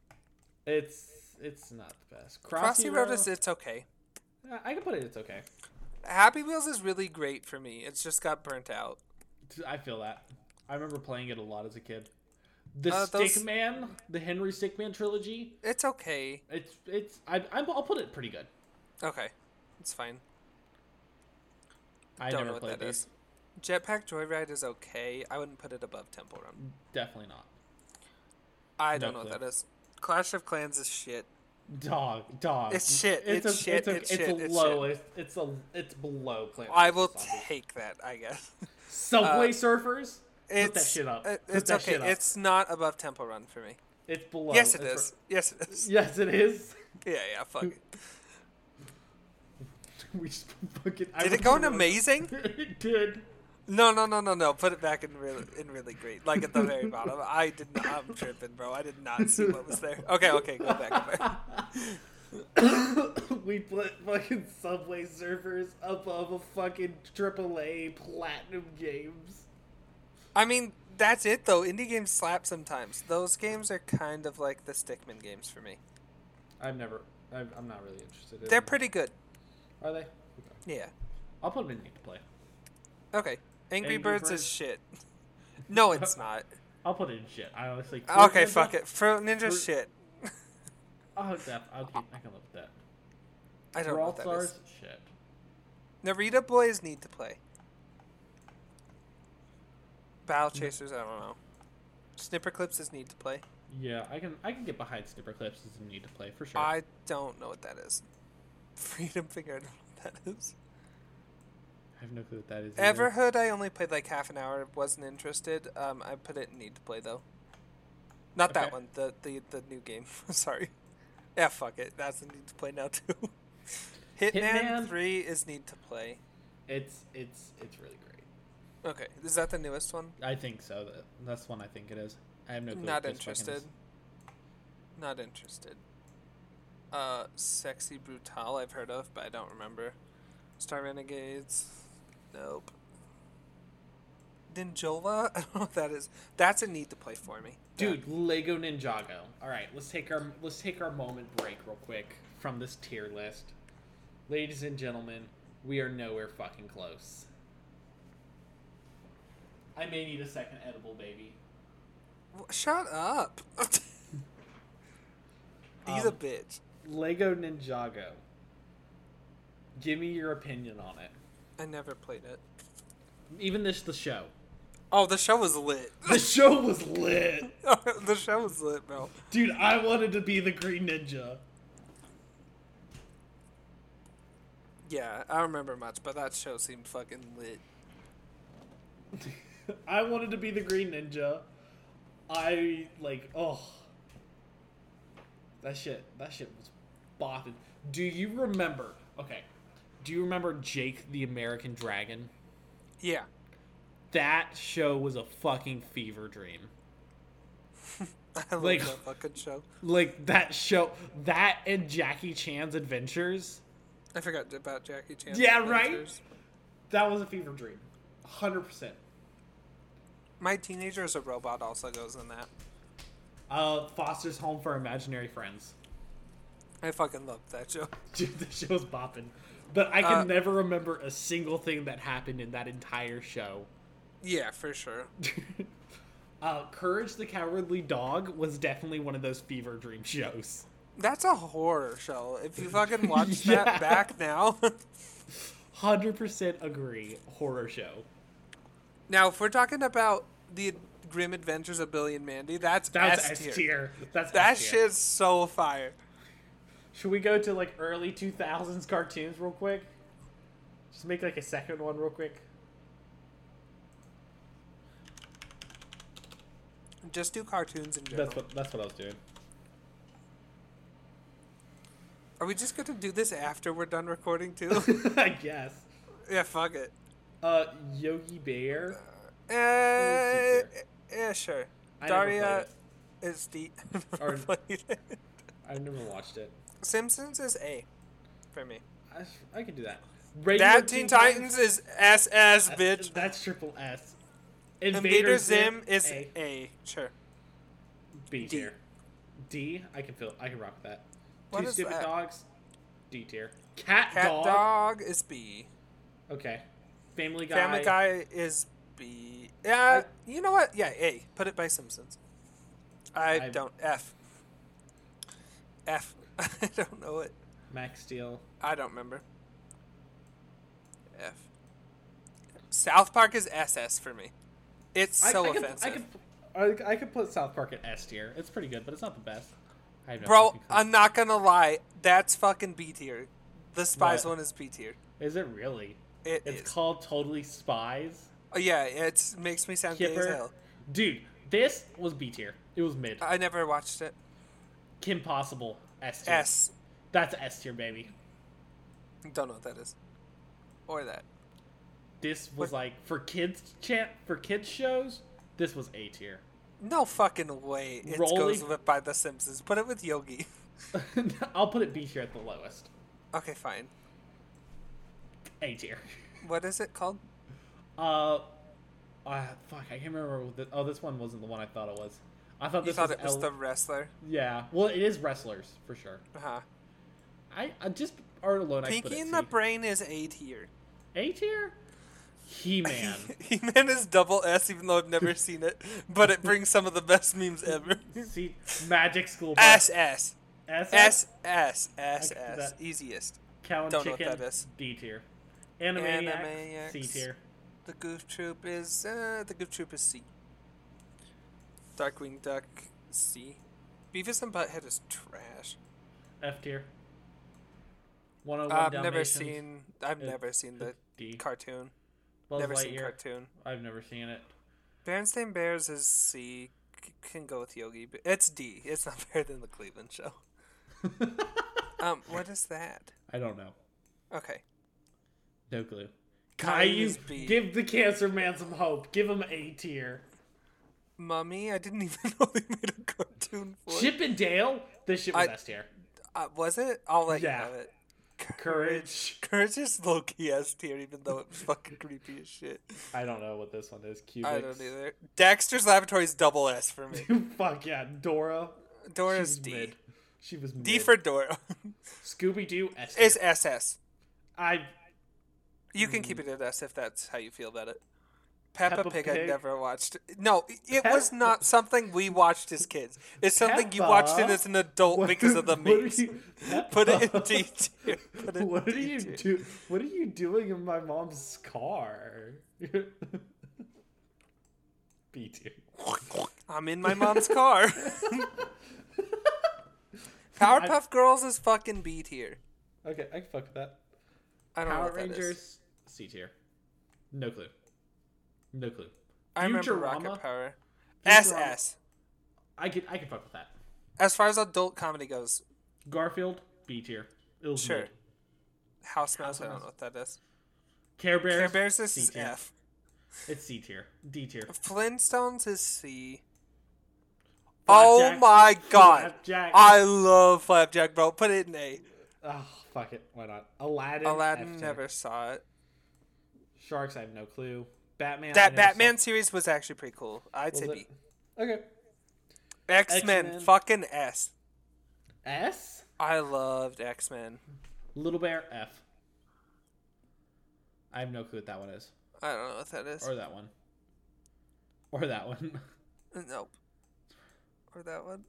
S5: It's it's not the best.
S2: Crossy Road is it's okay.
S5: Uh, I can put it. It's okay.
S2: Happy Wheels is really great for me. It's just got burnt out.
S5: T- I feel that. I remember playing it a lot as a kid. The
S2: Uh, those-
S5: Stickman, the Henry Stickman trilogy.
S2: It's okay.
S5: It's it's. I I'm, I'll put it pretty good.
S2: Okay, it's fine.
S5: I
S2: don't know
S5: never
S2: what
S5: played
S2: that
S5: these.
S2: is. Jetpack Joyride is okay. I wouldn't put it above Temple Run.
S5: Definitely not.
S2: I don't
S5: No
S2: know
S5: clue.
S2: what that is. Clash of Clans is shit.
S5: Dog, dog.
S2: It's shit, it's shit, it's
S5: it's
S2: shit,
S5: a
S2: it's
S5: lowest. It's a it's below Plants
S2: I
S5: vs.
S2: will uh,
S5: Zombies.
S2: take that. I guess.
S5: Subway Surfers.
S2: It's,
S5: Put that shit up.
S2: it-
S5: Put
S2: It's
S5: that
S2: okay.
S5: shit up.
S2: It's not above Temple Run for me.
S5: It's below.
S2: yes, it
S5: It's
S2: is. Yes, it is.
S5: for- yes, it is.
S2: Yeah, yeah. Fuck it.
S5: we just fucking.
S2: Did it go in amazing?
S5: it did.
S2: No, no, no, no, no. Put it back in really, in really great, like at the very bottom. I did not. I'm tripping, bro. I did not see what was there. Okay, okay, go back. Go back.
S5: we put fucking Subway Surfers above a fucking AAA platinum games.
S2: I mean, that's it though. Indie games slap sometimes. Those games are kind of like the Stickman games for me.
S5: I've never. I've, I'm not really interested. In
S2: They're pretty good.
S5: Are they? Okay.
S2: Yeah.
S5: I'll put them in need to play.
S2: Okay. Angry,
S5: Angry
S2: Birds,
S5: Birds?
S2: is shit. No, it's not.
S5: I'll put it in shit. I honestly.
S2: Okay,
S5: Fruit Ninja?
S2: fuck it. Fruit Ninja's
S5: Fruit-
S2: shit.
S5: Oh, that, I'll keep, I can live with that.
S2: I don't know
S5: Brawl
S2: what that is.
S5: Stars? Shit.
S2: Narita Boys need to play. Bow Chasers, I don't know. Snipper Clips is need to play.
S3: Yeah, I can I can get behind Snipper Clips as a need to play for sure.
S2: I don't know what that is. Freedom Finger, I don't know what that is.
S3: I have no clue what that is. either.
S2: Everhood, I only played like half an hour. Wasn't interested. Um, I put it in need to play though. Not that
S3: Okay.
S2: one. The the the new game. Sorry. Yeah, fuck it. That's in need to play now too. Hitman,
S5: Hitman.
S2: Three is need to play.
S5: It's it's it's really great.
S2: Okay, is that the newest one?
S3: I think so. That- That's one I think it is. I have no clue.
S2: Not
S3: what this fucking
S2: interested.
S3: is.
S2: Not interested. Uh, sexy brutal. I've heard of, but I don't remember. Star Renegades. Nope. Ninjola. I don't know what that is. That's a need to play for me.
S5: Dude, Lego Ninjago. All right, let's take our let's take our moment break real quick from this tier list. Ladies and gentlemen, we are nowhere fucking close. I may need a second edible, baby.
S2: W- Shut up. He's a
S5: Um,
S2: bitch.
S5: Lego Ninjago. Give me your opinion on it.
S2: I never played it.
S5: Even this the show.
S2: Oh, the show was lit.
S5: The show was lit.
S2: the show was lit, bro.
S5: Dude, I wanted to be the Green Ninja.
S2: Yeah, I don't remember much, but that show seemed fucking lit.
S5: I wanted to be the Green Ninja. I like oh that shit that shit was bopping. Do you remember okay. Do you remember Jake the American Dragon?
S2: Yeah.
S5: That show was a fucking fever dream.
S2: I love
S5: Like-
S2: that fucking show.
S5: Like that show that and Jackie Chan's adventures.
S2: I forgot about Jackie Chan.
S5: Yeah, right? That was a fever dream. 100%.
S2: My teenager is a robot also goes in that.
S5: Uh Foster's Home for Imaginary Friends.
S2: I fucking love that show.
S5: Dude, the show's bopping. But I can
S2: Uh,
S5: never remember a single thing that happened in that entire show.
S2: Yeah, for sure.
S5: uh, Courage the Cowardly Dog was definitely one of those fever dream shows.
S2: That's a horror show. If you fucking watch
S5: Yeah.
S2: that back now.
S5: 100% agree. Horror show.
S2: now, if we're talking about the Grim Adventures of Billy and Mandy, that's
S5: That's
S2: S
S5: S
S2: tier.
S5: tier. That's
S2: That
S5: S tier.
S2: shit's so fire.
S5: Should we go to like early 2000s cartoons real quick? Just make like a second one real quick.
S2: Just do cartoons in general.
S3: That's what that's what I was doing.
S2: Are we just gonna do this after we're done recording too?
S5: I guess.
S2: yeah, fuck it.
S5: Uh, Yogi Bear.
S2: Uh, yeah, sure.
S5: I never played
S2: Daria
S5: it.
S2: is the.
S3: Or-
S2: played it.
S3: I've never watched it.
S2: Simpsons is A for me.
S3: I, I could do that. Radio
S2: That Teen Titans is
S5: Uh,
S2: SS, bitch.
S5: That's triple S.
S2: Invader Zim is
S5: A.
S2: A. Sure.
S5: B
S2: D.
S5: tier. D, I can feel I can rock with that.
S2: What
S5: Two
S2: is
S5: stupid
S2: that?
S5: dogs. D tier. Cat,
S2: Cat
S5: dog.
S2: Dog is B.
S5: Okay. Family guy.
S2: Family Guy is B. Yeah, you know what? Yeah, A. Put it by Simpsons. I
S5: I-
S2: don't F. F. I don't know it.
S5: Max Steel.
S2: I don't remember. F. South Park is SS for me. It's
S5: I-
S2: so
S5: I,
S2: offensive.
S5: Could, I could I, I could put South Park at S tier. It's pretty good, but it's not the best. I have no
S2: Bro,
S3: fucking clue.
S2: I'm not gonna lie. That's fucking B tier. The Spies
S3: What?
S2: one is B tier.
S3: Is it really?
S2: It
S3: It's
S2: is.
S3: called Totally Spies.
S2: Oh, yeah, it makes me sound gay as
S3: Kipper.
S2: hell. Uh,
S3: Dude, this was B tier. It was mid.
S2: I never watched it.
S3: Kim Possible S tier.
S2: S.
S3: That's S tier, baby.
S2: Don't know what that is. Or that.
S5: this was like for kids chat for kids shows. This was A tier.
S2: No fucking way. It goes
S5: Rolling-
S2: with by The Simpsons. Put it with Yogi.
S5: I'll put it B tier at the lowest.
S2: Okay, fine.
S5: A tier.
S2: What is it called?
S5: Uh, uh, fuck, I can't remember. What the, oh, this one wasn't the one I thought it was. I thought
S2: You
S5: this
S2: thought
S5: was,
S2: it was
S5: L-
S2: the wrestler.
S5: yeah. Well, it is wrestlers for sure.
S2: Uh-huh.
S5: I, I just art alone. I put
S2: Pinky
S5: it
S2: in
S5: C.
S2: the Brain is A tier.
S5: A tier. He Man.
S2: He Man is double S, even though I've never seen it, but it brings some of the best memes ever.
S5: See, Magic School
S2: S
S5: Bus.
S2: S
S5: S
S2: S S S
S5: I can do
S2: S
S5: that.
S2: easiest.
S5: Cow and
S2: don't know what
S5: Chicken.
S2: that is.
S5: D tier. Animaniacs.
S2: Animaniacs.
S5: C tier.
S2: The Goof Troop is uh, the Goof Troop is C. Darkwing Duck C. Beavis and Butthead is trash.
S5: F tier. One hundred one.
S2: I've never seen. I've
S5: It-
S2: never seen the
S5: D.
S2: cartoon.
S5: Buzz
S2: never
S5: Lightyear.
S2: seen cartoon.
S5: I've never seen it.
S2: Berenstain Bears is C. C- Can go with Yogi, but it's D. It's not better than the Cleveland Show. um, what is that?
S5: I don't know.
S2: Okay.
S5: No clue.
S2: Caillou
S5: Caillou,
S2: is B.
S5: give the cancer man some hope. Give him A tier.
S2: Mummy, I didn't even know they made a cartoon for it.
S5: Chip and Dale, this shit was
S2: I-
S5: S tier.
S2: Uh, was it? I'll let
S5: Yeah.
S2: you have it.
S5: Courage.
S2: Courage is low key S tier, even though it was fucking creepy as shit.
S5: I don't know what this one is. Cubics.
S2: I don't either. Dexter's Laboratory is double S for me.
S5: Fuck yeah, Dora. She
S2: Dora's
S5: was
S2: D.
S5: mid. She was mid.
S2: D for Dora.
S5: Scooby Doo. S tier.
S2: is SS.
S5: I
S2: You can keep it at S if that's how you feel about it. Peppa,
S5: Mm. Peppa
S2: Pig, I
S5: Pig?
S2: never watched. No, it was
S5: Peppa-
S2: not something we watched as kids. It's something you
S5: Peppa?
S2: watched it as an adult
S5: what-
S2: because of the
S5: what are
S2: memes.
S5: you-
S2: Put it in D tier. Put it in
S5: What are
S2: D
S5: you
S2: tier.
S5: do? What are you doing in my mom's car? B tier.
S2: I'm in my mom's car. Powerpuff Girls is fucking B tier.
S5: Okay, I can fuck with that.
S2: I don't know
S5: Power
S2: what that is.
S5: Rangers C tier. No clue. No clue.
S2: I remember Rocket
S5: Futurama?
S2: Power.
S5: Futurama.
S2: SS.
S5: I could I could fuck with that.
S2: As far as adult comedy goes,
S5: Garfield B tier. It was
S2: Sure.
S5: mid.
S2: House Mouse, I don't
S5: Mm. Mouse.
S2: know what that is.
S5: Care Bears.
S2: Care Bears is
S5: C tier.
S2: F.
S5: It's C tier. D tier.
S2: Flintstones is C. Oh
S5: Flapjacks.
S2: my god.
S5: Flapjacks.
S2: I love Flapjack, bro. Put it in A.
S5: Oh fuck it. Why not? Aladdin.
S2: Aladdin
S5: F tier.
S2: never saw it.
S5: Sharks. I have no clue. Batman. I
S2: That
S5: never
S2: Batman series was actually pretty cool. I'd
S5: saw.
S2: say
S5: Was
S2: B.
S5: it? Okay.
S2: X Men,
S5: X-Men.
S2: fucking S.
S5: S.
S2: I loved X Men.
S5: Little Bear F. I have no clue what that one is,
S2: I don't know what that is.
S5: or that one, or that one.
S2: Nope. Or that one.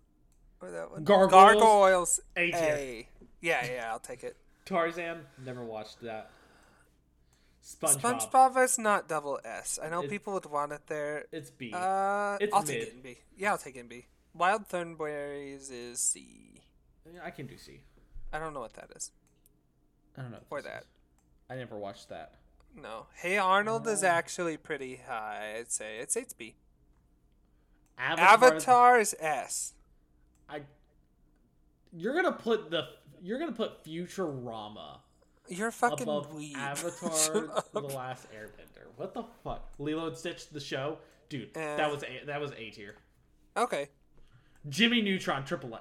S2: Or that one.
S5: Gargoyles?
S2: Gargoyles.
S5: A tier.
S2: A. Yeah, yeah, I'll take it.
S5: Tarzan. Never watched that. SpongeBob.
S2: SpongeBob is not double S. I know
S5: It-
S2: people would want it there.
S5: It's B.
S2: Uh,
S5: It's
S2: I'll take
S5: mid.
S2: it in B. Yeah, I'll take it in B. Wild Thornberries is C.
S5: I can do C.
S2: I don't know what that is.
S5: I don't know.
S2: Or
S5: what this
S2: that.
S5: is. I never watched that.
S2: No. Hey Arnold
S5: Uh,
S2: is actually pretty high. I'd say it's it's B.
S5: Avatar.
S2: Avatar is S.
S5: I. You're gonna put the. You're gonna put Futurama
S2: You're a fucking
S5: above
S2: weeb. Shut
S5: Avatar:
S2: up.
S5: The Last Airbender. What the fuck? Lilo and Stitch, the show, dude.
S2: Eh.
S5: that was a, that was A tier.
S2: okay.
S5: Jimmy Neutron, triple S,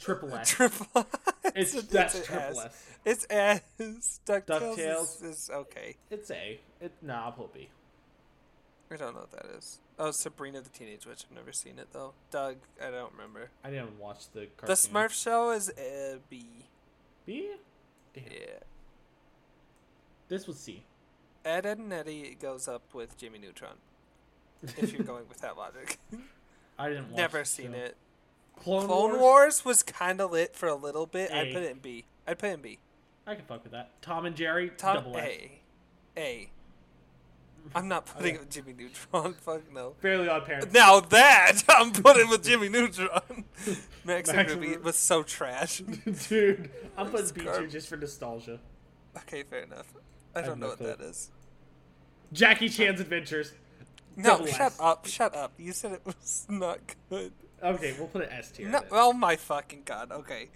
S5: triple S.
S2: Triple.
S5: It's
S2: an
S5: that's
S2: S.
S5: triple S.
S2: It's S. DuckTales,
S5: DuckTales.
S2: Is, is okay.
S5: It's A. It nah, I'll put B.
S2: I don't know what that is. Oh, Sabrina the Teenage Witch. I've never seen it though. Doug, I don't remember.
S5: I didn't even watch the cartoon.
S2: The Smurf Show is uh, B.
S5: B. Damn.
S2: Yeah.
S5: This was C.
S2: Ed, Ed and Eddie goes up with Jimmy Neutron. If you're going with that logic,
S5: I didn't watch
S2: never
S5: the
S2: seen
S5: show.
S2: it.
S5: Clone,
S2: Clone Wars,
S5: Wars?
S2: was kind of lit for a little bit. i I'd
S5: A.
S2: put it in B. I'd put it in B.
S5: I can fuck with that. Tom and Jerry.
S2: Top
S5: double S.
S2: A. A. I'm not putting it with Jimmy Neutron. Fuck no.
S5: Fairly Odd Parents.
S2: Now that I'm putting with Jimmy Neutron. Max and
S5: Max and
S2: Ruby
S5: Ruby.
S2: was so trash.
S5: Dude, I'm putting B tier
S2: garbage.
S5: just for nostalgia.
S2: okay, fair enough. I don't
S5: have
S2: know
S5: no
S2: what
S5: clue.
S2: that is.
S5: Jackie Chan's Adventures.
S2: No,
S5: Double
S2: shut
S5: S.
S2: up, shut up. You said it was not good.
S5: Okay, we'll put an S tier.
S2: No,
S5: then.
S2: oh my fucking god. Okay.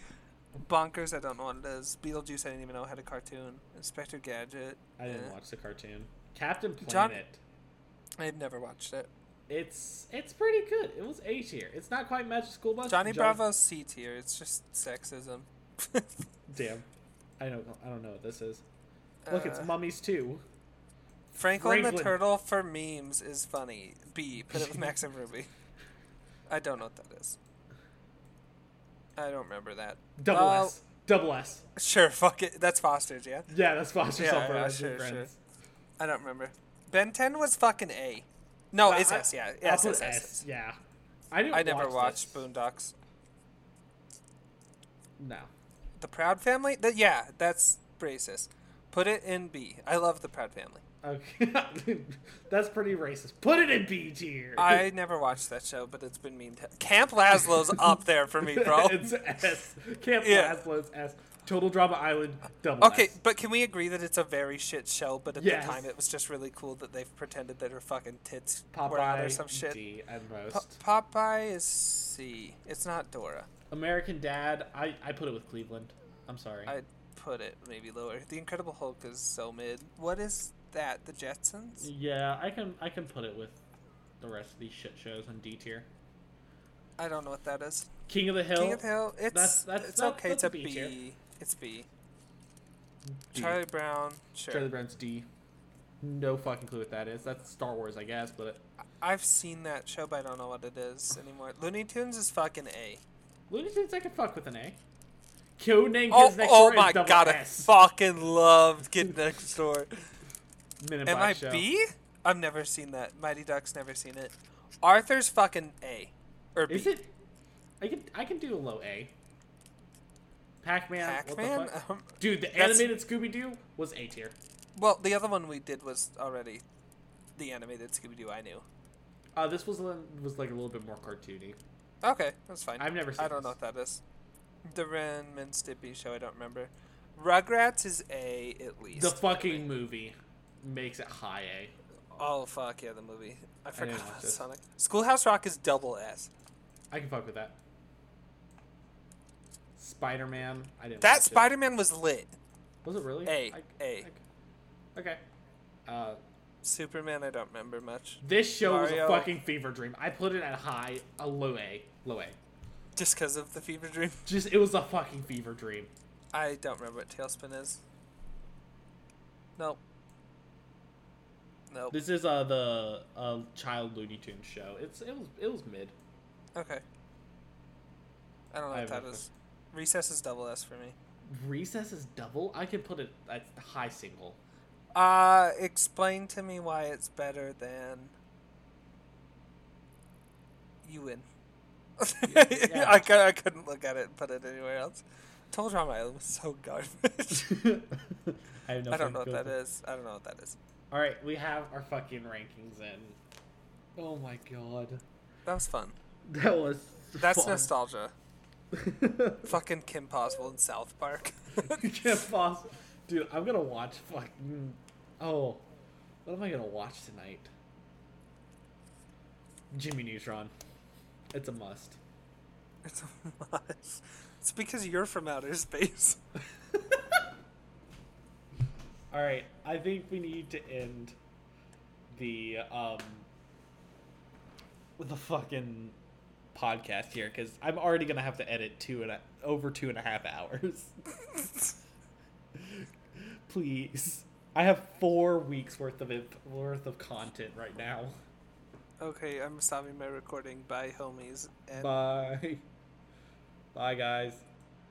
S2: bonkers. I don't know what it is. Beetlejuice. I didn't even know had a cartoon. Inspector Gadget.
S5: I didn't
S2: eh.
S5: watch the cartoon. Captain Planet.
S2: John- I had never watched it.
S5: It's it's pretty good. It was A tier. It's not quite Magic School Bus.
S2: Johnny
S5: John-
S2: Bravo's C tier. It's just sexism.
S5: Damn. I don't I don't know what this is. Look, it's
S2: Uh,
S5: Mummies too.
S2: Franklin the
S5: Franklin.
S2: Turtle for memes is funny. B. Put it with Max and Ruby. I don't know what that is. I don't remember that.
S5: Double
S2: Uh,
S5: S. Double S.
S2: Sure, fuck it. That's Foster's, yeah?
S5: Yeah, that's Foster
S2: yeah,
S5: yeah, Software.
S2: yeah,
S5: Yeah,
S2: sure,
S5: friends.
S2: sure. I don't remember. Ben 10 was fucking A. No, it's
S5: I-
S2: S, yeah.
S5: I'll
S2: S,
S5: put
S2: S, S,
S5: S, Yeah. I didn't.
S2: I never
S5: watch
S2: watched
S5: this.
S2: Boondocks.
S5: No.
S2: The Proud Family? That yeah, that's racist. Put it in B. I love the Proud Family.
S5: Okay. That's pretty racist. Put it in B tier.
S2: I never watched that show, but it's been mean. To- Camp Laszlo's up there for me, bro.
S5: it's S. Camp
S2: Yeah.
S5: Laszlo's S. Total Drama Island. Double
S2: Okay,
S5: S.
S2: but can we agree that it's a very shit show? But at
S5: Yes.
S2: the time, it was just really cool that they pretended that her fucking tits were out
S5: Popeye
S2: or some shit.
S5: D at most.
S2: Po- Popeye is C. It's not Dora.
S5: American Dad. I I put it with Cleveland. I'm sorry.
S2: I'd put it maybe lower. The Incredible Hulk is so mid. What is that? The Jetsons?
S5: yeah, I can I can put it with the rest of these shit shows on D tier.
S2: I don't know what that is.
S5: King of the Hill.
S2: King of the Hill. It's
S5: that's- that's-
S2: it's
S5: that-
S2: okay.
S5: that's
S2: it's a
S5: a B
S2: B.
S5: tier.
S2: It's B.
S5: D.
S2: Charlie Brown. Sure.
S5: Charlie Brown's D. No fucking clue what that is. That's Star Wars, I guess, but
S2: I've seen that show, but I don't know what it is anymore. Looney Tunes is fucking A.
S5: Looney Tunes I can fuck with an A. Codename
S2: Oh,
S5: Kids Next
S2: oh
S5: Door
S2: my
S5: is double
S2: god, I
S5: S.
S2: fucking loved Kid Next Door.
S5: Men in
S2: Am I
S5: Black show.
S2: B? I've never seen that. Mighty Ducks never seen it. Arthur's fucking A. Or B.
S5: Is it? I can I can do a low A. Pac Man. What
S2: Pac-Man?
S5: the fuck?
S2: Um,
S5: Dude, the
S2: that's-
S5: animated Scooby Doo was A tier.
S2: well, the other one we did was already the animated Scooby Doo I knew.
S5: Uh, this was li- was like a little bit more cartoony.
S2: Okay, that's fine.
S5: I've never seen
S2: I don't know
S5: this.
S2: what that is. The Ren and Stimpy show, I don't remember. Rugrats is A at least.
S5: The fucking movie makes it high A.
S2: Oh fuck yeah, the movie. I forgot
S5: watch
S2: about
S5: this.
S2: Sonic. Schoolhouse Rock is double S.
S5: I can fuck with that. Spider Man. I didn't. watch
S2: That
S5: it.
S2: Spider Man was lit.
S5: was it really
S2: A,
S5: I-
S2: A.
S5: I- okay. Uh,
S2: Superman, I don't remember much.
S5: this show was a
S2: Mario.
S5: fucking fever dream. I put it at high, a low A, low A.
S2: Just because of the fever dream.
S5: Just it was a fucking fever dream.
S2: I don't remember what Tailspin is. Nope. Nope.
S5: This is uh the uh child Looney Tunes show. It's it was it was mid.
S2: Okay. I don't know
S5: I
S2: what
S5: have
S2: that
S5: no
S2: is. Recess is double S for me.
S5: Recess is double. I could put it at the high single.
S2: Uh, explain to me why it's better than. You win.
S5: yeah.
S2: I, cou- I couldn't look at it and put it anywhere else. Told Drama Island was so garbage.
S5: I, have no
S2: I don't
S5: fucking
S2: know what
S5: clue.
S2: that is. I don't know what that is.
S5: All right, we have our fucking rankings in. Oh my god,
S2: That was fun.
S5: that was
S2: That's
S5: fun.
S2: nostalgia. Fucking Kim Possible in South Park.
S5: Can't pause. Dude, I'm gonna watch fucking. Oh, what am I gonna watch tonight? Jimmy Neutron. It's a must.
S2: it's a must. It's because you're from outer space.
S5: All right, I think we need to end the um the fucking podcast here because I'm already gonna have to edit two and a, over two and a half hours. Please, I have four weeks worth of imp- worth of content right now.
S2: Okay, I'm stopping my recording. Bye, homies. And
S5: Bye, bye, guys.